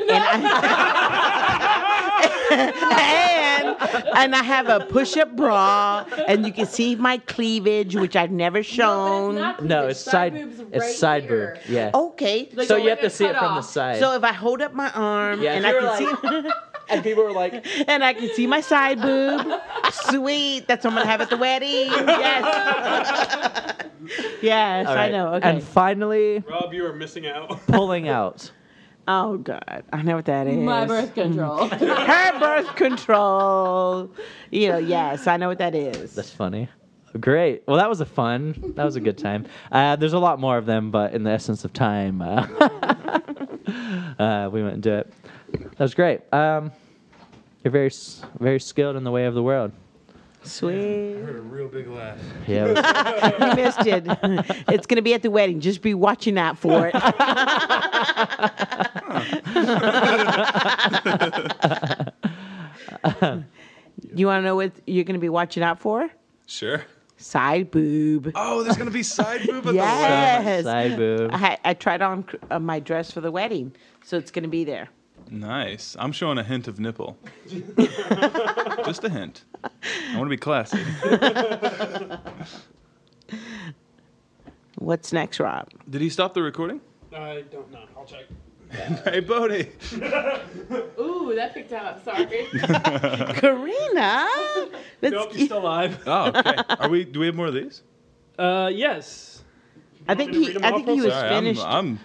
Speaker 3: I and, and I have a push-up bra and you can see my cleavage, which I've never shown.
Speaker 2: no, it's side it's side boob. Yeah.
Speaker 4: Oh,
Speaker 3: okay.
Speaker 5: Like-
Speaker 2: so
Speaker 5: so
Speaker 2: you have
Speaker 5: like
Speaker 2: to
Speaker 5: a
Speaker 2: see it from the
Speaker 5: cutoff.
Speaker 2: side.
Speaker 3: so if I hold up my arm
Speaker 2: Yeah,
Speaker 3: and
Speaker 2: if
Speaker 3: I
Speaker 2: you
Speaker 3: can
Speaker 2: were
Speaker 3: see
Speaker 2: and people are like
Speaker 3: and I can see my side boob, sweet, that's what I'm gonna have at the wedding. Yes. yes,
Speaker 2: All right.
Speaker 3: I know. Okay.
Speaker 2: And finally
Speaker 4: Rob, you are missing out.
Speaker 2: pulling out.
Speaker 3: oh God. I know what that is.
Speaker 5: My birth control.
Speaker 3: her birth control. You know, yes, I know what that
Speaker 2: That's
Speaker 3: is.
Speaker 2: funny. Great. Well, that was a fun. That was a good time. Uh, there's a lot more of them, but in the essence of time, uh, uh, we went into it. That was great. Um, you're very, s- very skilled in the way of the world.
Speaker 3: Sweet.
Speaker 7: heard a real big laugh.
Speaker 2: Yeah. it was-
Speaker 3: You missed it. It's going to be at the wedding. Just be watching out for it. you want to know what you're going to be watching out for?
Speaker 7: Sure.
Speaker 3: Side boob.
Speaker 7: Oh, there's gonna be side boob at
Speaker 3: Yes.
Speaker 2: Side boob.
Speaker 3: I, had- I tried on cr- uh, my dress for the wedding, so it's going to be there.
Speaker 7: the wedding. Nice. I'm showing a hint of nipple. Just a hint. I want to be classy.
Speaker 3: What's next, Rob?
Speaker 7: Did he stop the recording?
Speaker 4: I don't know. I'll check.
Speaker 7: Hey, Bodie.
Speaker 5: Ooh, that picked up. Sorry.
Speaker 3: Karina? Let's
Speaker 4: Nope, he's still alive.
Speaker 7: Oh, okay. Are we? Do we have more of these?
Speaker 4: Uh, yes.
Speaker 3: I think
Speaker 4: me to
Speaker 3: he.
Speaker 4: read 'em
Speaker 3: I
Speaker 4: off
Speaker 3: think
Speaker 4: real
Speaker 3: he was
Speaker 7: Sorry, I'm,
Speaker 4: uh,
Speaker 3: finished.
Speaker 7: I'm,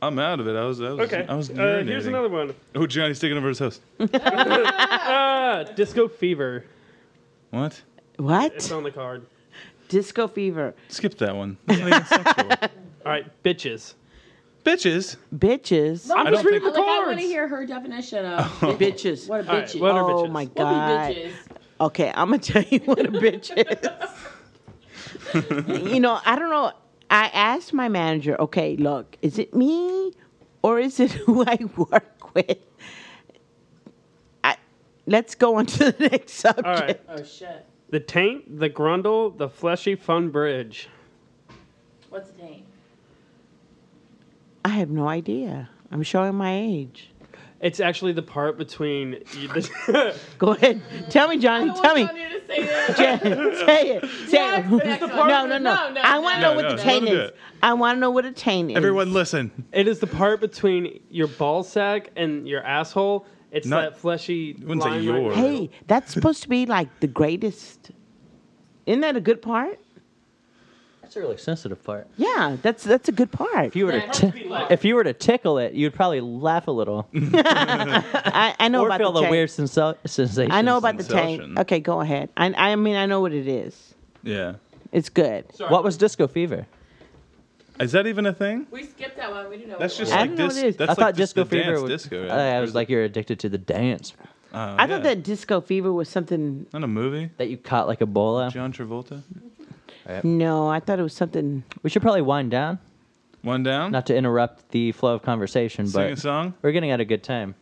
Speaker 7: I'm out of it. I was. I was
Speaker 4: Okay.
Speaker 7: I was
Speaker 4: uh, here's
Speaker 7: urinating.
Speaker 4: another one.
Speaker 7: Oh, Johnny's taking over his host.
Speaker 4: Ah, Disco Fever.
Speaker 7: What?
Speaker 4: It's
Speaker 3: what?
Speaker 4: on the card.
Speaker 3: Disco fever,
Speaker 7: Skip that one. That's not even sexual.
Speaker 4: All right, bitches.
Speaker 7: Bitches.
Speaker 3: bitches,
Speaker 5: I
Speaker 7: don't think-
Speaker 5: like, I want
Speaker 4: cards.
Speaker 5: to hear her definition of
Speaker 3: bitches.
Speaker 5: what a
Speaker 4: All right,
Speaker 5: bitch is.
Speaker 4: what are
Speaker 3: oh
Speaker 4: bitches?
Speaker 3: my
Speaker 5: What be
Speaker 3: god.
Speaker 5: bitches?
Speaker 3: Okay, I'm gonna tell you what a bitch is. you know, I don't know. I asked my manager, okay, look, is it me or is it who I work with? I, let's go on to the next subject.
Speaker 4: All right.
Speaker 5: Oh shit.
Speaker 4: The taint, the grundle, the fleshy fun bridge.
Speaker 5: What's the name?
Speaker 3: I have no idea. I'm showing my age.
Speaker 4: It's actually the part between. You, the,
Speaker 3: Go ahead. Tell me, Johnny. Tell me.
Speaker 5: You to say that.
Speaker 3: Jen, say it. Say it.
Speaker 5: Next, next one.
Speaker 3: No, no, no.
Speaker 5: No, no,
Speaker 3: I want to
Speaker 5: no.
Speaker 3: know what
Speaker 7: No,
Speaker 3: the
Speaker 7: no,
Speaker 3: taint
Speaker 7: let him do
Speaker 3: is.
Speaker 7: it.
Speaker 3: I want to know what a taint is.
Speaker 7: Everyone, listen.
Speaker 4: it is the part between your ball sack and your asshole. It's
Speaker 7: Not-
Speaker 4: that fleshy.
Speaker 7: wouldn't say
Speaker 4: line right
Speaker 7: your.
Speaker 4: there.
Speaker 3: Hey, that's supposed to be like the greatest. Isn't that a good part?
Speaker 2: That's a really sensitive part.
Speaker 3: Yeah, that's that's a good part.
Speaker 2: If you were to,
Speaker 5: Yeah.
Speaker 2: ti- if you were to tickle it, you'd probably laugh a little
Speaker 3: I, I know
Speaker 2: or
Speaker 3: about
Speaker 2: feel
Speaker 3: the
Speaker 2: the,
Speaker 3: taint.
Speaker 2: weird sensa- sensation.
Speaker 3: I know about the
Speaker 7: sensation.
Speaker 3: taint. Okay, go ahead. I I mean I know what it is.
Speaker 7: Yeah.
Speaker 3: It's good.
Speaker 2: What was disco fever?
Speaker 7: Is that even a thing?
Speaker 5: We skipped that one. We didn't know.
Speaker 7: That's
Speaker 5: what
Speaker 7: just
Speaker 5: it was.
Speaker 3: I
Speaker 7: like
Speaker 3: don't know
Speaker 7: this.
Speaker 3: what it is.
Speaker 7: That's
Speaker 3: I
Speaker 2: I
Speaker 7: like
Speaker 2: thought
Speaker 7: just
Speaker 2: disco
Speaker 7: the dance
Speaker 2: fever. was-
Speaker 7: disco.
Speaker 3: Oh,
Speaker 7: right?
Speaker 2: I, I
Speaker 7: Or is
Speaker 2: was
Speaker 7: it-
Speaker 2: like, you're addicted to the dance
Speaker 7: Oh,
Speaker 3: I thought
Speaker 7: yeah.
Speaker 3: that disco fever was something.
Speaker 7: Not a movie.
Speaker 2: that you caught like Ebola.
Speaker 7: John Travolta.
Speaker 3: No, I thought it was something.
Speaker 2: We should probably wind down.
Speaker 7: One down.
Speaker 2: not to interrupt the flow of conversation,
Speaker 7: Sing a
Speaker 2: but
Speaker 7: song.
Speaker 2: we're getting at a good time.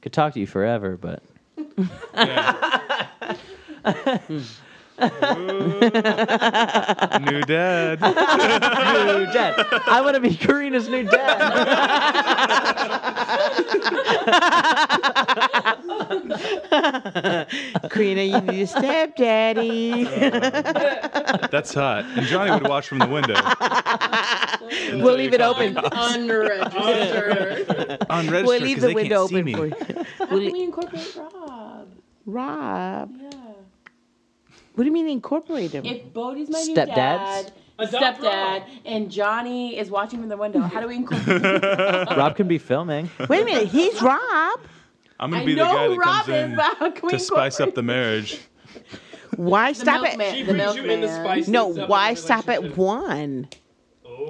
Speaker 2: Could talk to you forever, but
Speaker 7: New dad.
Speaker 2: new dad. I want to be Karina's new dad.
Speaker 3: Karina, you need a stepdaddy.
Speaker 7: That's hot. And Johnny would watch from the window.
Speaker 3: we'll leave it open.
Speaker 5: Unregistered.
Speaker 7: On register
Speaker 3: We'll leave
Speaker 7: 'cause
Speaker 3: the
Speaker 7: they
Speaker 3: window
Speaker 7: can't see
Speaker 3: open
Speaker 7: me.
Speaker 3: for you.
Speaker 5: How can we incorporate Rob?
Speaker 3: Rob,
Speaker 5: Yeah.
Speaker 3: what do you mean incorporate him?
Speaker 5: If Bodie's my new
Speaker 2: Stepdads?
Speaker 5: dad,
Speaker 4: Adopt
Speaker 5: stepdad, and Johnny is watching from the window, how do we incorporate?
Speaker 2: Rob can be filming.
Speaker 3: Wait a minute, he's Rob.
Speaker 7: I'm
Speaker 5: I
Speaker 7: gonna be the guy
Speaker 5: know
Speaker 7: that
Speaker 5: who Rob
Speaker 7: comes
Speaker 5: is,
Speaker 7: in
Speaker 5: but how can we
Speaker 7: to spice up
Speaker 5: incorporate-
Speaker 7: the marriage.
Speaker 3: Why
Speaker 5: The
Speaker 3: stop
Speaker 5: milkman,
Speaker 3: it?
Speaker 4: She
Speaker 5: the
Speaker 4: brings you in to
Speaker 5: milkman.
Speaker 4: spice
Speaker 3: No,
Speaker 4: things up in
Speaker 3: why
Speaker 4: the
Speaker 3: stop at
Speaker 4: relationship.
Speaker 3: one?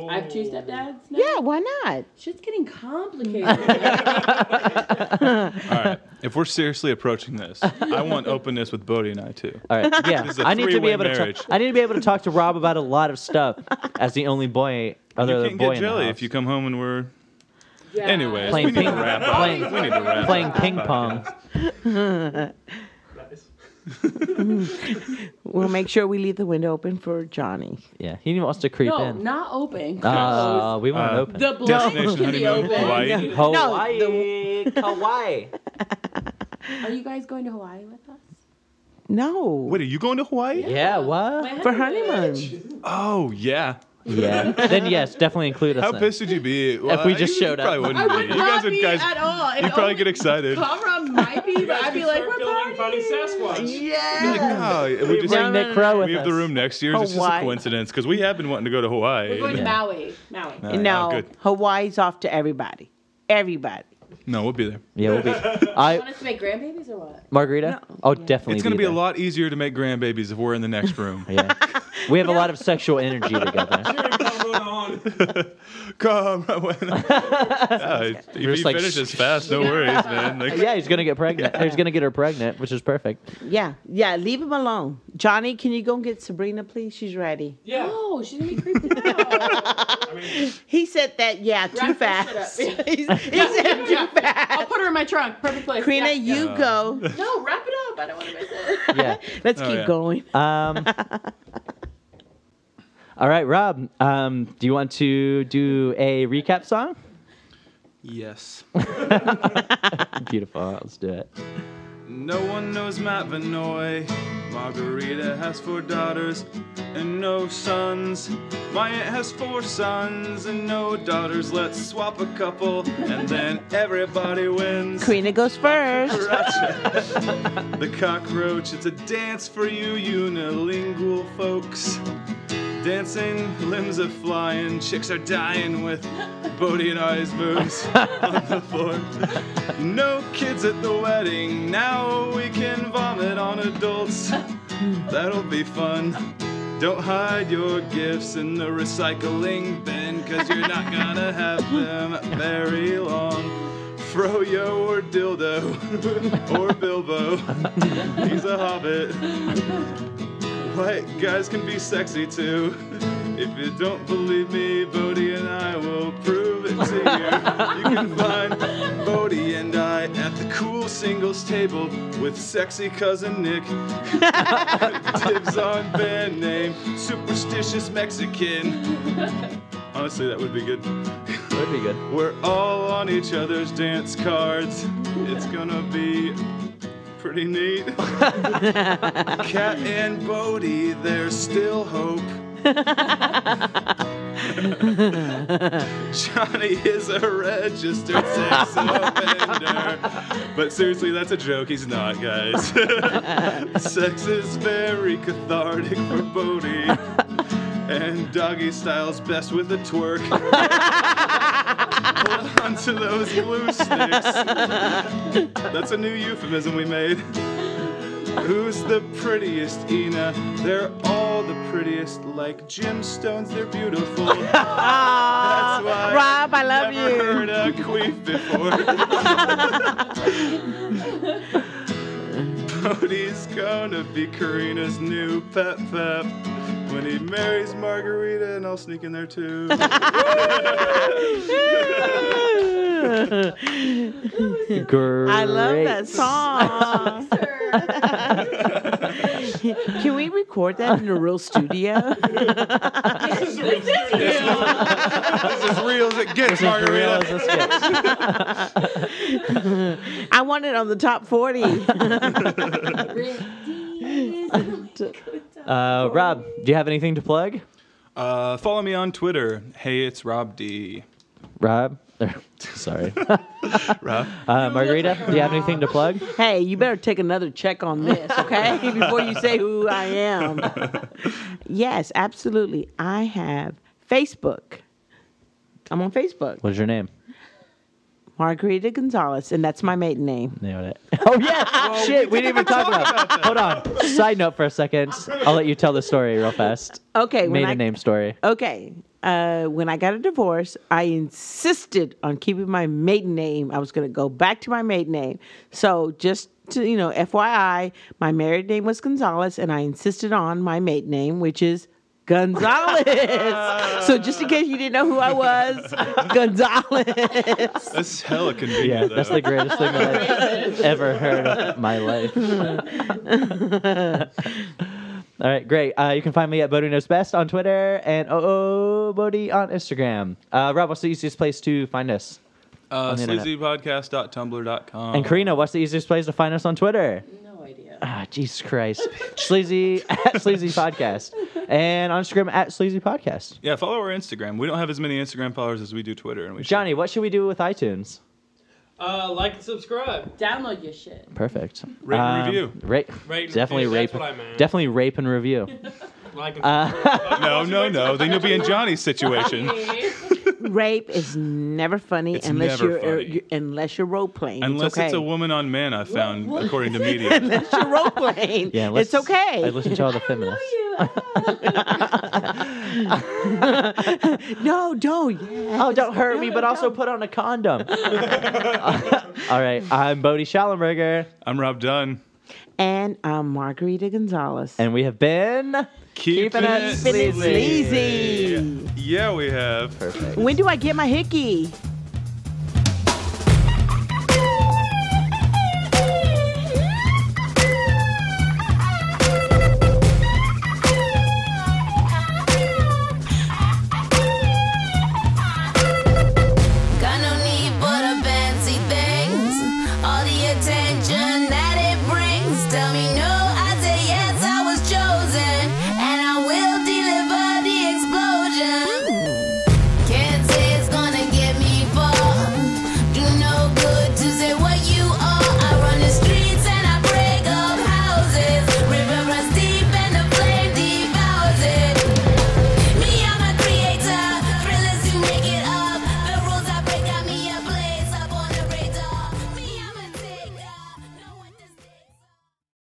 Speaker 5: I have two stepdads. Now.
Speaker 3: Yeah, why not?
Speaker 5: Shit's getting complicated.
Speaker 7: All right. If we're seriously approaching this, I want openness with Bodie and I too.
Speaker 2: All right, yeah.
Speaker 7: This is a
Speaker 2: I need to be
Speaker 7: three-way
Speaker 2: able to.
Speaker 7: marriage.
Speaker 2: Talk, I need to be able to talk to Rob about a lot of stuff as the only boy, other
Speaker 7: You
Speaker 2: than
Speaker 7: can't
Speaker 2: boy
Speaker 7: get jelly
Speaker 2: in the
Speaker 7: if you
Speaker 2: house.
Speaker 7: come home and we're
Speaker 5: Yeah.
Speaker 7: Anyways,
Speaker 2: Playing
Speaker 7: we need to
Speaker 2: ping-
Speaker 7: wrap up.
Speaker 2: playing-
Speaker 7: we need to wrap
Speaker 2: Playing
Speaker 7: up.
Speaker 2: ping pong.
Speaker 4: Nice.
Speaker 3: We'll make sure we leave the window open for Johnny.
Speaker 2: Yeah, he wants to creep
Speaker 5: No,
Speaker 2: in.
Speaker 5: not open.
Speaker 2: Uh, we want it
Speaker 7: Uh,
Speaker 2: open.
Speaker 5: the blinds
Speaker 7: Destination
Speaker 5: can be
Speaker 7: honeymoon,
Speaker 5: open.
Speaker 7: Hawaii.
Speaker 2: Hawaii.
Speaker 8: Hawaii.
Speaker 5: Are you guys going to Hawaii with us?
Speaker 3: No.
Speaker 7: Wait, are you going to Hawaii?
Speaker 2: yeah, what?
Speaker 3: for honeymoon.
Speaker 7: Oh yeah.
Speaker 2: Yeah. then yes, definitely include us.
Speaker 7: How
Speaker 2: then.
Speaker 7: pissed would you be Well,
Speaker 2: we
Speaker 7: you
Speaker 2: just showed up.
Speaker 7: Probably
Speaker 5: I
Speaker 7: wouldn't
Speaker 5: would
Speaker 7: be. You
Speaker 5: not
Speaker 7: guys
Speaker 5: be
Speaker 7: would guys.
Speaker 5: at all. If
Speaker 7: You'd probably
Speaker 5: only
Speaker 7: get excited.
Speaker 5: Kamran might be,
Speaker 4: You
Speaker 5: but
Speaker 4: guys
Speaker 5: I'd be
Speaker 4: could
Speaker 5: like,
Speaker 4: start
Speaker 5: we're
Speaker 4: building
Speaker 5: partying.
Speaker 4: Sasquatch.
Speaker 7: Like, no, we just
Speaker 2: Bring Nick Crow with
Speaker 7: we have
Speaker 2: us.
Speaker 7: the room next year. It's just a
Speaker 3: Hawaii.
Speaker 7: coincidence because we have been wanting to go to Hawaii.
Speaker 5: We're going to
Speaker 2: Yeah.
Speaker 5: Maui. Maui.
Speaker 7: All right,
Speaker 3: no,
Speaker 7: oh, good.
Speaker 3: Hawaii's off to everybody. Everybody.
Speaker 7: No, we'll be there.
Speaker 2: Yeah, we'll be. I
Speaker 5: Want us to make grandbabies or what?
Speaker 2: Margarita. Oh, definitely.
Speaker 7: It's going to be a
Speaker 2: there.
Speaker 7: lot easier to make grandbabies if we're in the next room.
Speaker 2: Yeah. We have a lot of sexual energy together.
Speaker 4: Turn Kamran on.
Speaker 7: Come, Rowena. yeah, if he
Speaker 2: just like,
Speaker 7: finishes fast, no worries, man. Like,
Speaker 2: Yeah, he's gonna get pregnant. He's gonna get her pregnant, which is perfect.
Speaker 3: Yeah, yeah. Leave him alone, Johnny. Can you go and get Sabrina, please? She's ready.
Speaker 4: Yeah.
Speaker 5: Oh, she's going to be creeped out.
Speaker 4: I mean,
Speaker 3: He said that. Yeah, too
Speaker 5: Wrap that shit
Speaker 3: fast.
Speaker 5: up.
Speaker 3: He's- he said too
Speaker 5: I'll
Speaker 3: fast.
Speaker 5: put her in my trunk. Perfect place.
Speaker 3: Sabrina,
Speaker 5: Yeah.
Speaker 3: you go.
Speaker 5: No, wrap it up. I don't want to miss it.
Speaker 2: Yeah.
Speaker 3: Let's
Speaker 7: Oh,
Speaker 3: keep
Speaker 7: yeah.
Speaker 3: going.
Speaker 2: Um, all right, Rob. Um, do you want to do a recap song?
Speaker 1: Yes.
Speaker 2: Beautiful. Let's do it.
Speaker 1: No one knows Matt Vanoy. Margarita has four daughters and no sons. My aunt has four sons and no daughters. Let's swap a couple and then everybody wins.
Speaker 3: Karina goes first.
Speaker 1: The cockroach, it's a dance for you unilingual folks. Dancing, limbs are flying, chicks are dying with Bodie and I's moves on the floor. No kids at the wedding, now we can vomit on adults. That'll be fun. Don't hide your gifts in the recycling bin, cause you're not gonna have them very long. Froyo or Dildo or Bilbo, he's a hobbit. White guys can be sexy too. If you don't believe me, Bodie and I will prove it to you. You can find Bodie and I at the cool singles table with sexy cousin Nick. Dibs on band name, superstitious Mexican. Honestly, that would be good.
Speaker 2: That'd be good.
Speaker 1: We're all on each other's dance cards. It's gonna be pretty neat. Cat and Bodie, there's still hope. Johnny is a registered sex offender.
Speaker 7: But seriously, that's a joke. He's not, guys.
Speaker 1: Sex is very cathartic for Bodie. And doggy style's best with a twerk. Hold on to those glue sticks. That's a new euphemism we made. Who's the prettiest, Ina? They're all the prettiest, like gemstones, they're beautiful. That's why
Speaker 3: Rob, I love
Speaker 1: I've never
Speaker 3: you.
Speaker 1: heard a queef before. Bodie's gonna be Karina's new pet pep. When he marries Margarita, and I'll sneak in there too.
Speaker 2: Great.
Speaker 3: I love that song.
Speaker 5: Sir.
Speaker 3: Can we record that in a real studio?
Speaker 7: That's as real as it gets,
Speaker 2: For real,
Speaker 7: Margarita.
Speaker 2: this gets.
Speaker 3: I want it on the top 40.
Speaker 2: Uh, Rob, do you have anything to plug?
Speaker 7: Uh, follow me on Twitter. Hey, it's Rob D.
Speaker 2: Rob, sorry. Uh, Margarita, do you have anything to plug?
Speaker 3: hey, you better take another check on this, okay? Before you say who I am. yes, absolutely. I have Facebook. I'm on Facebook.
Speaker 2: What's your name?
Speaker 3: Margarita Gonzalez, and that's my maiden name.
Speaker 2: Nailed it. Oh yeah, shit, we didn't even talk about. It. Hold on. Side note for a second. I'll let you tell the story real fast.
Speaker 3: Okay, when
Speaker 2: Maiden
Speaker 3: I,
Speaker 2: name story.
Speaker 3: Okay, uh, when I got a divorce, I insisted on keeping my maiden name. I was going to go back to my maiden name. So just to you know, FYI, my married name was Gonzalez, and I insisted on my maiden name, which is Gonzalez. so just in case you didn't know who I was, Gonzalez.
Speaker 1: That's hella convenient.
Speaker 2: Yeah,
Speaker 1: though.
Speaker 2: that's the greatest thing I've ever heard of my life. All right, great. Uh, you can find me at Bodie Knows Best on Twitter and oh Bodie on Instagram. Uh, Rob, what's the easiest place to find us?
Speaker 1: uh,
Speaker 2: on the internet.
Speaker 1: sleazypodcast.tumblr.com.
Speaker 2: And Karina, what's the easiest place to find us on Twitter?
Speaker 5: No idea.
Speaker 2: Ah, Jesus Christ. Sleazy at Sleazy Podcast. And on Instagram at Sleazy Podcast.
Speaker 1: Yeah, follow our Instagram. We don't have as many Instagram followers as we do Twitter, and we should.
Speaker 2: Johnny, what should we do with iTunes?
Speaker 4: Uh, like and subscribe.
Speaker 5: Download your shit.
Speaker 2: Perfect. Um,
Speaker 1: Rate and review.
Speaker 2: Ra-
Speaker 4: Rate and
Speaker 2: definitely
Speaker 4: review,
Speaker 2: rape.
Speaker 4: that's what I meant.
Speaker 2: Definitely rape and review.
Speaker 4: Like
Speaker 3: Uh,
Speaker 4: and subscribe.
Speaker 1: No, no, no. Then you'll be in Johnny's situation
Speaker 3: Rape is never funny
Speaker 1: It's
Speaker 3: unless
Speaker 1: never
Speaker 3: you're,
Speaker 1: funny.
Speaker 3: you- unless you're role playing.
Speaker 1: unless
Speaker 3: it's, okay.
Speaker 1: it's a woman on man. I found according to media.
Speaker 3: Unless you're role playing,
Speaker 2: Yeah,
Speaker 3: it's
Speaker 2: let's-
Speaker 3: okay.
Speaker 2: I listen to all the feminists.
Speaker 3: no, don't. Yeah.
Speaker 2: Oh, don't hurt me, but also put on a condom. all right, I'm Bodie Schallenberger,
Speaker 1: I'm Rob Dunn.
Speaker 3: And um, Margarita Gonzalez.
Speaker 2: and we have been.
Speaker 1: Keeping
Speaker 2: it
Speaker 1: it
Speaker 3: Spin it
Speaker 1: sleazy.
Speaker 3: sleazy.
Speaker 1: Yeah, we have.
Speaker 3: When do I get my hickey?